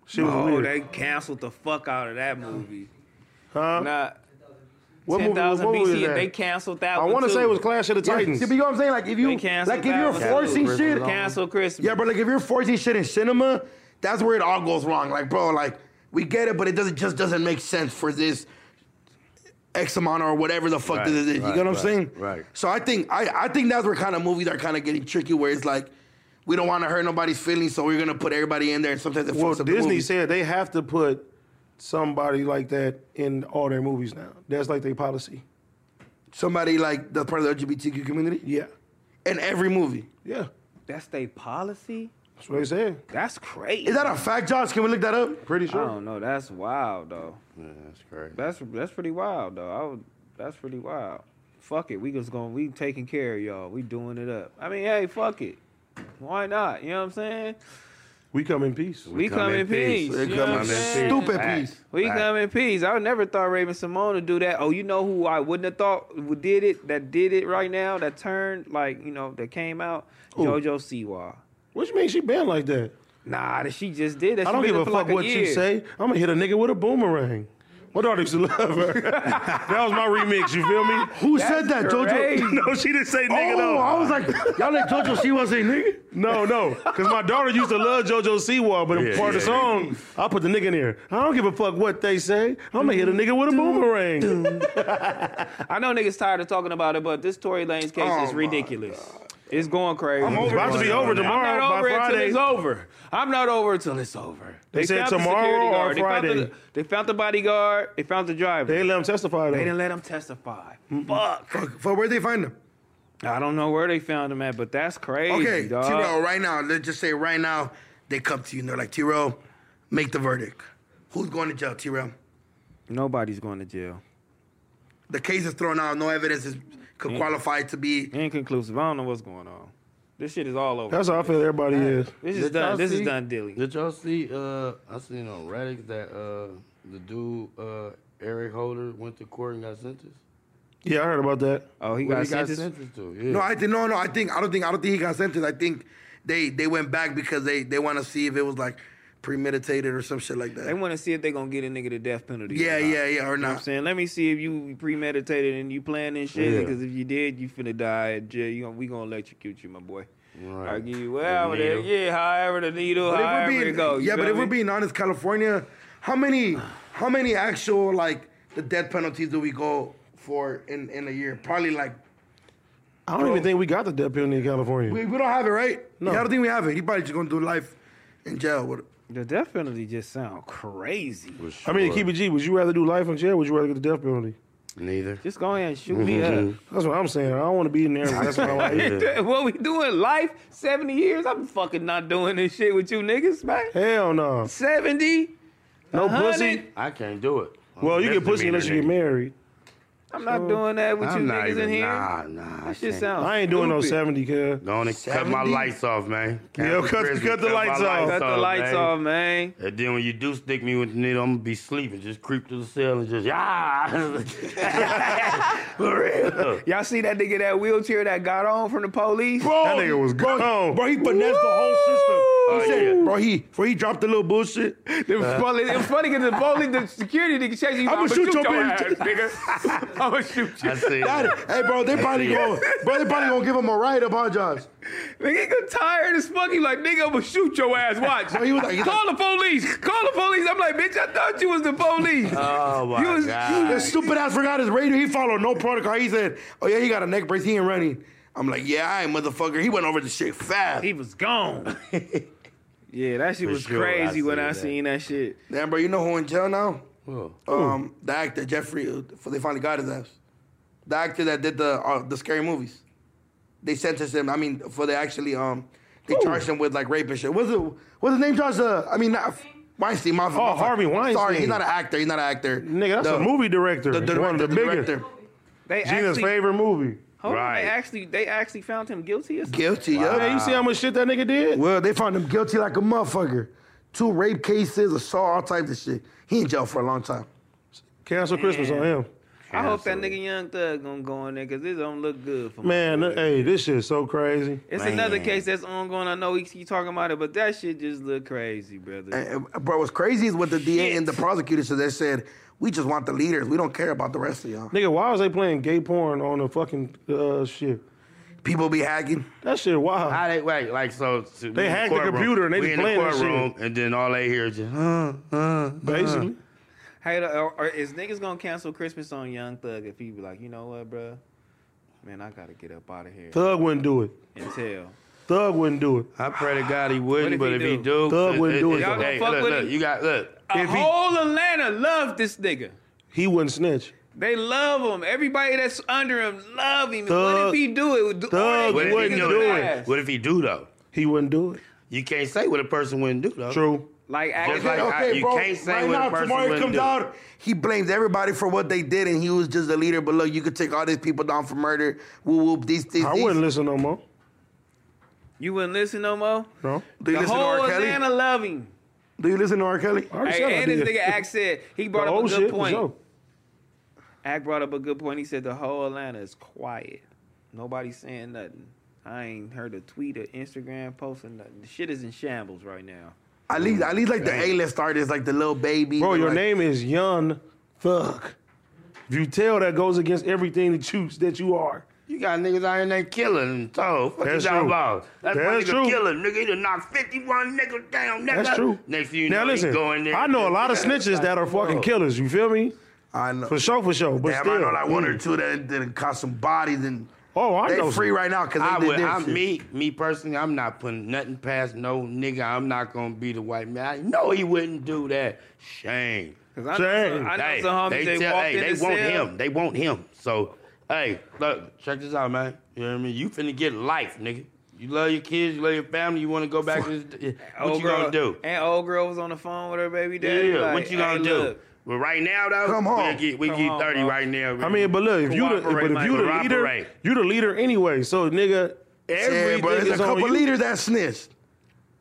Speaker 1: Shit was
Speaker 4: Oh,
Speaker 1: weird.
Speaker 4: they canceled the fuck out of that movie.
Speaker 1: huh?
Speaker 4: Nah,
Speaker 1: what
Speaker 4: ten
Speaker 1: movie?
Speaker 4: thousand
Speaker 1: What movie is
Speaker 4: BC.
Speaker 1: that?
Speaker 4: They canceled that.
Speaker 1: I
Speaker 4: one
Speaker 1: want to
Speaker 4: too.
Speaker 1: say it was Clash of the Titans.
Speaker 6: See, but you know what I'm saying? Like if you
Speaker 4: They canceled
Speaker 6: like if
Speaker 4: that
Speaker 6: you're
Speaker 4: one.
Speaker 6: forcing
Speaker 3: Canceled
Speaker 6: shit,
Speaker 3: Christmas.
Speaker 4: cancel Christmas.
Speaker 6: yeah, but like if you're forcing shit in cinema, that's where it all goes wrong. Like, bro, like we get it, but it doesn't just doesn't make sense for this X amount or whatever the fuck
Speaker 9: Right,
Speaker 6: this is. you
Speaker 9: right,
Speaker 6: get what I'm
Speaker 9: right,
Speaker 6: saying?
Speaker 9: right.
Speaker 6: So I think I I think that's where kind of movies are kind of getting tricky, where it's like we don't want to hurt nobody's feelings, so we're gonna put everybody in there, and sometimes it
Speaker 1: well,
Speaker 6: fucks up the movie.
Speaker 1: Disney said they have to put somebody like that in all their movies now. That's like their policy.
Speaker 6: somebody like that's part of the LGBTQ community
Speaker 1: Yeah,
Speaker 6: in every movie.
Speaker 1: yeah.
Speaker 4: That's their policy.
Speaker 1: That's what they said.
Speaker 4: That's crazy.
Speaker 6: Is that a fact, Josh? Can we look that up?
Speaker 1: Pretty
Speaker 4: I
Speaker 1: sure.
Speaker 4: don't know. That's wild though.
Speaker 9: Yeah, that's crazy.
Speaker 4: That's that's pretty wild though. I would, that's pretty wild. Fuck it. We just going to we taking care of y'all. We doing it up. I mean, hey, fuck it. Why not? You know what I'm saying?
Speaker 1: We come in peace.
Speaker 4: We, come, in peace.
Speaker 9: We
Speaker 4: you
Speaker 9: come
Speaker 4: know what
Speaker 9: in
Speaker 4: I'm
Speaker 9: peace.
Speaker 4: saying?
Speaker 6: Stupid
Speaker 9: Facts.
Speaker 6: piece.
Speaker 4: We
Speaker 9: Facts.
Speaker 4: come in peace. I would never thought Raven Simone would do that. Oh, you know who I wouldn't have thought would did it? That did it right now. That turned like you know that came out. JoJo Siwa.
Speaker 1: What you mean she been like that?
Speaker 4: Nah, Ah, that she just did that.
Speaker 1: I
Speaker 4: She
Speaker 1: don't
Speaker 4: been
Speaker 1: give
Speaker 4: there
Speaker 1: a
Speaker 4: for
Speaker 1: fuck
Speaker 4: like
Speaker 1: what you
Speaker 4: year.
Speaker 1: say. I'm gonna hit a nigga with a boomerang. My daughter used to love her. [LAUGHS] that was my remix. You feel me?
Speaker 6: Who said that, [LAUGHS]
Speaker 4: crazy.
Speaker 6: Jojo?
Speaker 1: No, she didn't say nigga
Speaker 6: Oh,
Speaker 1: though.
Speaker 6: I was like, y'all let Jojo see what's a nigga.
Speaker 1: No, no, because my daughter used to love JoJo Siwa, but
Speaker 9: Yeah,
Speaker 1: part of the
Speaker 9: yeah.
Speaker 1: song, I put the nigga in there. I don't give a fuck what they say. I'm gonna hit a nigga with a boomerang.
Speaker 4: I know niggas tired of talking about it, but this Tory Lanez case
Speaker 6: Oh
Speaker 4: is
Speaker 6: my
Speaker 4: ridiculous. It's going crazy.
Speaker 1: I'm over about to be over
Speaker 4: I'm
Speaker 1: tomorrow
Speaker 4: not
Speaker 1: by
Speaker 4: over until
Speaker 1: Friday.
Speaker 4: it's over. I'm not over until it's over.
Speaker 1: They said
Speaker 4: found the
Speaker 1: tomorrow
Speaker 4: security
Speaker 1: or
Speaker 4: guard. They found
Speaker 1: Friday?
Speaker 4: the- They found the bodyguard. They found the driver.
Speaker 1: They
Speaker 4: They,
Speaker 1: ain't let him testify though.
Speaker 4: didn't let him testify. Fuck.
Speaker 6: Fuck, fuck, where'd they find him?
Speaker 4: I don't know where they found him at, but that's crazy,
Speaker 6: Okay,
Speaker 4: dog.
Speaker 6: T-Row, right now, let's just say right now, they come to you and they're like, T-Row, make the verdict. Who's going to jail, T-Row?
Speaker 4: Nobody's going to jail.
Speaker 6: The case is thrown out. No evidence is could
Speaker 4: Mm.
Speaker 6: qualify to be.
Speaker 4: Inconclusive. I don't know what's going on. This shit is all over.
Speaker 1: That's how I feel everybody is.
Speaker 4: this is
Speaker 3: Did
Speaker 4: done.
Speaker 3: y'all
Speaker 4: This
Speaker 3: see-
Speaker 4: is done dealing.
Speaker 3: Did y'all see? Uh, I seen on Reddit that uh, the dude uh, Eric Holder went to court and got sentenced.
Speaker 1: Yeah, I heard about that.
Speaker 4: Oh, he
Speaker 3: What
Speaker 4: got
Speaker 3: he got
Speaker 4: sentenced.
Speaker 3: sentenced to? Yeah.
Speaker 6: No, I think no, no. I think I don't think I don't think he got sentenced. I think they they went back because they they want to see if it was like premeditated or some shit like
Speaker 4: They
Speaker 6: that.
Speaker 4: want to see if they're gonna get a nigga the death penalty. or
Speaker 6: Yeah,
Speaker 4: not.
Speaker 6: yeah, yeah, or
Speaker 4: You know what I'm
Speaker 6: not.
Speaker 4: saying? Let me see if you premeditated and you planning shit.
Speaker 3: Yeah.
Speaker 4: Because if you did, you finna die at jail. You gonna, we gonna electrocute you, my boy.
Speaker 3: Right.
Speaker 4: I'll give you whatever
Speaker 3: The
Speaker 4: the,
Speaker 3: needle.
Speaker 4: yeah, however the needle,
Speaker 6: But if
Speaker 4: however
Speaker 6: we're
Speaker 4: it
Speaker 6: being,
Speaker 4: go. you
Speaker 6: yeah, but
Speaker 4: feel
Speaker 6: if we're
Speaker 4: me?
Speaker 6: being honest, California, how many, how many actual like the death penalties do we go for in in a year? Probably like
Speaker 1: I don't even think we got the death penalty in California.
Speaker 6: Oh. we, we don't have it, right?
Speaker 1: No.
Speaker 6: Yeah, I don't think we have it. He probably just gonna do life in jail. With
Speaker 4: the death penalty just sound crazy.
Speaker 1: I mean, keep it G. Would you rather do life in jail? Or would you rather get the death penalty?
Speaker 9: Neither.
Speaker 4: Just go ahead and shoot me up.
Speaker 1: That's what I'm saying. I don't want to be in there. That's what I
Speaker 6: [LAUGHS]
Speaker 1: like.
Speaker 4: [LAUGHS] what we doing? Life? 70 years? I'm fucking not doing this shit with you niggas, man.
Speaker 1: Hell no.
Speaker 4: 70?
Speaker 1: No
Speaker 4: 100?
Speaker 1: pussy.
Speaker 9: I can't do it.
Speaker 1: Well, you get pussy unless you get married.
Speaker 4: I'm not doing that with
Speaker 9: I'm
Speaker 4: you
Speaker 9: not
Speaker 4: niggas
Speaker 9: even.
Speaker 4: in here.
Speaker 9: Nah, nah. I
Speaker 4: that shit
Speaker 9: can't.
Speaker 6: Oh,
Speaker 4: sounds
Speaker 1: I ain't doing no 70,
Speaker 4: stupid.
Speaker 1: cuz.
Speaker 9: Don't cut my
Speaker 6: 70?
Speaker 9: lights off, man.
Speaker 1: Yo, cut-
Speaker 9: Christmas,
Speaker 1: cut the
Speaker 9: my
Speaker 1: lights off.
Speaker 4: Cut the lights
Speaker 9: man.
Speaker 4: off, man.
Speaker 9: And then when you do stick me with the needle, I'm gonna be sleeping. Just creep to the cell and just yeah. For real.
Speaker 4: Y'all see that nigga that wheelchair that got on from the police?
Speaker 1: That nigga was gone.
Speaker 6: bro, he finessed the whole system.
Speaker 3: Oh, yeah.
Speaker 6: Bro, he before he dropped the little bullshit. [LAUGHS]
Speaker 4: It was funny. It was funny because the police, the security nigga chasing you.
Speaker 6: Uh. I'ma
Speaker 4: I'ma
Speaker 6: shoot your
Speaker 4: ass,
Speaker 6: bitch." [LAUGHS]
Speaker 4: nigga. I'ma shoot you.
Speaker 3: I said,
Speaker 6: Got it. Hey, bro, they probably going, bro, they probably gonna give him a write up on Johns.
Speaker 4: [LAUGHS] Nigga got tired as fuck. He like, nigga, I'ma shoot your ass. Watch.
Speaker 6: Bro, he was like- he
Speaker 4: Call the police. Call the police. I'm like, bitch, I thought you was the police.
Speaker 3: oh my
Speaker 4: You was-
Speaker 3: God.
Speaker 6: That stupid ass forgot his radio. He followed no protocol. He said, "Oh yeah, he got a neck brace. He ain't running." I'm like, "Yeah, I ain't motherfucker." He went over the shit fast.
Speaker 4: he was gone. yeah, that shit
Speaker 3: For
Speaker 4: was
Speaker 3: sure, I
Speaker 4: crazy
Speaker 3: seen
Speaker 4: when I
Speaker 3: that.
Speaker 4: seen that shit.
Speaker 6: Damn, bro, you know who in jail now?
Speaker 3: Whoa.
Speaker 6: Um, the actor Jeffrey. uh, They finally got his ass. The actor that did the uh, the scary movies. They sentenced him. I mean, for they actually um, they charged him with like rape and shit. What's it? What's his name? Charged? Uh, I mean, not, Weinstein. My, oh,
Speaker 1: Harvey
Speaker 6: Sorry,
Speaker 1: Weinstein.
Speaker 6: he's not an actor. He's not an actor.
Speaker 1: Nigga, that's a movie director.
Speaker 6: The, director,
Speaker 1: One of the, biggest.
Speaker 6: director.
Speaker 4: They
Speaker 1: Gina's
Speaker 4: actually,
Speaker 1: favorite movie.
Speaker 4: hold on,
Speaker 3: Right.
Speaker 4: they actually, they actually found him guilty. Or something?
Speaker 6: Guilty. yeah.
Speaker 1: Hey, you
Speaker 3: Uh,
Speaker 1: see how much shit that nigga did?
Speaker 6: Well, they found him guilty like a motherfucker. Two rape cases, assault, all types of shit. He in jail for a long time.
Speaker 1: Cancel Christmas on him.
Speaker 4: I hope that nigga Young Thug gonna go in there because this don't look good for me.
Speaker 1: Man, th- hey, this shit is so crazy.
Speaker 4: It's
Speaker 3: Man.
Speaker 4: another case that's ongoing. I know he keep talking about it, but that shit just look crazy, brother.
Speaker 6: And, and, bro, what's crazy is what the DA and the
Speaker 4: Shit.
Speaker 6: prosecutor said. They said, we just want the leaders. We don't care about the rest of y'all.
Speaker 1: Nigga, why is they playing gay porn on the fucking uh, shit?
Speaker 6: People be hacking.
Speaker 1: That shit wild.
Speaker 3: How they wait? Like so? so we in
Speaker 1: hacked the
Speaker 3: courtroom,
Speaker 1: computer and they
Speaker 3: we
Speaker 1: just
Speaker 3: in the
Speaker 1: playing that
Speaker 3: courtroom, and then all they hear is just huh, huh.
Speaker 1: basically.
Speaker 4: Hey, the- or, or is niggas gonna cancel Christmas on Young Thug if he be like, you know what, bruh? Man, I gotta get up out of here
Speaker 1: Thug wouldn't do it.
Speaker 4: and tell.
Speaker 1: Thug wouldn't do it.
Speaker 3: I pray to God he wouldn't,
Speaker 4: What
Speaker 3: but
Speaker 4: if
Speaker 3: if
Speaker 4: he
Speaker 3: he do,
Speaker 1: Thug wouldn't do it,
Speaker 4: Y'all
Speaker 1: though.
Speaker 4: gonna
Speaker 3: Hey,
Speaker 4: fuck
Speaker 3: look,
Speaker 4: with
Speaker 3: look,
Speaker 4: him?
Speaker 3: you got look.
Speaker 4: A
Speaker 1: If he-
Speaker 4: whole Atlanta love this nigga.
Speaker 1: He wouldn't snitch.
Speaker 4: They love him. Everybody that's under him love him. what
Speaker 1: Thug-
Speaker 4: if he do it? Would do-
Speaker 1: Thug
Speaker 4: all
Speaker 3: What
Speaker 4: they
Speaker 3: if he
Speaker 1: wouldn't
Speaker 4: niggas
Speaker 3: do
Speaker 1: do
Speaker 4: is
Speaker 1: it.
Speaker 4: ass.
Speaker 3: What if he do though?
Speaker 1: He wouldn't do it.
Speaker 3: You can't say what a person wouldn't do though.
Speaker 1: True.
Speaker 4: Like,
Speaker 3: Just
Speaker 4: actually,
Speaker 3: like I- you can't say
Speaker 6: right
Speaker 3: what a
Speaker 6: now, if
Speaker 3: person
Speaker 6: Tamari
Speaker 3: wouldn't
Speaker 6: comes
Speaker 3: do.
Speaker 6: out, he blames everybody for what they did, and he was just the leader. But look, you could take all these people down for murder. Whoop, whoop, these, these,
Speaker 1: I
Speaker 6: these.
Speaker 1: wouldn't listen no more.
Speaker 4: you wouldn't listen no more.
Speaker 1: No.
Speaker 6: Do you
Speaker 4: the
Speaker 6: listen to
Speaker 4: whole
Speaker 6: R. Kelly?
Speaker 4: Atlanta love him.
Speaker 6: Do you listen to R. Kelly?
Speaker 1: I already
Speaker 4: Hey,
Speaker 1: said I
Speaker 4: and this
Speaker 1: did.
Speaker 4: nigga Act said he
Speaker 1: The
Speaker 4: brought up a
Speaker 1: old
Speaker 4: good
Speaker 1: shit for sure.
Speaker 4: point. Act brought up a good point. He said the whole Atlanta is quiet. Nobody's saying nothing. I ain't heard a tweet or Instagram post or nothing. The shit is in shambles right now.
Speaker 6: At least, at least like the A-list artists, like the little baby.
Speaker 1: Bro,
Speaker 6: the,
Speaker 1: your
Speaker 6: like,
Speaker 1: name is Young Thug. If you tell that goes against everything that you that you are.
Speaker 3: You got niggas out here named Killer and Toe. What
Speaker 1: That's
Speaker 3: you
Speaker 1: true.
Speaker 3: talking about? That's, one
Speaker 1: That's
Speaker 3: nigga
Speaker 1: true.
Speaker 3: Killer, nigga. He done knocked 51 niggas down, nigga.
Speaker 1: That's true.
Speaker 3: Next thing you
Speaker 1: now
Speaker 3: know,
Speaker 1: listen,
Speaker 3: he go in there.
Speaker 1: I know a lot of snitches that are fucking killers. You feel me?
Speaker 6: I know.
Speaker 1: For sure, for sure. But
Speaker 6: Damn,
Speaker 1: still,
Speaker 6: I know like one
Speaker 3: Mm.
Speaker 6: or two that didn't cost some bodies and
Speaker 1: Oh, I
Speaker 6: they
Speaker 1: know.
Speaker 6: free right now because they
Speaker 3: I
Speaker 6: did
Speaker 3: would,
Speaker 6: this
Speaker 3: I'm
Speaker 6: shit.
Speaker 3: me, me personally. I'm not putting nothing past no nigga. I'm not gonna be the white man. I know he wouldn't do that. Shame.
Speaker 4: 'Cause I know, some,
Speaker 1: Dang.
Speaker 4: I know
Speaker 3: Hey,
Speaker 4: some homies they,
Speaker 3: tell-
Speaker 4: walked
Speaker 3: hey,
Speaker 4: in
Speaker 3: they
Speaker 4: the
Speaker 3: want
Speaker 4: cell.
Speaker 3: him. They want him. So, hey, look, check this out, man. You know what I mean? You finna get life, nigga. You love your kids, you love your family. You want to go back to this, what
Speaker 4: Old
Speaker 3: you
Speaker 4: girl,
Speaker 3: gonna do?
Speaker 4: And old girl was on the phone with her baby
Speaker 3: Yeah,
Speaker 4: daddy. like,
Speaker 3: what you gonna
Speaker 4: "Hey,
Speaker 3: do?
Speaker 4: look,
Speaker 3: But right now though,
Speaker 6: Come
Speaker 3: we
Speaker 6: home.
Speaker 3: get we
Speaker 4: Come
Speaker 3: get
Speaker 4: home,
Speaker 3: thirty
Speaker 4: bro.
Speaker 3: right now.
Speaker 1: I mean, but look, if you the
Speaker 4: Cooperate,
Speaker 1: but if
Speaker 4: Mike.
Speaker 1: you the
Speaker 3: Cooperate.
Speaker 1: leader, you the leader anyway. So nigga,
Speaker 6: Yeah,
Speaker 1: everything
Speaker 6: bro, there's
Speaker 1: is
Speaker 6: a
Speaker 1: on
Speaker 6: couple
Speaker 1: you.
Speaker 6: leaders that snitched.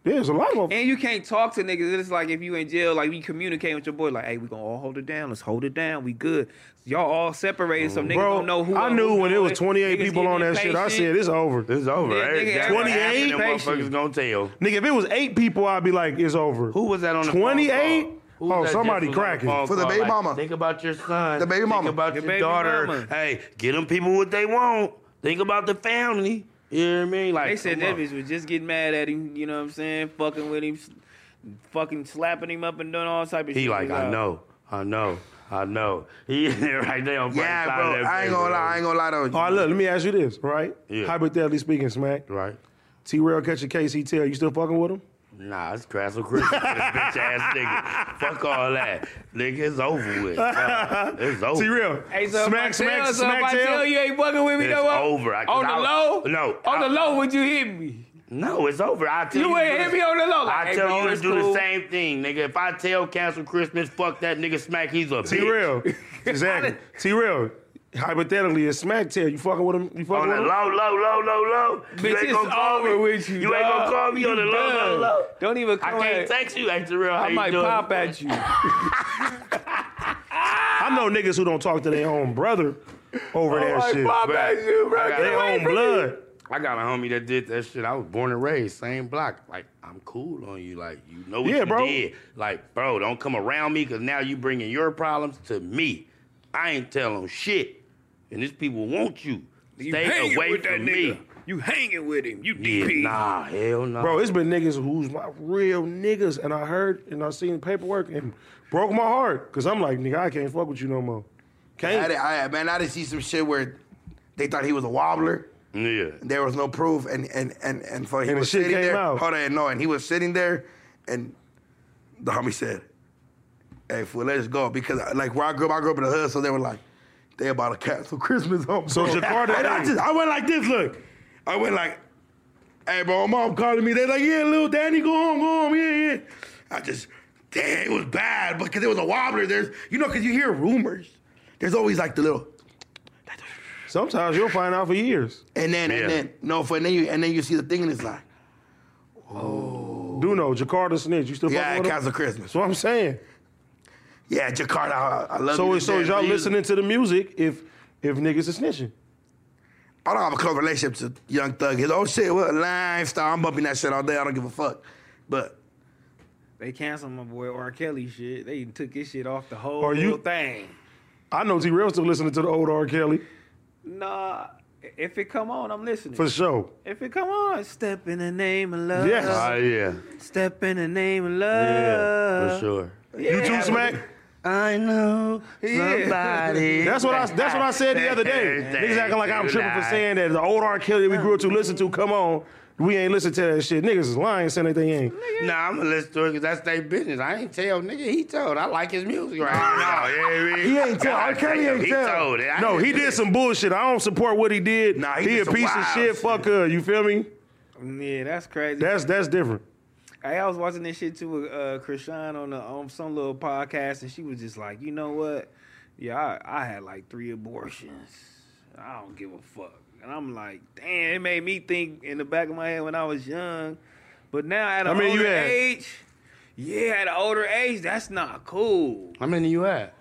Speaker 1: There's a lot of them.
Speaker 4: And you can't talk to niggas. It's like if you in jail, like we communicate with your boy, like, hey, we gonna all hold it down. Let's hold it down. We good. Y'all all separated,
Speaker 3: Mm.
Speaker 4: so niggas
Speaker 1: Bro,
Speaker 4: don't know who.
Speaker 1: I
Speaker 4: who
Speaker 1: knew when it was
Speaker 4: doing.
Speaker 1: 28
Speaker 4: Niggas
Speaker 1: people on
Speaker 4: getting
Speaker 1: that shit. I
Speaker 4: impatient.
Speaker 1: said it's over.
Speaker 3: it's over.
Speaker 4: Then
Speaker 3: Every
Speaker 4: nigga,
Speaker 3: goddamn
Speaker 4: every
Speaker 3: half of them
Speaker 1: application.
Speaker 3: motherfuckers gonna tell.
Speaker 1: Nigga, if it was eight people, I'd be like, it's over.
Speaker 3: Who was that on the phone
Speaker 1: 28?
Speaker 3: call? Who was
Speaker 1: Oh,
Speaker 3: that
Speaker 1: somebody
Speaker 3: just was on the
Speaker 1: cracking.
Speaker 3: phone
Speaker 6: For the
Speaker 3: call?
Speaker 6: baby
Speaker 3: Like,
Speaker 6: mama.
Speaker 3: Think about your son.
Speaker 6: The baby mama.
Speaker 3: Think about
Speaker 4: Your
Speaker 3: your,
Speaker 4: baby
Speaker 3: daughter.
Speaker 4: mama.
Speaker 3: Hey, get them people what they want. Think about the family. You know what I mean? Like
Speaker 4: They said
Speaker 3: come
Speaker 4: that
Speaker 3: on.
Speaker 4: bitch was just getting mad at him. You know what I'm saying? Fucking with him, fucking slapping him up and doing all type of shit.
Speaker 3: He like, I
Speaker 4: out.
Speaker 3: know, I know, I know. He [LAUGHS] in there right there on
Speaker 6: Yeah,
Speaker 3: Brighton's
Speaker 6: bro,
Speaker 3: side of that
Speaker 6: I ain't
Speaker 3: paper,
Speaker 6: gonna lie,
Speaker 3: bro.
Speaker 6: I ain't gonna lie to you.
Speaker 1: All right, look, let me ask you this, right?
Speaker 3: Yeah.
Speaker 1: Hypothetically speaking, Smack.
Speaker 3: Right.
Speaker 1: T Rail catch a case, he tell you still fucking with him?
Speaker 3: Nah, it's Castle Christmas for this bitch ass
Speaker 4: [LAUGHS]
Speaker 3: nigga. Fuck all that. Nigga, it's over with. Uh, it's over.
Speaker 1: T Rail.
Speaker 4: Hey, so
Speaker 1: smack,
Speaker 4: if I tell,
Speaker 1: smack,
Speaker 4: so if
Speaker 1: smack,
Speaker 4: I tell
Speaker 1: tell.
Speaker 4: you ain't fucking with me,
Speaker 3: It's
Speaker 4: no more,
Speaker 3: over. I- 'cause
Speaker 4: on the
Speaker 3: I-
Speaker 4: low,
Speaker 3: no,
Speaker 4: on
Speaker 3: I-
Speaker 4: the low, would you hit me?
Speaker 3: No, it's over. I tell
Speaker 4: You
Speaker 3: you. to
Speaker 4: ain't
Speaker 3: do
Speaker 4: hit
Speaker 3: the-
Speaker 4: me on the low. Like,
Speaker 3: I
Speaker 4: hey,
Speaker 3: tell
Speaker 4: bro,
Speaker 3: you to
Speaker 4: it's
Speaker 3: do
Speaker 4: cool.
Speaker 3: the same thing, nigga. If I tell cancel Christmas, fuck that nigga smack, he's a
Speaker 1: T
Speaker 3: bitch.
Speaker 1: Rail.
Speaker 4: [LAUGHS]
Speaker 1: Exactly. T Rail. Hypothetically, if Smack tell you fucking with him, you
Speaker 6: Oh,
Speaker 1: fucking
Speaker 3: On the
Speaker 1: with him?
Speaker 3: low, low, low, low, low.
Speaker 4: Bitch, it's over with you.
Speaker 3: You ain't gonna
Speaker 4: dog.
Speaker 3: call me on the
Speaker 4: You
Speaker 3: low, low,
Speaker 4: done.
Speaker 3: low.
Speaker 4: Don't even
Speaker 3: I
Speaker 4: call
Speaker 3: can't text you, Act Real. How
Speaker 4: I
Speaker 3: you
Speaker 4: might
Speaker 3: doing?
Speaker 4: pop at
Speaker 3: [LAUGHS]
Speaker 4: you.
Speaker 1: I know niggas who don't talk to their own brother over
Speaker 4: I
Speaker 1: that
Speaker 4: might
Speaker 1: shit.
Speaker 4: pop
Speaker 3: Bruh.
Speaker 4: at you, bro.
Speaker 3: I got
Speaker 4: Get
Speaker 1: Their
Speaker 4: away
Speaker 1: own
Speaker 4: from me.
Speaker 1: blood.
Speaker 3: I got a homie that did that shit. I was born and raised, same block. Like, I'm cool on you. Like, you know what
Speaker 1: Yeah,
Speaker 3: you
Speaker 1: bro.
Speaker 3: did. Like, bro, don't come around me because now you bringing your problems to me. I ain't telling shit. And these people want you.
Speaker 4: You
Speaker 3: Stay
Speaker 4: hanging
Speaker 3: away
Speaker 4: with that
Speaker 3: from
Speaker 4: nigga.
Speaker 3: me.
Speaker 4: You hanging with him. You
Speaker 3: Yeah,
Speaker 4: DP.
Speaker 3: nah, hell no.
Speaker 1: Bro, it's been niggas who's my real niggas, and I heard and I seen paperwork and broke my heart because I'm like, nigga, I can't fuck with you no more.
Speaker 6: I,
Speaker 1: Can't.
Speaker 6: did- I, man, I didn't see some shit where they thought he was a wobbler.
Speaker 3: yeah.
Speaker 6: There was no proof, and and and and for he
Speaker 1: And the
Speaker 6: was
Speaker 1: shit
Speaker 6: sitting
Speaker 1: came
Speaker 6: there.
Speaker 1: out.
Speaker 6: Hold on, no, and he was sitting there, and the homie said, "Hey, fool, let us go," because uh, like where I grew up, I grew up in the hood, so they were like, they about to cancel [LAUGHS] Christmas home.
Speaker 1: So Jakarta-
Speaker 6: and I just I went like this. Look, I went like, "Hey, bro, mom calling me." They like, "Yeah, little Danny, go home, go home, yeah, yeah." I just, damn, it was bad because it was a wobbler. There's, you know, because you hear rumors. There's always like the little.
Speaker 1: Sometimes you'll find out for years.
Speaker 6: And then,
Speaker 3: Yeah.
Speaker 6: and then, no, for and then you, and then you see the thing, and it's like,
Speaker 1: Do know Jakarta snitch. You still
Speaker 6: yeah,
Speaker 1: fucking with him?
Speaker 6: Castle Christmas.
Speaker 1: That's what I'm saying.
Speaker 6: Yeah, Jakarta, I, I love.
Speaker 1: So,
Speaker 6: you
Speaker 1: is- so
Speaker 6: to
Speaker 1: is
Speaker 6: death,
Speaker 1: y'all
Speaker 6: but you-
Speaker 1: listening to the music if if niggas is snitching?
Speaker 6: I don't have a close relationship to Young Thug. His old shit, what lifestyle? I'm bumping that shit all day. I don't give a fuck. But
Speaker 4: They canceled my boy R. Kelly shit. They took his shit off the whole
Speaker 1: Are you-
Speaker 4: little thing.
Speaker 1: I know T Real still listening to the old R. Kelly
Speaker 4: Nah, if it come on, I'm listening.
Speaker 1: for sure.
Speaker 4: If it come on, step in the name of love.
Speaker 1: Yes.
Speaker 3: Ah, yeah.
Speaker 4: Step in the name of
Speaker 3: Yeah, for
Speaker 4: love.
Speaker 3: sure.
Speaker 1: You too, Smack.
Speaker 3: I know somebody.
Speaker 1: That's what I that's what I said the other day. Niggas acting like I'm tripping for saying that the old R. Kelly we grew up to listen to. Come on, we ain't listen to that shit. Niggas is lying, saying that they ain't.
Speaker 3: [LAUGHS] Nah, I'm gonna listen to it because that's their business. I ain't tell nigga. He told. I like his music right now. you know what I mean?
Speaker 1: He ain't tell. R.
Speaker 3: God
Speaker 1: Kelly
Speaker 3: damn,
Speaker 1: ain't
Speaker 3: he
Speaker 1: tell.
Speaker 3: told it. I
Speaker 1: no, he
Speaker 3: didn't-
Speaker 1: did some bullshit. I don't support what he did.
Speaker 6: Nah, he
Speaker 1: he,
Speaker 6: did
Speaker 1: a
Speaker 6: some
Speaker 1: piece of
Speaker 6: wild
Speaker 1: shit.
Speaker 6: shit.
Speaker 1: Fucker, you feel me?
Speaker 4: Yeah, that's crazy.
Speaker 1: That's that's different.
Speaker 4: Hey, I was watching this shit too with uh, Krishan on the on some little podcast, and she was just like, you know what? Yeah, I, I had like three abortions. I don't give a fuck. And I'm like, damn, it made me think in the back of my head when I was young. But now at
Speaker 1: How
Speaker 4: an
Speaker 1: many you
Speaker 4: older
Speaker 1: had?
Speaker 4: age, yeah, at an older age, that's not cool.
Speaker 3: How many you at?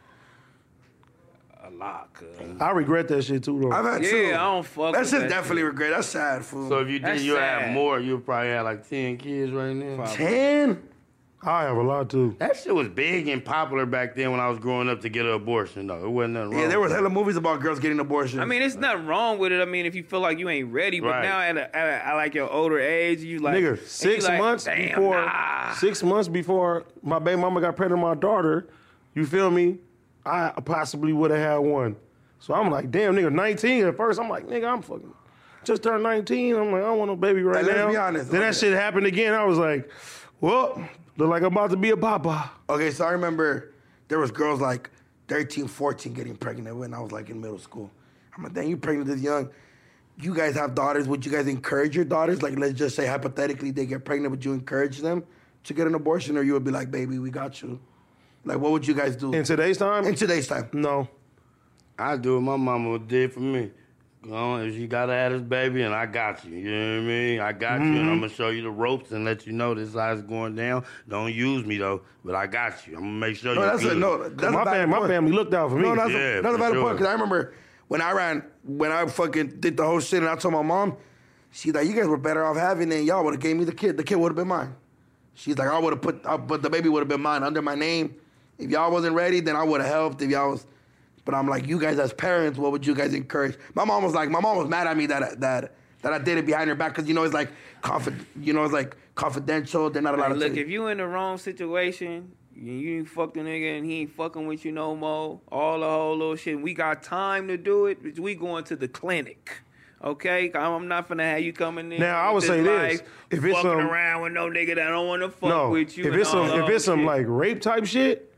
Speaker 4: A lot, cuz.
Speaker 1: I regret that shit too, though.
Speaker 6: I've had
Speaker 4: Yeah,
Speaker 6: two.
Speaker 4: I don't fuck
Speaker 6: That's
Speaker 4: with
Speaker 6: just
Speaker 4: that
Speaker 6: definitely regret. That's sad, fool.
Speaker 3: So if you did,
Speaker 4: That's
Speaker 3: you had
Speaker 4: sad.
Speaker 3: more. You probably had like ten kids right now.
Speaker 6: ten.
Speaker 1: I have a lot too.
Speaker 3: That shit was big and popular back then when I was growing up to get an abortion. Though it wasn't nothing wrong.
Speaker 6: Yeah, there was
Speaker 3: with
Speaker 6: hella movies about girls getting abortions.
Speaker 4: I mean, it's nothing wrong with it. I mean, if you feel like you ain't ready, but
Speaker 3: Right.
Speaker 4: now at, a, at, a, at like your older age, you like and
Speaker 1: Nigga,
Speaker 4: you
Speaker 1: six
Speaker 4: like,
Speaker 1: months
Speaker 4: damn,
Speaker 1: before
Speaker 4: nah.
Speaker 1: six months before my baby mama got pregnant with my daughter, you feel me? I possibly would have had one. So I'm like, damn, nigga, 19 at first. I'm like, nigga, I'm fucking just turned 19. I'm like, I don't want no baby right
Speaker 6: Hey, let's
Speaker 1: now.
Speaker 6: be honest.
Speaker 1: Then that
Speaker 6: Okay.
Speaker 1: shit happened again. I was like, well, look like I'm about to be a papa.
Speaker 6: okay, so I remember there was girls like 13, 14 getting pregnant when I was like in middle school. I'm like, dang, you pregnant this young. You guys have daughters. Would you guys encourage your daughters? Like, let's just say hypothetically they get pregnant, would you encourage them to get an abortion, or you would be like, baby, we got you. Like, what would you guys do
Speaker 1: In today's time,
Speaker 6: in today's time?
Speaker 1: no.
Speaker 3: I do what my mama did for me. You know, if you gotta have this baby, and I got you. You know what I mean? I got you,
Speaker 4: Mm-hmm.
Speaker 3: and I'm gonna show you the ropes and let you know this is how it's going down. Don't use me though, but I got you. I'm gonna make sure
Speaker 6: No,
Speaker 3: you.
Speaker 6: that's a,
Speaker 3: good.
Speaker 6: no. That's
Speaker 1: my,
Speaker 6: a valid
Speaker 1: fam- my
Speaker 6: point.
Speaker 1: family looked out for me.
Speaker 6: No, that's
Speaker 3: Yeah,
Speaker 6: a, that's a
Speaker 3: for
Speaker 6: valid
Speaker 3: sure.
Speaker 6: point. Because I remember when I ran, when I fucking did the whole shit, and I told my mom, she's like, "You guys were better off having it. and Y'all would have gave me the kid. The kid would have been mine." She's like, "I would have put, I, but the baby would have been mine under my name. If y'all wasn't ready, then I would have helped. If y'all was." But I'm like, you guys as parents, what would you guys encourage? My mom was like, my mom was mad at me that that that I did it behind her back because you know it's like, confid, you know it's like confidential. They're not allowed
Speaker 4: Like,
Speaker 6: to
Speaker 4: look,
Speaker 6: tell you.
Speaker 4: if you in the wrong situation, you, you fucked a nigga and he ain't fucking with you no more. All the whole little shit. We got time to do it. but We going to the clinic. Okay, I'm I'm not finna have you coming in.
Speaker 1: Now, I
Speaker 4: with
Speaker 1: would say this.
Speaker 4: life,
Speaker 1: If it's
Speaker 4: fucking
Speaker 1: some-
Speaker 4: around with no nigga that don't want to fuck
Speaker 1: No.
Speaker 4: with you.
Speaker 1: if
Speaker 4: and
Speaker 1: it's
Speaker 4: all
Speaker 1: some
Speaker 4: the
Speaker 1: if
Speaker 4: whole
Speaker 1: it's some
Speaker 4: shit.
Speaker 1: like rape type shit,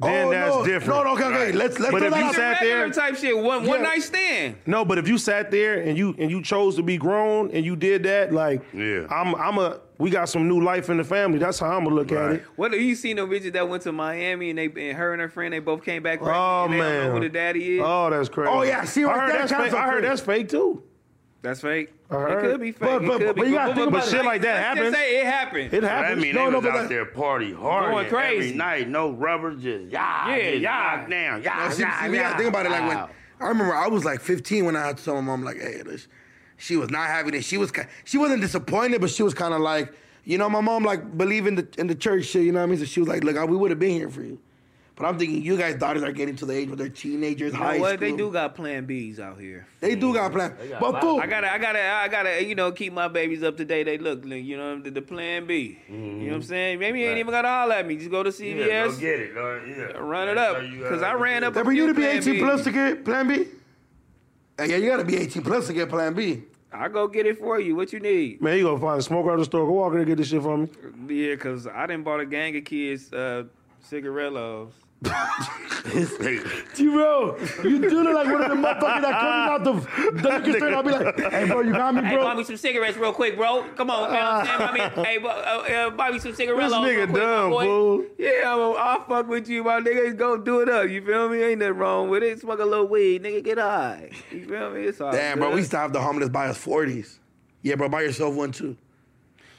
Speaker 1: then
Speaker 6: Oh,
Speaker 1: that's
Speaker 6: no,
Speaker 1: different.
Speaker 6: No, no, okay, okay. Let's let's
Speaker 1: But
Speaker 6: throw
Speaker 1: if
Speaker 6: that
Speaker 1: you
Speaker 6: out
Speaker 1: said-
Speaker 6: there.
Speaker 1: sat there-
Speaker 4: Regular type shit. One one
Speaker 1: Yeah.
Speaker 4: night stand.
Speaker 1: No, but if you sat there and you and you chose to be grown and you did that, like
Speaker 3: Yeah.
Speaker 1: I'm I'm a we got some new life in the family. That's how I'm gonna look at it.
Speaker 4: What have you seen the bitches that went to Miami and they and her and her friend they both came back pregnant
Speaker 1: Oh
Speaker 4: and they don't
Speaker 1: man,
Speaker 4: know who the daddy is?
Speaker 1: Oh, that's crazy.
Speaker 6: Oh, yeah, see,
Speaker 1: I
Speaker 6: right
Speaker 1: heard
Speaker 6: there,
Speaker 1: that's
Speaker 6: counts
Speaker 1: fake.
Speaker 6: for
Speaker 1: I heard
Speaker 6: free.
Speaker 1: that's fake too.
Speaker 4: That's fake.
Speaker 1: I heard.
Speaker 4: It could be fake.
Speaker 1: But-
Speaker 4: It
Speaker 1: but-
Speaker 4: could be.
Speaker 1: but you gotta think about
Speaker 4: but
Speaker 1: shit like that
Speaker 4: let's
Speaker 1: happens.
Speaker 4: Just say it happened.
Speaker 1: It
Speaker 3: But I
Speaker 1: happens.
Speaker 3: mean,
Speaker 1: no,
Speaker 3: they
Speaker 1: no,
Speaker 3: was
Speaker 1: but
Speaker 3: out
Speaker 1: that-
Speaker 3: there party hard
Speaker 4: Going crazy.
Speaker 3: every night. No rubbers, just yeah,
Speaker 4: Yeah,
Speaker 3: just
Speaker 4: yeah.
Speaker 3: knock down, yeah,
Speaker 6: Now, see,
Speaker 3: yeah,
Speaker 6: see, we gotta
Speaker 3: yeah.
Speaker 6: think about it like when
Speaker 3: Wow.
Speaker 6: I remember I was like 15 when I had to tell my mom like, "Hey, this, She was not having it. She was ki- she wasn't disappointed, but she was kind of like, you know, my mom like believed in the in the church shit. You know what I mean? So she was like, look, I, we would have been here for you. But I'm thinking you guys' daughters are getting to the age where they're teenagers,
Speaker 4: You know
Speaker 6: high
Speaker 4: what?
Speaker 6: school.
Speaker 4: They do got Plan Bs out here.
Speaker 6: They do got plans. But fool,
Speaker 4: I gotta, I gotta, I gotta, you know, keep my babies up to date. They look, like, you know, the, the Plan B. You know what I'm saying? Maybe you ain't even gotta holler at me. Just go to CVS.
Speaker 3: Yeah, go get it. Uh, yeah.
Speaker 4: Run it
Speaker 3: Make
Speaker 4: up,
Speaker 3: sure you, uh,
Speaker 4: cause I ran up.
Speaker 6: Then
Speaker 4: a
Speaker 6: for you
Speaker 4: few
Speaker 6: to be
Speaker 4: Plan
Speaker 6: 18 plus
Speaker 4: Bs.
Speaker 6: to get Plan B. Hey, yeah, you gotta be 18 plus to get Plan B.
Speaker 4: I go get it for you. What you need?
Speaker 1: Man, you gonna find a smoker out of the store. Go walk in there and get this shit for me.
Speaker 4: Yeah, cause I didn't bought a gang of kids uh, cigarillos.
Speaker 3: [LAUGHS]
Speaker 2: T-Row, you do look like one of the motherfuckers that coming out the, the liquor store and I'll be like, hey, bro, you
Speaker 4: [LAUGHS]
Speaker 2: got me,
Speaker 8: Hey, buy
Speaker 2: bro.
Speaker 8: me some cigarettes real quick, bro. Come on, man. I
Speaker 4: [LAUGHS]
Speaker 8: mean, hey, bu- uh, uh, buy me some cigarettes.
Speaker 1: This
Speaker 8: real
Speaker 1: nigga
Speaker 8: quick, my
Speaker 1: dumb,
Speaker 8: boy.
Speaker 1: fool.
Speaker 4: Yeah, I'm a, I'll fuck with you, my nigga. Go do it up. You feel me? Ain't nothing wrong with it. Smoke a little weed, nigga. Get high. You feel me? It's all
Speaker 6: Damn, bro, we
Speaker 4: good.
Speaker 6: used to have the homeless by us 40s. Yeah, bro, buy yourself one too.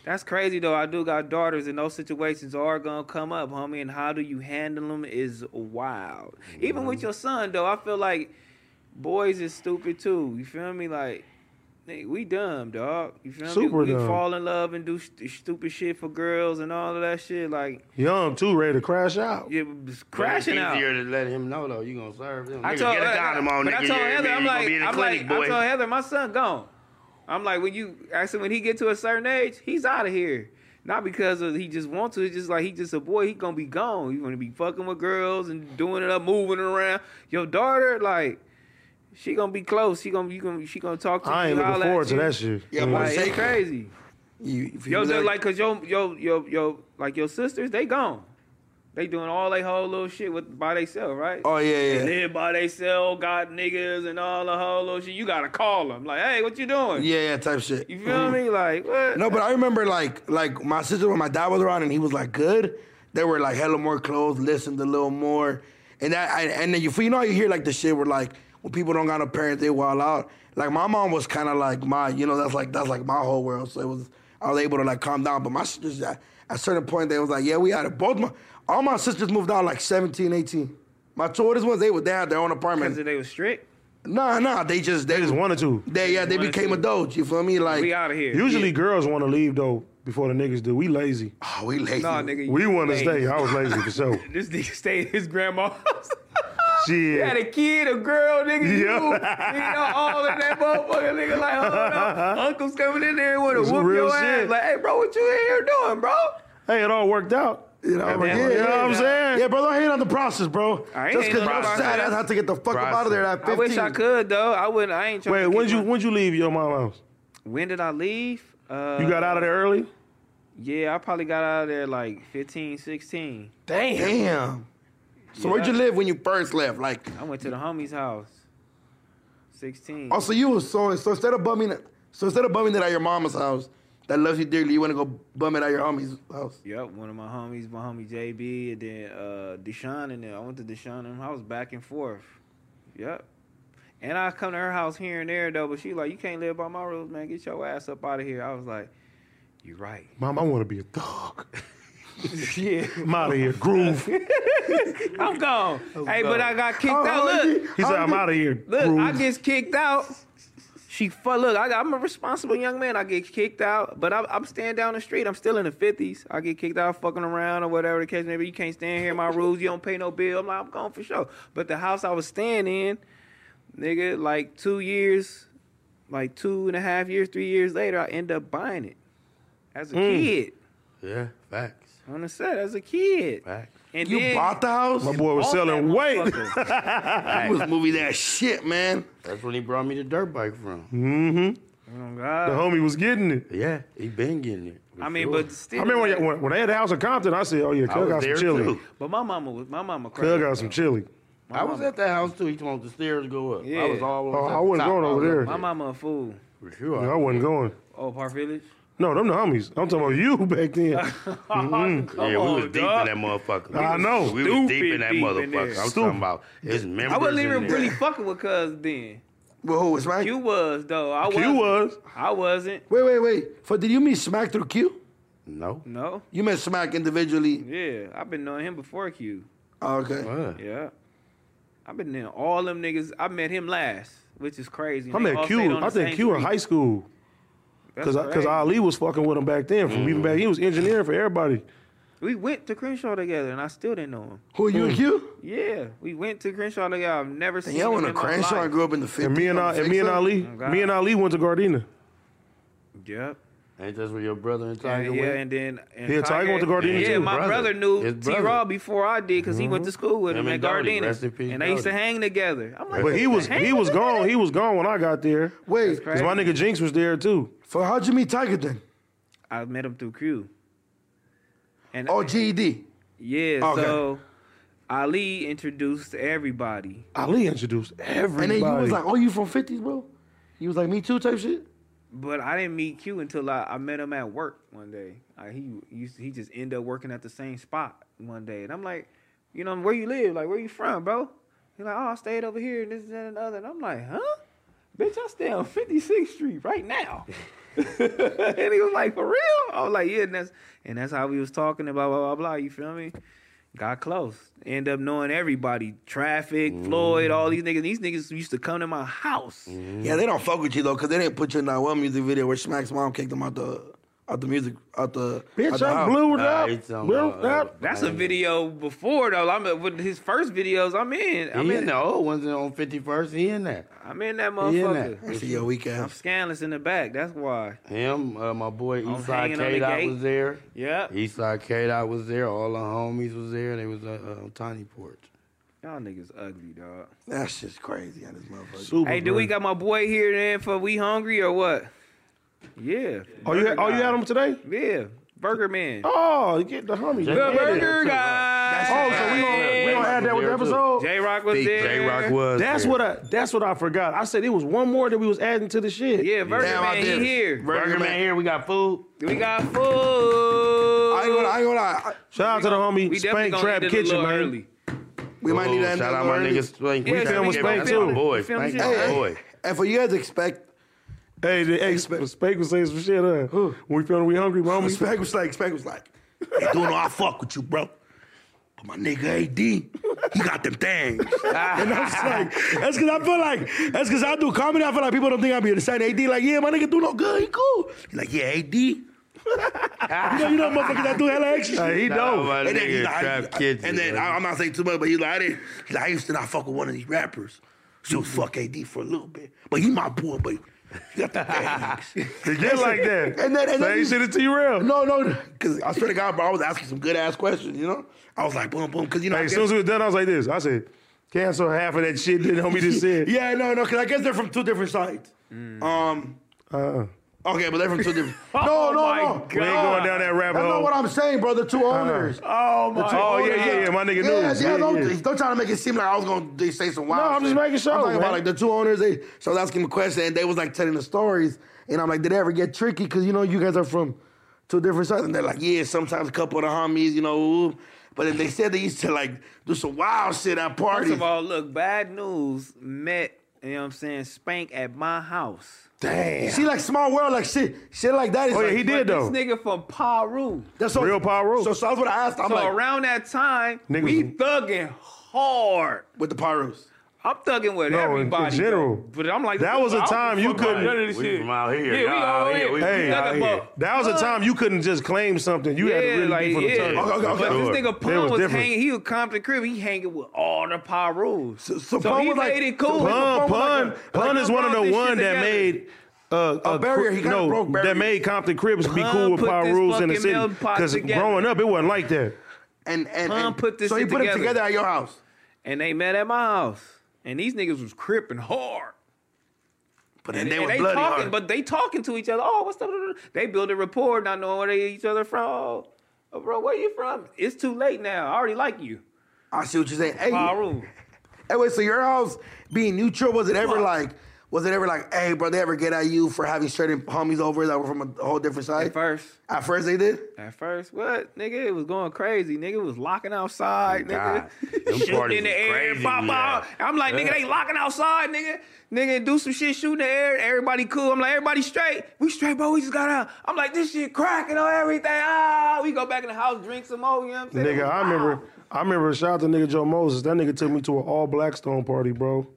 Speaker 4: That's crazy though. I do got daughters, and those situations are gonna come up, homie. And how do you handle them is wild. Even
Speaker 6: Mm-hmm.
Speaker 4: with your son, though, I feel like boys is stupid too. You feel me? Like, nigga, we dumb, dog. You feel
Speaker 1: Super
Speaker 4: me? We
Speaker 1: dumb.
Speaker 4: fall in love and do st- stupid shit for girls and all of that shit. Like,
Speaker 1: Young too, ready to crash out.
Speaker 4: yeah, just crashing
Speaker 3: it's
Speaker 4: out.
Speaker 3: easier to let him know though. You gonna serve him.
Speaker 4: I
Speaker 3: Nigga,
Speaker 4: told,
Speaker 3: get a condom on,
Speaker 4: but
Speaker 3: nigga.
Speaker 4: I told
Speaker 3: yeah,
Speaker 4: Heather,
Speaker 3: man,
Speaker 4: I'm
Speaker 3: you gonna
Speaker 4: like,
Speaker 3: be in the
Speaker 4: I'm
Speaker 3: clinic,
Speaker 4: like,
Speaker 3: boy.
Speaker 4: I told Heather, my son gone. I'm like, when you actually when he get to a certain age, he's out of here. Not because of he just wants to. It's just like he just a boy. He gonna be gone. He gonna be fucking with girls and doing it up, moving around. Your daughter, like, she gonna be close. She gonna you gonna she gonna talk to
Speaker 1: I
Speaker 4: you.
Speaker 1: ain't looking
Speaker 4: holla at
Speaker 1: forward to
Speaker 4: you.
Speaker 1: that shit.
Speaker 6: Yeah,
Speaker 1: Mm.
Speaker 6: boy.
Speaker 4: Like, it's
Speaker 6: Shake.
Speaker 4: crazy.
Speaker 6: You, if you
Speaker 4: Yo,
Speaker 6: was
Speaker 4: dude,
Speaker 6: there-
Speaker 4: like, cause yo, yo, yo, yo, like your sisters, they gone. They doing all they whole little shit with by themselves, right?
Speaker 6: oh yeah,
Speaker 4: And
Speaker 6: yeah,
Speaker 4: then by they sell got niggas and all the whole little shit. You gotta call them like, hey, what you doing?
Speaker 6: yeah, yeah, type shit. Mm-hmm.
Speaker 4: You feel me? Like what?
Speaker 6: No, but I remember like like my sister when my dad was around and he was like good. They were like hella more clothes, listened a little more, and that I, and then you you know how you hear like the shit where like when people don't got no parents they wild out. Like my mom was kind of like my you know that's like that's like my whole world. So it was I was able to like calm down. But my sisters at at a certain point they was like yeah we had it. Both my all my sisters moved out like 17, 18. My two oldest ones they were they had their own
Speaker 4: Because
Speaker 6: apartment.
Speaker 4: they was strict.
Speaker 6: Nah, nah, they just they,
Speaker 1: They just wanted to.
Speaker 6: they yeah they
Speaker 4: wanted
Speaker 6: became
Speaker 4: to.
Speaker 6: adults. You feel me? Like
Speaker 4: We out of here.
Speaker 1: Usually girls want to leave though before the niggas do. We lazy.
Speaker 6: oh we lazy.
Speaker 4: nah, nigga.
Speaker 1: We
Speaker 4: you
Speaker 1: want to
Speaker 4: lame.
Speaker 1: stay. I was lazy for sure.
Speaker 4: [LAUGHS] This nigga stayed at his grandma's. [LAUGHS] house. He had
Speaker 1: Shit.
Speaker 4: a kid, a girl, nigga.
Speaker 1: Yeah.
Speaker 4: You, nigga, know, all in that motherfucker, nigga. Like,
Speaker 1: [LAUGHS]
Speaker 4: hold up, uncle's coming in there and want
Speaker 1: It's
Speaker 4: to whoop
Speaker 1: real
Speaker 4: your ass.
Speaker 1: shit.
Speaker 4: Like, hey, bro, what you in here doing, bro?
Speaker 1: Hey, it all worked out.
Speaker 6: You know,
Speaker 1: Yeah,
Speaker 6: yeah,
Speaker 1: you know what I'm saying?
Speaker 6: Yeah, bro, don't hate on the process, bro.
Speaker 4: I ain't
Speaker 6: Just
Speaker 4: hating
Speaker 6: because
Speaker 4: on
Speaker 6: your
Speaker 4: the
Speaker 6: sad
Speaker 4: process.
Speaker 6: ass had to get the fuck up out of there at 15.
Speaker 4: I wish I could though. I wouldn't. I ain't trying.
Speaker 1: Wait,
Speaker 4: to keep
Speaker 1: when'd you
Speaker 4: my-
Speaker 1: when'd you leave your mom's house?
Speaker 4: When did I leave? Uh,
Speaker 1: You got out of there early?
Speaker 4: Yeah, I probably got out of there like 15, 16.
Speaker 6: Damn. Damn. So where'd you live when you first left? Like,
Speaker 4: I went to the homie's house. 16.
Speaker 6: oh, so you was so so instead of bumming, so instead of bumming it at your mama's house that loves you dearly, you want to go bum it at your homie's house.
Speaker 4: Yep, one of my homies, my homie JB, and then uh, Deshaun in there. I went to Deshaun and I was back and forth. Yep. And I come to her house here and there though, but she like, you can't live by my rules, man. Get your ass up out of here. I was like,
Speaker 6: [LAUGHS]
Speaker 4: you're right.
Speaker 1: Mom, I want to be a thug.
Speaker 4: yeah,
Speaker 1: I'm out of here. Groove. He
Speaker 4: [LAUGHS] I'm gone. hey, but I got kicked
Speaker 6: Oh,
Speaker 4: out. Look,
Speaker 6: yeah.
Speaker 1: Uh-huh, said, I'm out of here.
Speaker 4: Look, I
Speaker 1: Groove.
Speaker 4: gets kicked out. She fuck. Look, I, I'm a responsible young man. I get kicked out, but I'm, I'm staying down the street. I'm still in the fifties. I get kicked out, fucking around or whatever the case. Maybe you can't stand here. My rules. You don't pay no bill. I'm like, I'm gone for sure. But the house I was staying in, nigga, like two years, like two and a half years, three years later, I end up buying it as
Speaker 1: Hmm.
Speaker 4: a kid.
Speaker 3: yeah, facts,
Speaker 4: On the set, as a kid,
Speaker 3: facts.
Speaker 4: and
Speaker 6: You
Speaker 4: then
Speaker 6: bought the house?
Speaker 1: My boy was
Speaker 4: bought that
Speaker 1: selling weight.
Speaker 4: motherfucker.
Speaker 6: I was movie that shit, man.
Speaker 3: That's when he brought me the dirt bike from.
Speaker 1: Mm-hmm.
Speaker 4: Oh,
Speaker 1: [LAUGHS] The
Speaker 4: God.
Speaker 1: homie was getting it.
Speaker 3: Yeah, he been getting it. for
Speaker 4: I mean,
Speaker 3: sure.
Speaker 4: but
Speaker 1: I
Speaker 4: still,
Speaker 1: remember when, when, when they had the house in Compton, I said, oh yeah,
Speaker 3: I
Speaker 1: Cub got
Speaker 3: was
Speaker 1: some
Speaker 3: there
Speaker 1: chili.
Speaker 3: too.
Speaker 4: but my mama was my mama
Speaker 1: Cub
Speaker 4: crazy.
Speaker 1: got some chili.
Speaker 3: I was at that house too. He told the stairs to go up. I was
Speaker 4: Yeah.
Speaker 3: all
Speaker 1: Oh,
Speaker 3: at
Speaker 1: I
Speaker 3: the
Speaker 1: wasn't
Speaker 3: top.
Speaker 1: going
Speaker 3: I was
Speaker 1: over there.
Speaker 3: up
Speaker 4: My mama a fool.
Speaker 3: For sure.
Speaker 1: No, I wasn't going.
Speaker 4: Oh, Park Village.
Speaker 1: No, them the homies. I'm talking about you [LAUGHS] back then. Mm-hmm.
Speaker 4: Come
Speaker 3: [LAUGHS] yeah, we
Speaker 4: on,
Speaker 3: was deep
Speaker 4: dawg.
Speaker 3: in that motherfucker.
Speaker 1: I
Speaker 3: We was-
Speaker 1: know.
Speaker 3: We was deep
Speaker 4: Stupid
Speaker 3: in that
Speaker 4: deep in
Speaker 3: motherfucker.
Speaker 4: there.
Speaker 3: I'm
Speaker 1: Stupid.
Speaker 3: talking about his members.
Speaker 4: I wasn't
Speaker 3: in
Speaker 4: even
Speaker 3: there.
Speaker 4: really fucking with Cuz then.
Speaker 6: Well, who was Smack?
Speaker 4: You was though. I was.
Speaker 1: you was.
Speaker 4: I wasn't.
Speaker 6: Wait, wait, wait. For did you mean Smack through Q?
Speaker 3: No.
Speaker 4: No.
Speaker 6: You met Smack individually.
Speaker 4: Yeah, I've been knowing him before Q.
Speaker 6: Oh, okay.
Speaker 3: Uh,
Speaker 4: Yeah. I've been in all them niggas. I met him last, which is crazy.
Speaker 1: I
Speaker 4: They
Speaker 1: met
Speaker 4: all stayed
Speaker 1: Q.
Speaker 4: on
Speaker 1: I
Speaker 4: the
Speaker 1: think
Speaker 4: same
Speaker 1: Q in
Speaker 4: street.
Speaker 1: high school.
Speaker 4: That's
Speaker 1: Cause, I, cause
Speaker 4: crazy.
Speaker 1: Ali was fucking with him back then. From even back, he was engineering for everybody.
Speaker 4: we went to Crenshaw together, and I still didn't know him.
Speaker 6: Who you
Speaker 1: Hmm.
Speaker 6: and Q?
Speaker 4: Yeah, we went to Crenshaw together. I've never seen
Speaker 6: Yeah,
Speaker 4: him
Speaker 6: when a
Speaker 4: in my
Speaker 6: Crenshaw I
Speaker 4: life.
Speaker 6: grew up in the 50s.
Speaker 1: And me and, I, and me and Ali,
Speaker 4: Oh, God.
Speaker 1: me and Ali went to Gardena.
Speaker 4: Yep.
Speaker 3: Ain't that's where your brother and Tiger
Speaker 4: And, yeah,
Speaker 3: went?
Speaker 4: and then and
Speaker 1: Yeah, Tiger went to Gardena
Speaker 4: Yeah,
Speaker 1: too.
Speaker 4: my
Speaker 3: Brother.
Speaker 4: brother, knew
Speaker 3: His
Speaker 4: T. Raw
Speaker 3: brother.
Speaker 4: before I did because he went to school with
Speaker 3: Him
Speaker 4: him,
Speaker 3: and
Speaker 4: at
Speaker 3: Doughty.
Speaker 4: Gardena,
Speaker 3: Rest in peace,
Speaker 4: and they used to
Speaker 3: Doughty.
Speaker 4: hang together. I'm like,
Speaker 1: But he was he was gone. He was gone when I got there.
Speaker 2: Wait,
Speaker 1: Cause my nigga Jinx was there too.
Speaker 2: so how'd you meet Tiger then?
Speaker 4: I met him through Q. And
Speaker 6: Oh, GED.
Speaker 4: yeah,
Speaker 6: okay.
Speaker 4: so Ali introduced everybody.
Speaker 1: Ali introduced
Speaker 2: And
Speaker 1: everybody.
Speaker 2: then you was like, oh, you from 50s, bro? You was like, me too type shit?
Speaker 4: But I didn't meet Q until I, I met him at work one day. Like he used he just ended up working at the same spot one day, and I'm like, you know, where you live? Like where you from, bro? He's like, oh, I stayed over here and this that, and the other. And I'm like, huh? Bitch, I stay on 56th Street right now. [LAUGHS] and he was like, for real? I was like, yeah, and that's and that's how we was talking about blah blah blah. You feel me? Got close. End up knowing everybody. Traffic, Floyd, all these niggas. These niggas used to come to my house.
Speaker 6: Yeah, they don't fuck with you though, cause they didn't put you in that one music video where Smack's mom kicked him out the out the music out the out
Speaker 1: bitch,
Speaker 6: the
Speaker 1: I
Speaker 6: house.
Speaker 1: blew it
Speaker 3: Nah,
Speaker 1: up.
Speaker 3: he talking
Speaker 1: Blew
Speaker 3: about,
Speaker 1: it up.
Speaker 4: That's a video before though. I'm with his first videos. I'm in.
Speaker 3: He
Speaker 4: I'm
Speaker 3: in
Speaker 4: in.
Speaker 3: the old ones on 51st. He in there.
Speaker 4: I'm in that
Speaker 3: He in
Speaker 4: motherfucker.
Speaker 3: there.
Speaker 6: See your weak
Speaker 4: I'm
Speaker 6: ass.
Speaker 4: scandalous in the back. That's why.
Speaker 3: Him, uh, my boy Eastside
Speaker 4: hanging on the
Speaker 3: K Dot
Speaker 4: gate.
Speaker 3: was there.
Speaker 4: Yep.
Speaker 3: Eastside K Dot was there. All the homies was there. They was uh, uh, Tiny Porch.
Speaker 4: Y'all niggas ugly, dog.
Speaker 6: That's just crazy on this motherfucker.
Speaker 1: Super,
Speaker 4: Hey, do
Speaker 1: bro.
Speaker 4: we got my boy here then for we hungry or what? Yeah.
Speaker 1: Oh, you had, oh, you had him today?
Speaker 4: Yeah. Burger Man.
Speaker 1: Oh, you get the homie.
Speaker 4: the Burger Guy.
Speaker 1: Oh, so we gonna, we gonna add that with the episode.
Speaker 4: J Rock was there.
Speaker 3: J Rock was.
Speaker 1: That's
Speaker 3: there.
Speaker 1: what I. That's what I forgot. I said it was one more that we was adding to the shit.
Speaker 4: Yeah, Burger
Speaker 6: Damn, I
Speaker 4: Man,
Speaker 6: did.
Speaker 4: he here.
Speaker 3: Burger Man here. We got food.
Speaker 4: We got food.
Speaker 6: I ain't gonna, I ain't gonna lie. I-
Speaker 1: Shout out to the homie
Speaker 4: we definitely
Speaker 1: Spank
Speaker 4: gonna
Speaker 1: Trap
Speaker 4: end it a
Speaker 1: Kitchen,
Speaker 4: little
Speaker 1: man.
Speaker 4: early.
Speaker 6: we might need to end
Speaker 3: Oh, Shout
Speaker 6: up
Speaker 3: out my
Speaker 6: early.
Speaker 3: niggas. Spank.
Speaker 4: Yeah,
Speaker 3: Shout
Speaker 4: film
Speaker 3: out
Speaker 1: with
Speaker 3: to
Speaker 1: Spank,
Speaker 3: That's
Speaker 1: too.
Speaker 3: my boy.
Speaker 4: You film
Speaker 3: Spank, Oh.
Speaker 4: shit?
Speaker 3: my
Speaker 6: Hey,
Speaker 3: boy.
Speaker 6: And for you guys, expect
Speaker 1: Hey, the, hey Sp- Spank was saying some shit. Huh? When we feeling we hungry, my
Speaker 6: [LAUGHS]
Speaker 1: homie.
Speaker 6: Spank was like Spank was like, hey, doing all I fuck with you, bro. But my nigga AD, he got them things.
Speaker 2: And I was like, that's because I feel like, that's because I do comedy. I feel like people don't think I be understanding. AD, like, yeah, my nigga do no good. He cool.
Speaker 6: He like, yeah, AD. You
Speaker 2: You know, you know motherfuckers that do hella extra shit.
Speaker 1: Hey, he
Speaker 3: Shout out
Speaker 1: dope.
Speaker 3: my
Speaker 6: And then, he
Speaker 3: nigga
Speaker 6: like,
Speaker 3: Trap
Speaker 6: I-
Speaker 3: Kitchen,
Speaker 6: and then
Speaker 3: man.
Speaker 6: I, am not saying too much, but he like, I didn't. He like, I used to not fuck with one of these rappers. She was fuck AD for a little bit, but he my boy, but he got the things.
Speaker 1: Just like that.
Speaker 6: And then- and then
Speaker 1: Same
Speaker 6: you-
Speaker 1: shit at T-Rail.
Speaker 6: No, no, because I swear to God, bro, I was asking some good ass questions. You know, I was like, boom, boom, because you know, I
Speaker 1: Hey, as
Speaker 6: guess-
Speaker 1: soon as we was done, I was like this. I said, cancel half of that shit that homie just said. Mm.
Speaker 6: yeah, no, no, because I guess they're from two different sides. Um,
Speaker 1: Uh-uh.
Speaker 6: okay, but they're from
Speaker 1: [LAUGHS]
Speaker 6: two different.
Speaker 2: No, no,
Speaker 4: Oh my
Speaker 2: no.
Speaker 1: We ain't going down that rabbit
Speaker 2: That's not what
Speaker 1: hole.
Speaker 2: I'm saying, bro. The two owners.
Speaker 1: Oh, my. Oh, yeah, yeah, yeah. My nigga knew.
Speaker 6: Yeah,
Speaker 1: it.
Speaker 6: yeah, don't,
Speaker 1: yeah.
Speaker 6: don't try to make it seem like I was gonna they say some wild.
Speaker 1: No, I'm just
Speaker 6: shit.
Speaker 1: making sure,
Speaker 6: I'm talking
Speaker 1: man.
Speaker 6: about like the two owners. They so I was asking them a question, and they was like telling the stories, and I'm like, did it ever get tricky? Because you know you guys are from two different sides, and they're like, yeah, sometimes a couple of the homies, you know. ooh. But then they said they used to like do some wild shit at
Speaker 4: First
Speaker 6: parties.
Speaker 4: of all, look, bad news met, you know what I'm saying, Spank at my house.
Speaker 1: Damn.
Speaker 2: See, like small world, like shit, shit like that. Is
Speaker 1: Oh, yeah,
Speaker 2: like-
Speaker 1: he did, though.
Speaker 4: This nigga from Paru.
Speaker 2: That's so,
Speaker 1: Real pyro.
Speaker 2: So, so that's what I asked. I'm
Speaker 4: So
Speaker 2: like,
Speaker 4: around that time,
Speaker 1: Niggas-
Speaker 4: we thugging hard.
Speaker 6: with the pyros.
Speaker 4: I'm thugging with
Speaker 1: No, in- in
Speaker 4: everybody.
Speaker 1: general.
Speaker 4: though. But I'm like,
Speaker 1: That was a time you couldn't-
Speaker 4: None of this
Speaker 3: We
Speaker 4: shit.
Speaker 3: from out here.
Speaker 4: Yeah, we
Speaker 3: Y'all out
Speaker 4: all
Speaker 3: here.
Speaker 4: in.
Speaker 3: We-
Speaker 1: Hey,
Speaker 4: we thugging buck.
Speaker 1: that was a time you couldn't just claim something. You
Speaker 4: Yeah,
Speaker 1: had to really
Speaker 4: like,
Speaker 1: be from the
Speaker 4: yeah.
Speaker 1: turn.
Speaker 6: Okay, okay, okay.
Speaker 4: But
Speaker 1: Sure.
Speaker 4: this nigga
Speaker 1: It
Speaker 4: Pun was,
Speaker 1: different.
Speaker 4: hanging. He was Compton crib. He hanging with all the Paros. So,
Speaker 2: so Pun
Speaker 4: he
Speaker 2: was like-
Speaker 4: made it cool.
Speaker 1: Pun, pun, pun
Speaker 4: like,
Speaker 1: is
Speaker 4: I
Speaker 1: one of the
Speaker 4: brought this shit
Speaker 1: one that
Speaker 4: together.
Speaker 1: made uh, a
Speaker 6: barrier. He kinda
Speaker 1: no,
Speaker 6: broke barriers.
Speaker 1: that made Compton Cribs be
Speaker 4: Pun
Speaker 1: cool with
Speaker 4: put
Speaker 1: power
Speaker 4: this
Speaker 1: rules in the
Speaker 4: fucking
Speaker 1: city.
Speaker 4: melon pot
Speaker 1: Because
Speaker 4: together.
Speaker 1: growing up, it wasn't like that.
Speaker 6: And and,
Speaker 4: Huh,
Speaker 6: and
Speaker 4: put this
Speaker 6: so he
Speaker 4: shit
Speaker 6: put it
Speaker 4: together.
Speaker 6: together at your house.
Speaker 4: And they met at my house. And these niggas was cripping hard.
Speaker 6: But then they were
Speaker 4: and they
Speaker 6: bloody
Speaker 4: talking,
Speaker 6: hard.
Speaker 4: but they talking to each other. Oh, what's up? They build a rapport, not knowing where they each other from. Oh, oh, bro, where you from? It's too late now. I already like you.
Speaker 6: I see what you're saying. Hey,
Speaker 4: My room.
Speaker 6: hey, wait, so your house being neutral, was it ever like, was it ever like, hey, bro, they ever get at you for having certain homies over that were from a whole different side?
Speaker 4: At first,
Speaker 6: At first they did?
Speaker 4: at first, what nigga? It was going crazy. Nigga was locking outside. Nigga,
Speaker 3: God, them
Speaker 4: shooting
Speaker 3: parties
Speaker 4: in the
Speaker 3: was
Speaker 4: air,
Speaker 3: crazy,
Speaker 4: pop out. I'm like, nigga, they locking outside, nigga. Nigga, do some shit, shoot in the air. Everybody cool. I'm like, everybody straight. We straight, bro. We just got out. I'm like, this shit cracking on everything. Ah, we go back in the house, drink some more. You know what I'm saying?
Speaker 1: Nigga, I remember I remember shout out to nigga Joe Moses. That nigga took me to an all Blackstone party, bro.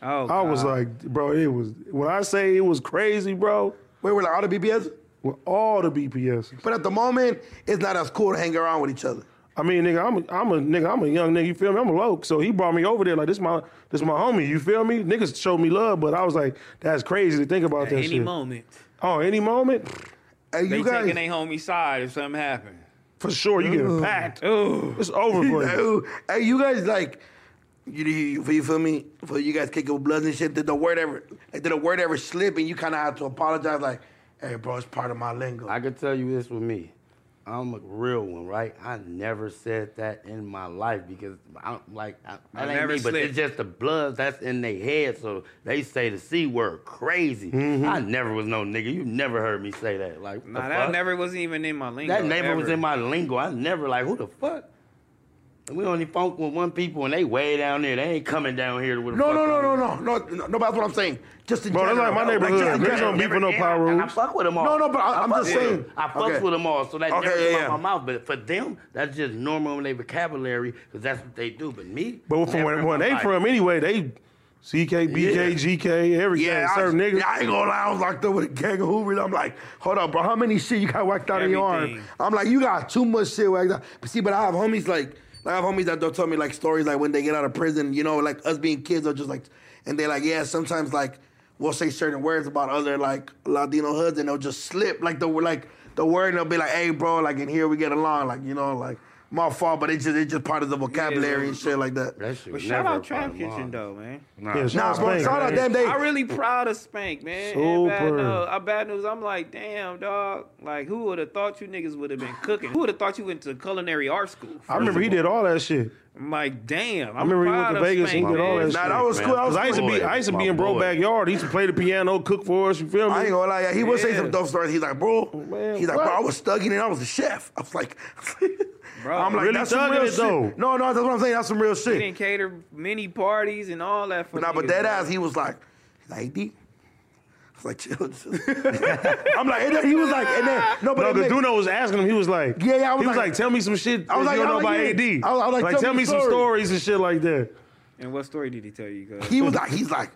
Speaker 4: Oh,
Speaker 1: I was like, bro, it was when I say it was crazy, bro.
Speaker 6: Wait, we're like all the BPS,
Speaker 1: With all the BPS,
Speaker 6: but at the moment, it's not as cool to hang around with each other.
Speaker 1: I mean, nigga, I'm a, I'm a nigga, I'm a young nigga. You feel me? I'm a loke, so he brought me over there like this. My this my homie. You feel me? Niggas showed me love, but I was like, that's crazy to think about that
Speaker 8: Any
Speaker 1: shit.
Speaker 8: moment,
Speaker 1: Oh, any moment,
Speaker 6: Hey,
Speaker 8: they
Speaker 6: you
Speaker 8: taking
Speaker 6: guys,
Speaker 8: their homie side if something happened.
Speaker 1: for sure, you get packed. It's
Speaker 6: [LAUGHS]
Speaker 1: over for you.
Speaker 6: hey, you guys like, you, you, you feel me? For you guys kicking with bloods and shit, did the word ever, like, did the word ever slip and you kind of had to apologize? Like, hey, bro, it's part of my lingo.
Speaker 3: I can tell you this with me. I'm a real one, right? I never said that in my life because I'm like, I,
Speaker 8: I
Speaker 3: that ain't
Speaker 8: never
Speaker 3: me, but
Speaker 8: slipped.
Speaker 3: it's just the blood that's in their head. So they say the C word crazy. I never was no nigga. You never heard me say that. Like, what
Speaker 4: Mm-hmm. nah,
Speaker 3: the
Speaker 4: that
Speaker 3: fuck?
Speaker 4: never wasn't even in my lingo.
Speaker 3: That neighbor was
Speaker 4: ever.
Speaker 3: in my lingo. I never like who the fuck. We only funk with one people, and they way down there. They ain't coming down here with a
Speaker 6: No,
Speaker 3: fuck
Speaker 6: no, no,
Speaker 3: on
Speaker 6: no,
Speaker 3: you.
Speaker 6: no, no, no, no. But that's what I'm saying. Just in
Speaker 1: Bro, that's
Speaker 6: general.
Speaker 1: like my
Speaker 6: No,
Speaker 1: nigborhood.
Speaker 6: just in
Speaker 1: Niggas
Speaker 6: general.
Speaker 1: don't beefing up power
Speaker 3: And I
Speaker 1: rules.
Speaker 3: fuck with them all.
Speaker 6: No, no, but I,
Speaker 3: I
Speaker 6: am
Speaker 3: fuck
Speaker 6: just
Speaker 3: with
Speaker 6: saying.
Speaker 3: them. [CLEARS THROAT] I fucks
Speaker 6: Okay.
Speaker 3: with them all, so that
Speaker 6: Okay,
Speaker 3: never come
Speaker 6: yeah, yeah.
Speaker 3: out my mouth. But for them, that's just normal in their vocabulary because that's what they do. But me,
Speaker 1: But from
Speaker 3: never
Speaker 1: where,
Speaker 3: in
Speaker 1: where
Speaker 3: my
Speaker 1: they
Speaker 3: life.
Speaker 1: from, anyway, they CK, BK,
Speaker 6: Yeah.
Speaker 1: GK, everything.
Speaker 6: Yeah, I,
Speaker 1: certain niggas.
Speaker 6: yeah, I ain't gonna lie. I was locked up with a gang of Hoovers. I'm like, hold up, bro. How many shit you got whacked out of your arm?
Speaker 4: Everything.
Speaker 6: I'm like, you got too much shit whacked out. But see, but I have homies like, like I have homies that don't tell me like stories like when they get out of prison. You know, like us being kids are just like, and they like, yeah, sometimes like we'll say certain words about other like Latino hoods, and they'll just slip like the like the word, and they'll be like, hey, bro, like in here we get along, like you know, like my fault, but it's just it's just part of the vocabulary and shit like that.
Speaker 3: That shit
Speaker 4: But
Speaker 3: was
Speaker 4: shout
Speaker 3: never
Speaker 4: out Trap
Speaker 3: part of mine.
Speaker 4: Kitchen though, man.
Speaker 1: Yeah,
Speaker 6: Nah,
Speaker 1: shout out
Speaker 6: bro,
Speaker 1: Spank,
Speaker 6: shout out
Speaker 1: man.
Speaker 6: damn day.
Speaker 4: I really proud of Spank, man. And bad
Speaker 1: Super.
Speaker 4: news, I bad news. I'm like, damn, dog. Like, who would have thought you niggas would have been cooking? Who would have thought you went to culinary art school?
Speaker 1: I remember he did all that shit.
Speaker 4: I'm like, damn. I'm I
Speaker 1: remember he went
Speaker 4: proud
Speaker 1: to
Speaker 4: of
Speaker 1: Vegas
Speaker 4: Spank,
Speaker 1: and did all
Speaker 4: man.
Speaker 1: that shit.
Speaker 6: Nah, that was
Speaker 3: man.
Speaker 6: cool. That was
Speaker 1: Cause I used to
Speaker 6: cool.
Speaker 1: be, I used to be in
Speaker 3: My
Speaker 1: bro
Speaker 3: boy.
Speaker 1: backyard. He used to play the piano, cook for us. You feel me?
Speaker 6: I ain't gonna lie, yeah, he would say
Speaker 4: Yeah.
Speaker 6: some dope stories. He's like, bro,
Speaker 1: Man,
Speaker 6: he's like,
Speaker 1: what?
Speaker 6: bro, I was thugging and I was a chef. I was like, [LAUGHS] I'm like,
Speaker 1: really
Speaker 6: that's some
Speaker 1: thugging
Speaker 6: real
Speaker 1: it,
Speaker 6: shit.
Speaker 1: though.
Speaker 6: No, no, that's what I'm saying. That's some real
Speaker 4: He
Speaker 6: shit.
Speaker 4: didn't cater many parties and all that. For
Speaker 6: But nah, but
Speaker 4: niggas,
Speaker 6: that
Speaker 4: dog.
Speaker 6: ass, he was like, he's like D. I was like, chill.
Speaker 1: [LAUGHS]
Speaker 6: [LAUGHS] I'm like, and then he was like, and then no, but
Speaker 1: No,
Speaker 6: it
Speaker 1: because
Speaker 6: make-
Speaker 1: Duno was asking him. He was like,
Speaker 6: Yeah, yeah, I was
Speaker 1: he was
Speaker 6: like-
Speaker 1: like, tell me some shit.
Speaker 6: I was
Speaker 1: that you don't
Speaker 6: like- I
Speaker 1: know
Speaker 6: was
Speaker 1: about
Speaker 6: like,
Speaker 1: AD.
Speaker 6: yeah. I was- I was like,
Speaker 1: tell, me some stories and shit like that.
Speaker 4: And what story did he tell you? Cause
Speaker 6: he was like, he's like,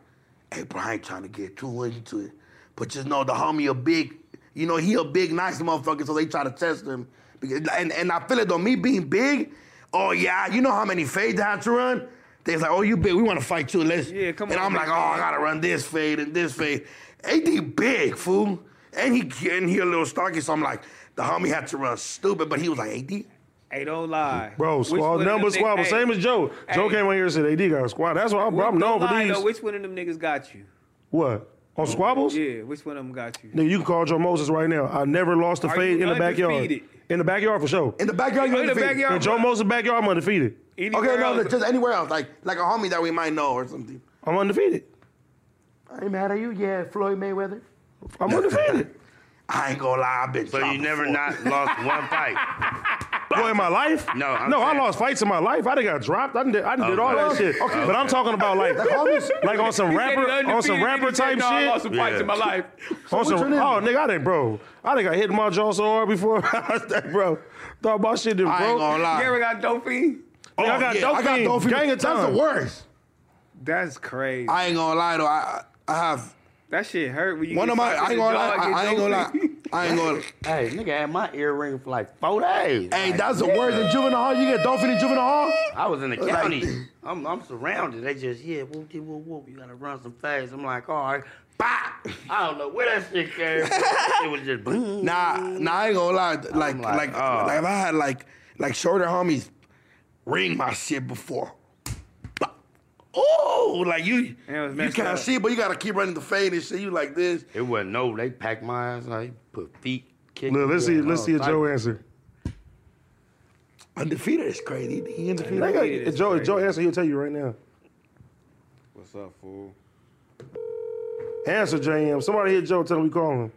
Speaker 6: hey, bro, I ain't trying to get too into it, but just know the homie a big, you know, he a big, nice motherfucker, so they try to test him. Because, and, and I feel it though, me being big, oh yeah, you know how many fades I had to run? They was like, oh, you big, we want to fight you, let's.
Speaker 4: Yeah, come
Speaker 6: and
Speaker 4: on,
Speaker 6: I'm like,
Speaker 4: big
Speaker 6: oh, I
Speaker 4: man."
Speaker 6: gotta run this fade and this fade. AD big, fool. And he and he a little starky, so I'm like, the homie had to run stupid, but he was like, AD,
Speaker 4: hey, don't lie,
Speaker 1: Bro,
Speaker 4: Which
Speaker 1: squad
Speaker 4: one of
Speaker 1: number
Speaker 4: them
Speaker 1: squad,
Speaker 4: nigg-
Speaker 1: but
Speaker 4: hey,
Speaker 1: same as Joe. Joe
Speaker 4: Hey.
Speaker 1: came on here and said AD got a squad. That's why I'm, I'm
Speaker 4: don't
Speaker 1: known for
Speaker 4: lie,
Speaker 1: these.
Speaker 4: though, which one of them niggas got you?
Speaker 1: what on squabbles?
Speaker 4: Yeah, which one of them got you?
Speaker 1: Nigga, you can call Joe Moses right now. I never lost a
Speaker 4: Are
Speaker 1: fade
Speaker 4: you
Speaker 1: in the backyard.
Speaker 4: undefeated?
Speaker 1: In the backyard for sure.
Speaker 6: in the backyard,
Speaker 4: Oh,
Speaker 6: you're
Speaker 4: in the
Speaker 6: undefeated.
Speaker 4: backyard.
Speaker 1: In Joe Moses' backyard, I'm undefeated.
Speaker 4: Anywhere
Speaker 6: Okay, no,
Speaker 4: else?
Speaker 6: no, just anywhere else, like like a homie that we might know or something.
Speaker 1: I'm undefeated.
Speaker 6: I ain't mad at you, yeah, Floyd Mayweather.
Speaker 1: I'm undefeated.
Speaker 6: [LAUGHS] I ain't gonna lie, I've been.
Speaker 3: So you never not lost one fight.
Speaker 1: Boy, in my life?
Speaker 3: No, I'm
Speaker 1: no, I
Speaker 3: saying-
Speaker 1: lost fights in my life. I done got dropped. I done did, I done did all that
Speaker 6: Okay.
Speaker 1: shit. But I'm talking about like, like on some
Speaker 8: He said he
Speaker 1: rapper, on some
Speaker 8: undefeated,
Speaker 1: rapper
Speaker 8: he said,
Speaker 1: type
Speaker 8: "No, I lost
Speaker 1: shit.
Speaker 8: some fights in
Speaker 4: [LAUGHS]
Speaker 8: my life.
Speaker 1: On some, oh nigga, I didn't, bro. I done got hit in my jaw so hard before, [LAUGHS] I was like, bro. Thought my shit didn't
Speaker 6: I ain't
Speaker 1: broke.
Speaker 4: Ah.
Speaker 6: gonna lie.
Speaker 8: You ever got dopey?
Speaker 1: Oh, I got
Speaker 6: yeah,
Speaker 1: dope fiend,
Speaker 6: dope fiend.
Speaker 1: gang of
Speaker 6: That's
Speaker 1: time.
Speaker 6: the worst.
Speaker 4: That's crazy.
Speaker 6: I ain't gonna lie though. I I I have
Speaker 4: that shit hurt when you.
Speaker 6: one
Speaker 4: get
Speaker 6: of my.
Speaker 4: shot
Speaker 6: I
Speaker 4: in
Speaker 6: ain't
Speaker 4: the
Speaker 6: gonna
Speaker 4: jaw,
Speaker 6: lie. I,
Speaker 4: get
Speaker 6: I ain't gonna lie.
Speaker 4: [LAUGHS] dopey.
Speaker 6: I ain't gonna.
Speaker 3: hey, nigga had my earring for like four days.
Speaker 6: Hey,
Speaker 3: Like,
Speaker 6: that's the worst in juvenile hall. You get dolphin in juvenile hall.
Speaker 3: I was in the
Speaker 6: Like-
Speaker 3: county. I'm, I'm surrounded. They just, yeah, whoop, de whoop, whoop. You gotta run some fast. I'm like, all right, bop. I don't know where that shit came from. It was just boom.
Speaker 6: Nah, nah. I ain't gonna lie. Like
Speaker 3: like,
Speaker 6: like
Speaker 3: oh.
Speaker 6: like if I had like like shorter homies, ring my shit before. Oh, like you,
Speaker 4: it was
Speaker 6: you
Speaker 4: messed
Speaker 6: can't
Speaker 4: up.
Speaker 6: see, but you gotta keep running the fade and shit. You like this.
Speaker 3: It wasn't no. They packed my ass. I put feet, kick.
Speaker 1: Look, let's see, let's see if Joe answer.
Speaker 6: Undefeated is crazy. He undefeated.
Speaker 1: Nigga, if Joe, if Joe answer, he'll tell you right now.
Speaker 4: What's up, fool?
Speaker 1: Answer, JM. Somebody hit Joe. Tell him we call him.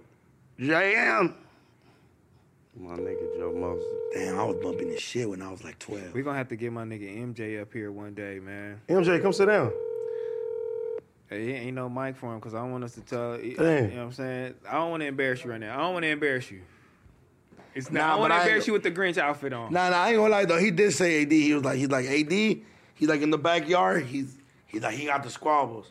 Speaker 3: Jam. My nigga Joe Moses.
Speaker 6: Damn, I was bumping this shit when I was like 12.
Speaker 4: We gonna have to get my nigga MJ up here one day, man.
Speaker 1: MJ, come sit down.
Speaker 4: Hey, it ain't no mic for him because I don't want us to tell. You know
Speaker 1: Damn.
Speaker 4: what I'm saying? I don't want to embarrass you right now. I don't want to embarrass you. It's
Speaker 6: Nah,
Speaker 4: not. I
Speaker 6: but
Speaker 4: want to
Speaker 6: I-
Speaker 4: embarrass you with the Grinch outfit on.
Speaker 6: Nah, nah, I ain't gonna lie though. He did say AD. He was like, he's like AD. He's like in the backyard. He's he's like he got the squabbles.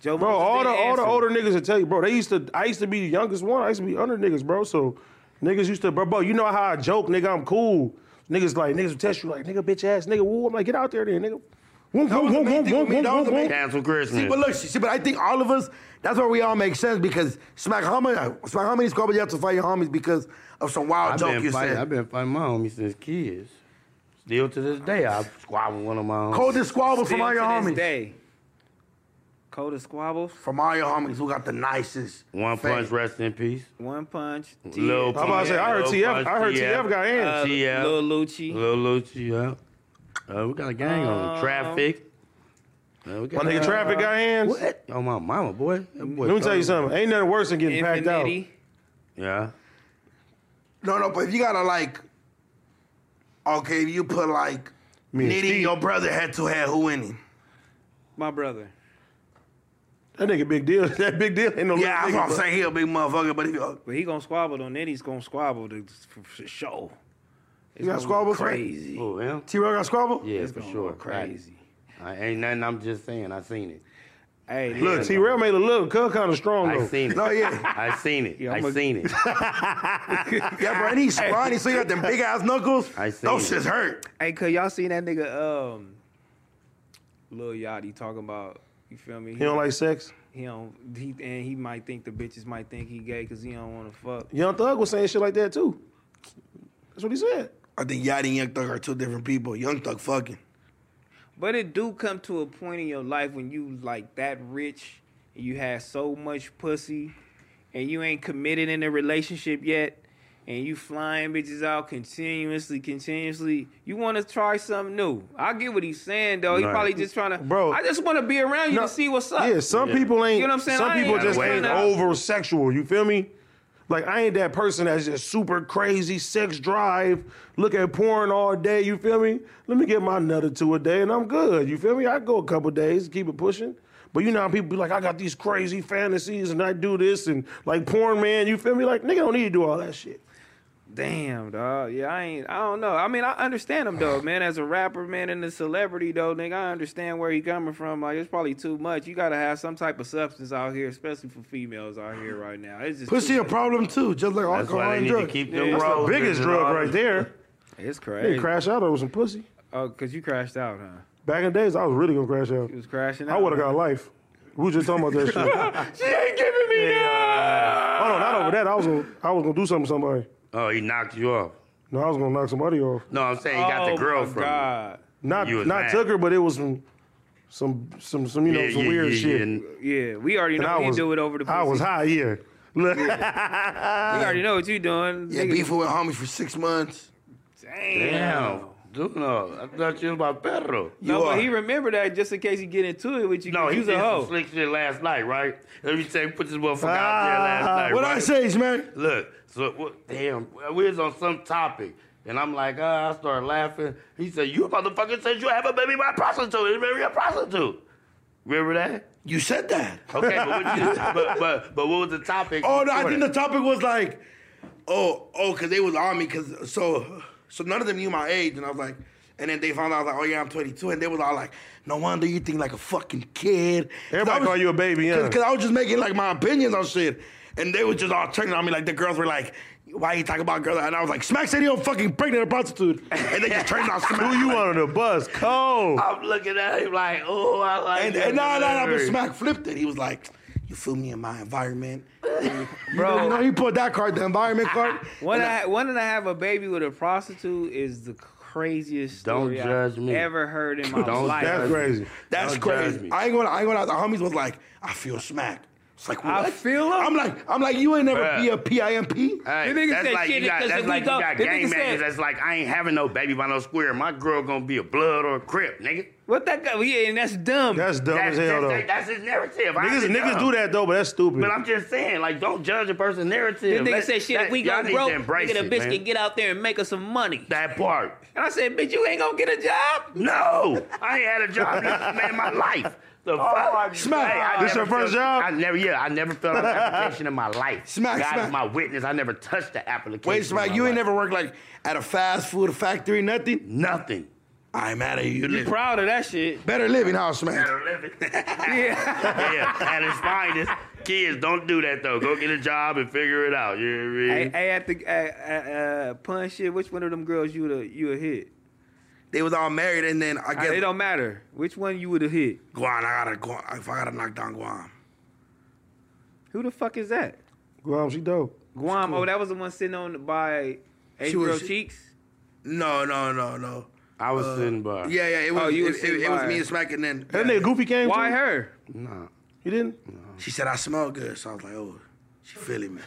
Speaker 4: Joe
Speaker 1: Bro,
Speaker 4: Moses
Speaker 1: all the
Speaker 4: didn't
Speaker 1: all the
Speaker 4: answer.
Speaker 1: older niggas will tell you, bro. They used to. I used to be the youngest one. I used to be under niggas, bro. So niggas used to, bro, bro. You know how I joke, nigga. I'm cool. Niggas like niggas will test you like nigga, bitch ass, nigga. Woo. I'm like, get out there, then, nigga. Woo, woo,
Speaker 6: was the
Speaker 1: woo,
Speaker 6: main
Speaker 1: woo,
Speaker 6: thing
Speaker 1: woo,
Speaker 6: with me. That
Speaker 1: woo,
Speaker 6: was the main
Speaker 1: woo.
Speaker 9: Cancel
Speaker 6: See, but
Speaker 9: Christmas.
Speaker 6: look, see, but I think all of us, that's where we all make sense because smack how many smack how many squabbles you have to fight your homies because of some wild
Speaker 3: I've
Speaker 6: joke
Speaker 3: been,
Speaker 6: you
Speaker 3: fighting, I've
Speaker 6: said.
Speaker 3: been fighting my homies since kids. Still to this day, I squabble with one of my homies.
Speaker 6: Coldest squabble from
Speaker 4: Still
Speaker 6: all your
Speaker 4: to this
Speaker 6: homies.
Speaker 4: Day. Coldest squabbles,
Speaker 6: From all your homies who got the nicest.
Speaker 3: One
Speaker 6: fame.
Speaker 3: punch, rest in peace.
Speaker 4: one punch, T-
Speaker 1: I'm
Speaker 3: Lil
Speaker 1: about to say, I heard
Speaker 3: Lil
Speaker 1: TF.
Speaker 3: Punch,
Speaker 1: I heard TF got in.
Speaker 3: Uh,
Speaker 4: Lil
Speaker 3: TF.
Speaker 4: Lucci.
Speaker 3: Lil Lucci, yeah. Uh, we got a gang on traffic. Uh, we
Speaker 1: My
Speaker 3: got
Speaker 1: nigga, traffic got hands.
Speaker 3: What? Oh my mama, boy. That boy
Speaker 1: Let me tell you
Speaker 3: cold.
Speaker 1: something. Ain't nothing worse than getting packed out.
Speaker 4: Infinity.
Speaker 3: Yeah.
Speaker 6: No, no, but if you gotta like, okay, if you put like
Speaker 1: Me and
Speaker 6: Nitty and your brother head to head, who winning?
Speaker 4: My brother.
Speaker 1: That nigga big deal. [LAUGHS] That big deal ain't no.
Speaker 6: Yeah,
Speaker 1: little
Speaker 6: that's
Speaker 1: nigga,
Speaker 6: what I'm
Speaker 1: bro.
Speaker 6: saying. He a big motherfucker, but he, uh,
Speaker 4: But he gonna squabble though. Nitty's gonna squabble to, for, for show. It's
Speaker 6: got
Speaker 4: gonna
Speaker 6: squabble
Speaker 4: go
Speaker 6: for it?
Speaker 4: crazy.
Speaker 3: Oh, him?
Speaker 6: T Rock got squabble.
Speaker 3: Yeah,
Speaker 4: It's
Speaker 3: for
Speaker 4: gonna
Speaker 3: sure.
Speaker 4: go crazy.
Speaker 3: I, ain't nothing. I'm just saying. I seen it.
Speaker 4: Hey,
Speaker 1: Look,
Speaker 4: look,
Speaker 1: T. Rail made a little cut kind of strong
Speaker 3: I
Speaker 1: though.
Speaker 3: seen it.
Speaker 6: No, yeah,
Speaker 3: I seen it.
Speaker 4: Yeah,
Speaker 3: I
Speaker 4: I'm a-
Speaker 3: seen it.
Speaker 6: yeah, bro. And he's scrawny, so he got them big ass knuckles.
Speaker 3: I seen
Speaker 6: Those
Speaker 3: it.
Speaker 6: shits hurt.
Speaker 4: hey, cause y'all seen that nigga um, Lil Yachty talking about. You feel me?
Speaker 1: He don't like sex.
Speaker 4: He don't. He and he might think the bitches might think he gay because he don't want to fuck.
Speaker 1: Young Thug was saying shit like that too. That's what he said.
Speaker 6: I think Yachty and Young Thug are two different people. Young Thug fucking.
Speaker 4: But it do come to a point in your life when you like that rich, and you had so much pussy, and you ain't committed in a relationship yet, and you flying bitches out continuously, continuously. You want to try something new. I get what he's saying though. He
Speaker 3: Right.
Speaker 4: probably just trying to.
Speaker 1: Bro.
Speaker 4: I just want to be around you
Speaker 1: No,
Speaker 4: to see what's up.
Speaker 1: Yeah, some people ain't.
Speaker 4: Uh, You know what I'm saying?
Speaker 1: Some
Speaker 4: I ain't
Speaker 1: people just
Speaker 4: gotta
Speaker 1: ain't
Speaker 4: wait.
Speaker 1: over sexual. You feel me? Like I ain't that person that's just super crazy sex drive. Look at porn all day. You feel me? Let me get my nut or two a day and I'm good. You feel me? I go a couple days, keep it pushing. But you know how people be like, I got these crazy fantasies and I do this and like porn man. You feel me? Like nigga don't need to do all that shit.
Speaker 4: Damn, dog. Yeah, I ain't. I don't know. I mean, I understand him though, man. As a rapper, man, and a celebrity though, nigga, I understand where he coming from. Like, it's probably too much. You gotta have some type of substance out here, especially for females out here right now. It's just
Speaker 6: Pussy
Speaker 4: too
Speaker 6: a problem too, just like
Speaker 3: That's
Speaker 6: alcohol
Speaker 3: why they
Speaker 6: and
Speaker 3: need to
Speaker 6: drugs.
Speaker 3: keep them
Speaker 4: Yeah.
Speaker 3: roads
Speaker 1: Biggest
Speaker 3: and
Speaker 1: drug
Speaker 3: all
Speaker 1: right
Speaker 3: that.
Speaker 1: there.
Speaker 4: It's
Speaker 1: They
Speaker 4: crazy.
Speaker 1: crash out over some pussy.
Speaker 4: oh, cause you crashed out, huh?
Speaker 1: Back in the days, I was really gonna crash out.
Speaker 4: You was crashing out.
Speaker 1: I would have got life. We was just talking about that shit.
Speaker 3: [LAUGHS]
Speaker 4: She ain't giving me
Speaker 1: Oh no, not over that. I was gonna, I was gonna do something to somebody.
Speaker 3: Oh, he knocked you off.
Speaker 1: No, I was gonna knock somebody off.
Speaker 3: No, I'm saying
Speaker 4: no.
Speaker 3: he got the girl
Speaker 4: Oh, my
Speaker 3: from. you.
Speaker 4: God.
Speaker 1: Not
Speaker 3: You was
Speaker 1: not
Speaker 3: mad.
Speaker 1: took her, but it was some some some some you know
Speaker 3: Yeah,
Speaker 1: some
Speaker 3: yeah,
Speaker 1: weird
Speaker 3: yeah,
Speaker 1: shit.
Speaker 3: yeah.
Speaker 1: And
Speaker 4: Yeah, we already know
Speaker 1: I
Speaker 4: he
Speaker 1: was
Speaker 4: do it over the. Pussy.
Speaker 1: I was high. Yeah, look,
Speaker 4: We already know what you doing.
Speaker 6: Yeah,
Speaker 4: nigga.
Speaker 6: beefing with homies for six months.
Speaker 4: Damn.
Speaker 3: Damn. Dude, no. I thought you was my perro.
Speaker 4: No,
Speaker 6: You
Speaker 4: but
Speaker 6: are.
Speaker 4: he remembered that just in case he get into it with you.
Speaker 3: No, he
Speaker 4: he's
Speaker 3: did
Speaker 4: a
Speaker 3: some
Speaker 4: hoe.
Speaker 3: slick shit last night, right? Let me say, put this motherfucker out
Speaker 4: Ah,
Speaker 3: there
Speaker 1: [LAUGHS]
Speaker 3: last night.
Speaker 6: What
Speaker 3: right?
Speaker 6: I say, man?
Speaker 3: Look, so what, damn, we was on some topic, and I'm like, uh, I started laughing. He said, "You motherfucker said you have a baby by a prostitute. You marry a prostitute." Remember that?
Speaker 6: You said that.
Speaker 3: Okay, but what, you, but, but but what was the topic?
Speaker 6: Oh no, I think the topic was like, oh, oh, cause they was on me, cause so, so none of them knew my age, and I was like, and then they found out I was like, oh yeah, I'm 22, and they was all like, no wonder you think like a fucking kid. 'Cause I
Speaker 1: everybody
Speaker 6: was-
Speaker 1: call you a baby.
Speaker 6: Cause,
Speaker 1: Yeah,
Speaker 6: 'cause I was just making like my opinions on shit, and they was just all turning on me. Like the girls were like, "Why you talking about girls?" And I was like, "Smack said he don't fucking pregnant a prostitute," and they just turned on
Speaker 1: [LAUGHS]
Speaker 6: Smack.
Speaker 1: who you on the bus? Cold.
Speaker 3: I'm looking at him like, oh, I like
Speaker 6: And,
Speaker 3: that
Speaker 6: and nah, nah, nah, but
Speaker 3: delivery.
Speaker 6: Smack flipped it. He was like, "You feel me in my environment,
Speaker 4: Bro.
Speaker 6: Bro, you know he put that card, the environment card.
Speaker 4: When I when did I have a baby with a prostitute is the craziest
Speaker 3: Don't
Speaker 4: story
Speaker 3: judge
Speaker 4: I've
Speaker 3: me.
Speaker 4: ever heard in my
Speaker 3: [LAUGHS] Don't
Speaker 4: life.
Speaker 1: That's
Speaker 3: judge
Speaker 1: crazy.
Speaker 6: That's
Speaker 3: Don't judge
Speaker 6: crazy.
Speaker 3: me.
Speaker 6: I ain't gonna. I ain't gonna. The homies was like, "I feel Smack." It's like,
Speaker 4: I
Speaker 6: what?
Speaker 4: feel him?
Speaker 6: I'm like, I'm like, you ain't never
Speaker 3: Bruh.
Speaker 6: be a PIMP.
Speaker 3: Hey,
Speaker 4: The nigga
Speaker 3: that's
Speaker 4: said
Speaker 3: like
Speaker 4: shit
Speaker 3: you got,
Speaker 4: because
Speaker 3: that's
Speaker 4: if we
Speaker 3: like
Speaker 4: go-
Speaker 3: you got
Speaker 4: the
Speaker 3: gang
Speaker 4: nigga said-
Speaker 3: members. That's like I ain't having no baby by no square. My girl gonna be a blood or a crip, nigga.
Speaker 4: What that guy? Yeah, and that's dumb.
Speaker 1: That's dumb
Speaker 3: That's,
Speaker 1: as hell though.
Speaker 3: that's, that's his narrative.
Speaker 1: niggas niggas do that though, but that's stupid.
Speaker 3: But I'm just saying, like, don't judge a
Speaker 4: the
Speaker 3: person's narrative.
Speaker 4: nigga
Speaker 3: Let-
Speaker 4: said shit.
Speaker 3: that-
Speaker 4: if we go
Speaker 3: y'all need to
Speaker 4: broke,
Speaker 3: embrace
Speaker 4: nigga, the
Speaker 3: it,
Speaker 4: bitch
Speaker 3: man.
Speaker 4: can get out there and make us some money.
Speaker 3: that part.
Speaker 4: And I said, bitch, you ain't gonna get a job.
Speaker 3: No, I ain't had a job in- in my life. The fuck?
Speaker 2: Smack.
Speaker 3: Hey, I
Speaker 2: This
Speaker 3: never
Speaker 2: your first
Speaker 3: filled-
Speaker 2: job?
Speaker 3: I never, yeah, I never filled out an application in my life.
Speaker 6: Smack,
Speaker 3: God
Speaker 6: smack.
Speaker 3: is my witness. I never touched the application.
Speaker 6: Wait,
Speaker 3: in
Speaker 6: Smack,
Speaker 3: my
Speaker 6: you ain't
Speaker 3: life.
Speaker 6: never worked like at a fast food factory, nothing.
Speaker 3: nothing.
Speaker 6: I'm mad at you. You
Speaker 4: You
Speaker 6: live
Speaker 4: proud of that shit?
Speaker 6: better living, how Smack?
Speaker 4: Yeah.
Speaker 3: yeah, at its finest. Kids, don't do that though. Go get a job and figure it out. You know what I
Speaker 4: hey,
Speaker 3: mean?
Speaker 4: hey, at the uh, uh, punch shit, which one of them girls you would you would hit?
Speaker 6: They was all married, and then I guess
Speaker 4: It don't matter which one you would have hit.
Speaker 6: Guam. I gotta Guam. If I gotta knock down Guam.
Speaker 4: Who the fuck is that?
Speaker 1: Guam, she dope.
Speaker 4: Guam. Oh, that was the one sitting on by H
Speaker 6: She was-
Speaker 4: Girl Cheeks.
Speaker 6: No, no, no, no.
Speaker 3: I was sitting by.
Speaker 6: Uh, Yeah, yeah. It was.
Speaker 4: Oh, you
Speaker 6: it,
Speaker 4: was
Speaker 6: it-
Speaker 4: sitting
Speaker 6: it was
Speaker 4: by
Speaker 6: me
Speaker 4: her.
Speaker 6: and Smack, and then
Speaker 1: That nigga Goofy came
Speaker 4: Why
Speaker 1: too?
Speaker 4: her?
Speaker 3: Nah.
Speaker 1: He didn't?
Speaker 6: she said I smell good, so I was like, oh, she feeling me.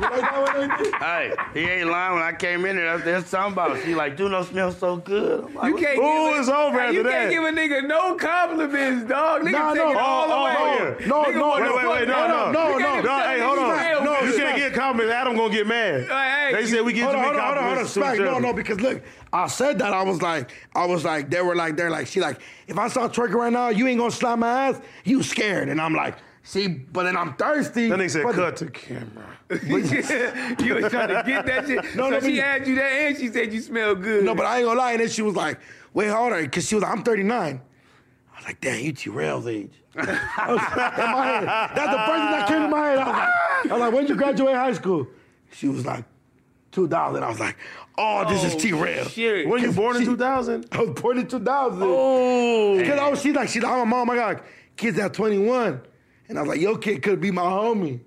Speaker 3: Hey, he ain't lying. When I came in there, I was there something about it. She like, do no smell so good. I'm like,
Speaker 4: You can't.
Speaker 1: Ooh,
Speaker 4: give a-
Speaker 1: it's over
Speaker 4: Hey, you
Speaker 1: after that.
Speaker 4: can't give a nigga no compliments, dog. Nigga take it all away.
Speaker 1: Oh, no,
Speaker 4: Nigga
Speaker 1: no,
Speaker 4: wanna
Speaker 1: wait, wait,
Speaker 4: fuck
Speaker 1: wait,
Speaker 4: you.
Speaker 1: no, no,
Speaker 4: You
Speaker 1: no,
Speaker 4: can't
Speaker 1: no, no,
Speaker 4: even tell
Speaker 1: hey,
Speaker 4: me
Speaker 1: hold
Speaker 4: you
Speaker 1: on,
Speaker 4: failed.
Speaker 1: no,
Speaker 4: Hey,
Speaker 1: you can't get compliments. Adam gonna get mad.
Speaker 4: hey,
Speaker 1: They
Speaker 4: you-
Speaker 1: said we get
Speaker 6: Hold
Speaker 1: too
Speaker 6: on,
Speaker 1: many
Speaker 6: hold on, hold on, hold on,
Speaker 1: compliments.
Speaker 6: Smack,
Speaker 1: to each
Speaker 6: no,
Speaker 1: other.
Speaker 6: no, because look, I said that I was like, I was like, they were like, they're like, she like, if I start twerking right now, you ain't gonna slap my ass. You scared, and I'm like, see, but then I'm thirsty.
Speaker 1: That nigga said,
Speaker 6: but,
Speaker 1: cut to camera.
Speaker 4: [LAUGHS] you was trying to get that shit.
Speaker 6: No, no,
Speaker 4: so
Speaker 6: but
Speaker 4: she
Speaker 6: you-
Speaker 4: had you that, and she said you smell good.
Speaker 6: No, but I ain't gonna lie. And then she was like, wait, hold on, because she was like, I'm 39. I was like, damn, you T
Speaker 1: [LAUGHS]
Speaker 6: Rail's age. I was- in my head, that's the first thing that came to my head. I was like, I was like, when did you graduate high school? She was like, 2000. I was like, oh, this is
Speaker 4: Oh,
Speaker 6: T Rail.
Speaker 4: shit.
Speaker 1: When you born in
Speaker 6: She-
Speaker 1: 2000?
Speaker 6: I was born in 2000. Oh. Because I was, she's like, she's like, I'm a mom. I got kids at 21. And I was like, your kid could be my homie.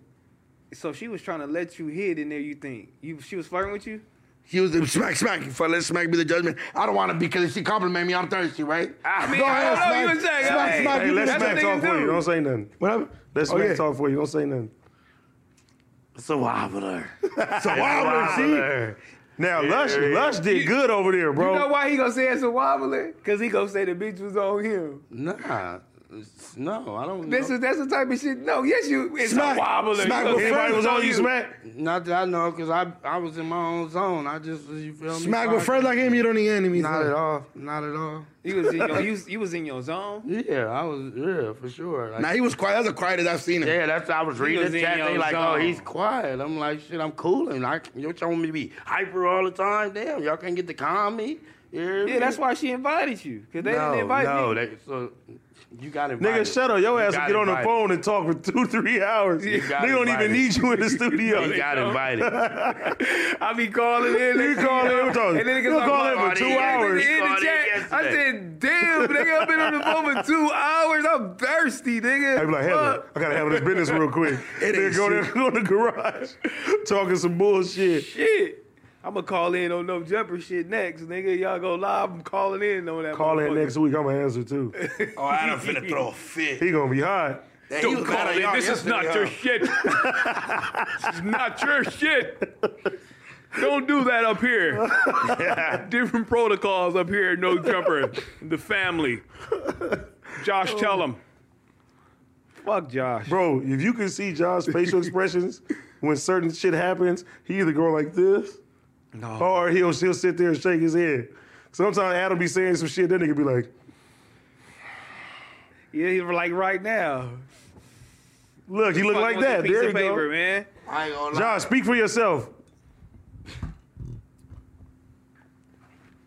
Speaker 4: So she was trying to let you hit in there. You think you? She was flirting with you.
Speaker 6: She was smack, smack. For let smack be the judgment. I don't want to be because if she compliment me, I'm thirsty, right?
Speaker 4: I mean, I don't know, you was saying,
Speaker 6: smack,
Speaker 4: hey,
Speaker 6: smack,
Speaker 4: hey,
Speaker 6: you
Speaker 1: Let
Speaker 6: can-
Speaker 4: That's what
Speaker 1: Smack talk
Speaker 4: niggas
Speaker 1: for you.
Speaker 4: do.
Speaker 1: Don't say nothing.
Speaker 6: Whatever.
Speaker 1: Let
Speaker 6: Oh,
Speaker 1: Smack
Speaker 6: yeah.
Speaker 1: talk for you. Don't say nothing.
Speaker 3: so wobbler.
Speaker 6: So why would she?
Speaker 3: Wobbler.
Speaker 1: Now, Lush,
Speaker 3: yeah.
Speaker 1: Lush did good over there, bro.
Speaker 4: You know why he gonna say it's a wobbler? Cause he gonna say the bitch was on him.
Speaker 3: Nah. No, I don't
Speaker 4: This
Speaker 3: know.
Speaker 4: is that's the type of shit. No, yes, you. It's
Speaker 6: Smack.
Speaker 4: a wobbler. You
Speaker 6: Smack
Speaker 4: gonna
Speaker 6: with
Speaker 4: say
Speaker 1: Anybody
Speaker 4: it
Speaker 1: was on you,
Speaker 4: you.
Speaker 1: Smack?
Speaker 3: Not that I know, because I, I was in my own zone. I just, you feel me?
Speaker 6: Smack with friends like him, you don't need enemies.
Speaker 3: Not at all. Not at all.
Speaker 4: You was in your you, you was in your zone.
Speaker 3: Yeah, I was, yeah, for sure. Like,
Speaker 6: Now he was quiet. That's the quietest I've seen him.
Speaker 3: Yeah, that's I was reading
Speaker 4: was
Speaker 3: the
Speaker 4: in
Speaker 3: chat.
Speaker 4: your
Speaker 3: They like, oh,
Speaker 4: zone.
Speaker 3: he's quiet. I'm like, shit, I'm cooling. I you y'all want me to be hyper all the time? Damn, y'all can't get to calm me.
Speaker 4: Yeah, that's why she invited you. Cause they
Speaker 3: no,
Speaker 4: didn't invite
Speaker 3: no,
Speaker 4: you.
Speaker 3: They, so you got
Speaker 1: Nigga,
Speaker 3: invited.
Speaker 1: shut up. Your
Speaker 3: You
Speaker 1: ass will
Speaker 3: got
Speaker 1: get on the
Speaker 3: invited.
Speaker 1: phone and talk for two, three hours. They
Speaker 3: You got
Speaker 1: don't even
Speaker 3: invited.
Speaker 1: need you in the studio.
Speaker 3: He got invited.
Speaker 4: I be calling in.
Speaker 1: You call him, we talking-
Speaker 4: And then
Speaker 1: you
Speaker 4: niggas
Speaker 1: call him
Speaker 4: like,
Speaker 1: for
Speaker 3: "Party
Speaker 1: two
Speaker 3: in the
Speaker 1: hours.
Speaker 4: In the
Speaker 3: Called in
Speaker 4: chat, I
Speaker 3: yesterday.
Speaker 4: said, damn, nigga, I've been on the phone for two hours. I'm thirsty, nigga.
Speaker 1: They be like, Heather,
Speaker 4: Fuck.
Speaker 1: I gotta handle this business real quick. They
Speaker 6: ain't
Speaker 1: go there, go in the garage, talking some bullshit.
Speaker 4: shit. I'ma call in on no jumper shit next, nigga. Y'all go live. I'm calling in on that.
Speaker 1: Call in
Speaker 4: motherfucker.
Speaker 1: next week. I'm gonna answer too.
Speaker 6: [LAUGHS] Oh, Adam finna throw a fit.
Speaker 1: He gonna be hot.
Speaker 6: Hey, he
Speaker 8: Don't
Speaker 6: was
Speaker 8: call
Speaker 6: mad at
Speaker 8: it.
Speaker 6: y'all
Speaker 8: This is not
Speaker 6: yesterday,
Speaker 8: your
Speaker 6: huh?
Speaker 8: shit. this is not your shit. Don't do that up here. Different protocols up here. No jumper. The family. Josh, tell him.
Speaker 4: Fuck Josh.
Speaker 1: Bro, if you can see John's
Speaker 4: [LAUGHS]
Speaker 1: facial expressions when certain shit happens, he either go like this, or he'll, he'll sit there and shake his head. Sometimes Adam be saying some shit, that nigga be like,
Speaker 4: Yeah, he's like right now.
Speaker 1: look, he look like
Speaker 4: Fucking with
Speaker 1: that.
Speaker 4: the piece
Speaker 1: There
Speaker 4: of
Speaker 1: you
Speaker 4: paper,
Speaker 1: go.
Speaker 4: man.
Speaker 6: I ain't gonna lie.
Speaker 1: John, speak for yourself.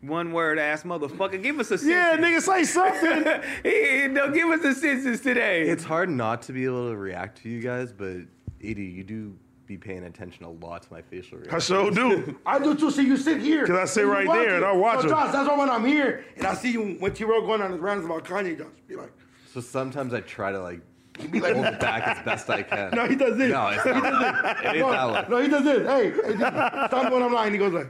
Speaker 4: One word ass motherfucker. Give us a sentence.
Speaker 1: Yeah, nigga, say something.
Speaker 4: [LAUGHS] he, he, no, give us a sentence today.
Speaker 7: It's hard not to be able to react to you guys, but Edie, you do be paying attention a lot to my facial
Speaker 1: I
Speaker 7: reactions.
Speaker 1: sure
Speaker 4: [LAUGHS]
Speaker 1: do.
Speaker 6: I do too. See you sit here.
Speaker 1: 'Cause I sit
Speaker 6: you
Speaker 1: right
Speaker 6: watch
Speaker 1: there and I watch
Speaker 6: so
Speaker 1: him.
Speaker 6: Josh, that's why when I'm here and I see you when T Rail going on his rounds about Kanye, Josh be like,
Speaker 7: So sometimes I try to like hold it back as best I can.
Speaker 6: no, he does this.
Speaker 7: No, it's not. It ain't that
Speaker 6: no,
Speaker 7: one.
Speaker 6: no, he does this. Hey, hey dude, stop when I'm lying. He goes like,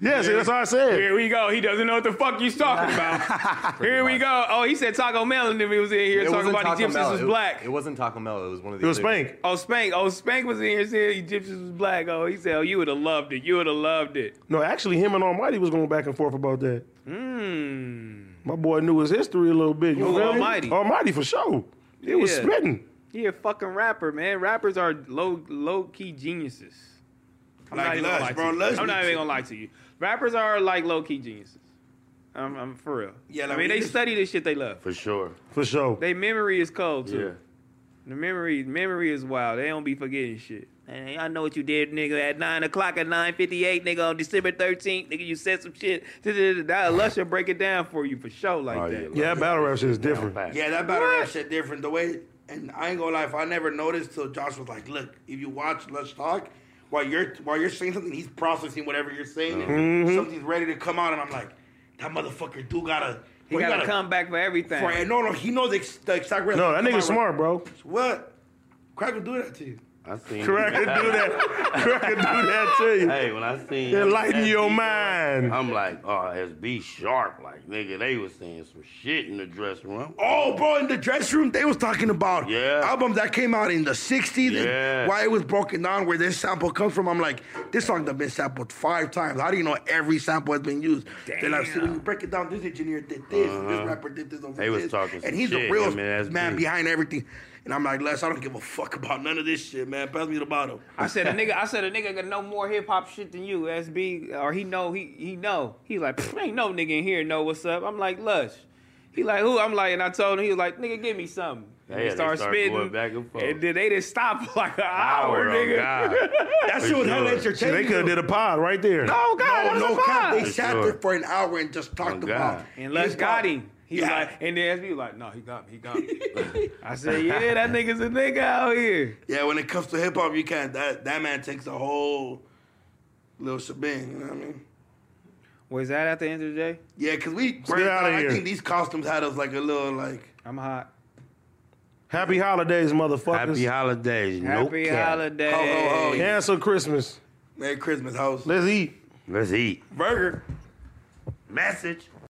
Speaker 1: Yeah, see, that's what I said.
Speaker 8: Here we go. He doesn't know what the fuck he's talking about. here we go.
Speaker 4: Oh, he said Taco Melon if he was in here
Speaker 7: It
Speaker 4: talking
Speaker 7: wasn't
Speaker 4: about
Speaker 7: Taco
Speaker 4: Egyptians
Speaker 7: Bell.
Speaker 4: was
Speaker 7: It-
Speaker 4: black.
Speaker 7: It wasn't Taco Mel. It was one of the.
Speaker 1: It was
Speaker 7: other-
Speaker 1: Spank.
Speaker 4: Oh, Spank. Oh, Spank was in here saying Egyptians was black. Oh, he said, oh, you would have loved it. You would have loved it.
Speaker 1: No, actually, him and Almighty was going back and forth about that.
Speaker 4: Hmm.
Speaker 1: My boy knew his history a little bit. You
Speaker 4: Who,
Speaker 1: feel me?
Speaker 4: Almighty?
Speaker 1: Almighty for sure. He was
Speaker 4: Yeah.
Speaker 1: spitting.
Speaker 4: He a fucking rapper, man. Rappers are low low key geniuses. I'm
Speaker 6: Like
Speaker 4: not even
Speaker 6: Lush,
Speaker 4: gonna lie
Speaker 6: bro.
Speaker 4: to you.
Speaker 6: Lush
Speaker 4: I'm not
Speaker 6: be-
Speaker 4: even gonna lie to you. Rappers are like low key geniuses. I I'm, I'm for real.
Speaker 6: Yeah, like
Speaker 4: I mean,
Speaker 6: we
Speaker 4: they
Speaker 6: just-
Speaker 4: study this shit they love.
Speaker 3: for sure.
Speaker 1: For sure.
Speaker 4: They memory is cold too.
Speaker 3: Yeah.
Speaker 4: The memory, memory is wild. They don't be forgetting shit. Hey, I know what you did, nigga. At nine o'clock at nine fifty eight, nigga, on December thirteenth, nigga, you said some shit. That Lusher break it down for you for sure, like
Speaker 3: Oh, yeah,
Speaker 4: that.
Speaker 3: Lusher.
Speaker 1: Yeah, that battle rap shit is different.
Speaker 3: Fact.
Speaker 6: Yeah, that battle rap shit different. The way, and I ain't gonna lie, if I never noticed till Josh was like, "Look, if you watch Let's Talk, while you're while you're saying something, he's processing whatever you're saying, and
Speaker 1: Mm-hmm.
Speaker 6: something's ready to come out." And I'm like, "That motherfucker do gotta,
Speaker 4: He gotta, come back for everything.
Speaker 6: For, no, no, he knows ex- the exact. rest.
Speaker 1: No, that
Speaker 6: Come
Speaker 1: nigga
Speaker 6: on,
Speaker 1: smart, bro.
Speaker 6: What? Crack will do that to you.
Speaker 3: I seen
Speaker 1: Crack could do that. Crack could do that to you.
Speaker 3: Hey, when I seen
Speaker 1: Enlighten your
Speaker 3: SB,
Speaker 1: mind.
Speaker 3: I'm like, oh, SB sharp. Like, nigga, they was saying some shit in the dressing room.
Speaker 6: Oh, bro, in the dress room, they was talking about
Speaker 3: Yeah.
Speaker 6: albums that came out in the 60s
Speaker 3: Yeah.
Speaker 6: and why it was broken down, where this sample comes from. I'm like, this song done been sampled five times. How do you know every sample has been used? Then I see when you break it down, this engineer did this, and this rapper did this over
Speaker 3: Uh-huh. They was
Speaker 6: this.
Speaker 3: talking
Speaker 6: and he's
Speaker 3: some
Speaker 6: the
Speaker 3: shit,
Speaker 6: real
Speaker 3: I mean, that's
Speaker 6: man
Speaker 3: big.
Speaker 6: behind everything. And I'm like, Les, I don't give a fuck about none of this shit, man. Pass me the bottle.
Speaker 4: I said a nigga, I said a nigga got know more hip hop shit than you, SB, or he know he he know. He like "Pfft, ain't no nigga in here know what's up. I'm like Lush. He like who? I'm like, and I told him he was like nigga, give me something. And
Speaker 3: Yeah, they start going back and forth.
Speaker 4: and then they didn't stop for like an hour,
Speaker 3: oh,
Speaker 4: nigga.
Speaker 3: God.
Speaker 6: That shit was
Speaker 3: sure.
Speaker 6: hella
Speaker 1: Shit,
Speaker 6: entertaining.
Speaker 1: they could have did a pod right there.
Speaker 4: Oh
Speaker 6: No,
Speaker 4: God, that was
Speaker 6: no
Speaker 4: a
Speaker 6: cap. They
Speaker 4: vibe.
Speaker 3: For
Speaker 6: sat
Speaker 3: sure.
Speaker 6: there for an hour and just talked
Speaker 3: Oh,
Speaker 6: about.
Speaker 3: God.
Speaker 4: And Lush got him. He was
Speaker 6: Yeah.
Speaker 4: like, and then SB was like, no, he got me, he got
Speaker 6: [LAUGHS]
Speaker 4: me. I said, yeah, that nigga's a nigga out here.
Speaker 6: Yeah, when it comes to hip hop, you can't. That that man takes the whole little shebang. You know what I mean?
Speaker 4: Was that at the end of the day?
Speaker 6: Yeah, cause we.
Speaker 1: get outta
Speaker 6: I
Speaker 1: here.
Speaker 6: think these costumes had us like a little like.
Speaker 4: I'm hot.
Speaker 1: Happy holidays, motherfuckers.
Speaker 3: Happy holidays.
Speaker 4: Happy
Speaker 3: no cap.
Speaker 4: holiday.
Speaker 6: Ho, ho, ho.
Speaker 1: Cancel Christmas.
Speaker 6: Merry Christmas, house.
Speaker 1: Let's eat.
Speaker 3: Let's eat.
Speaker 6: Burger.
Speaker 3: Message.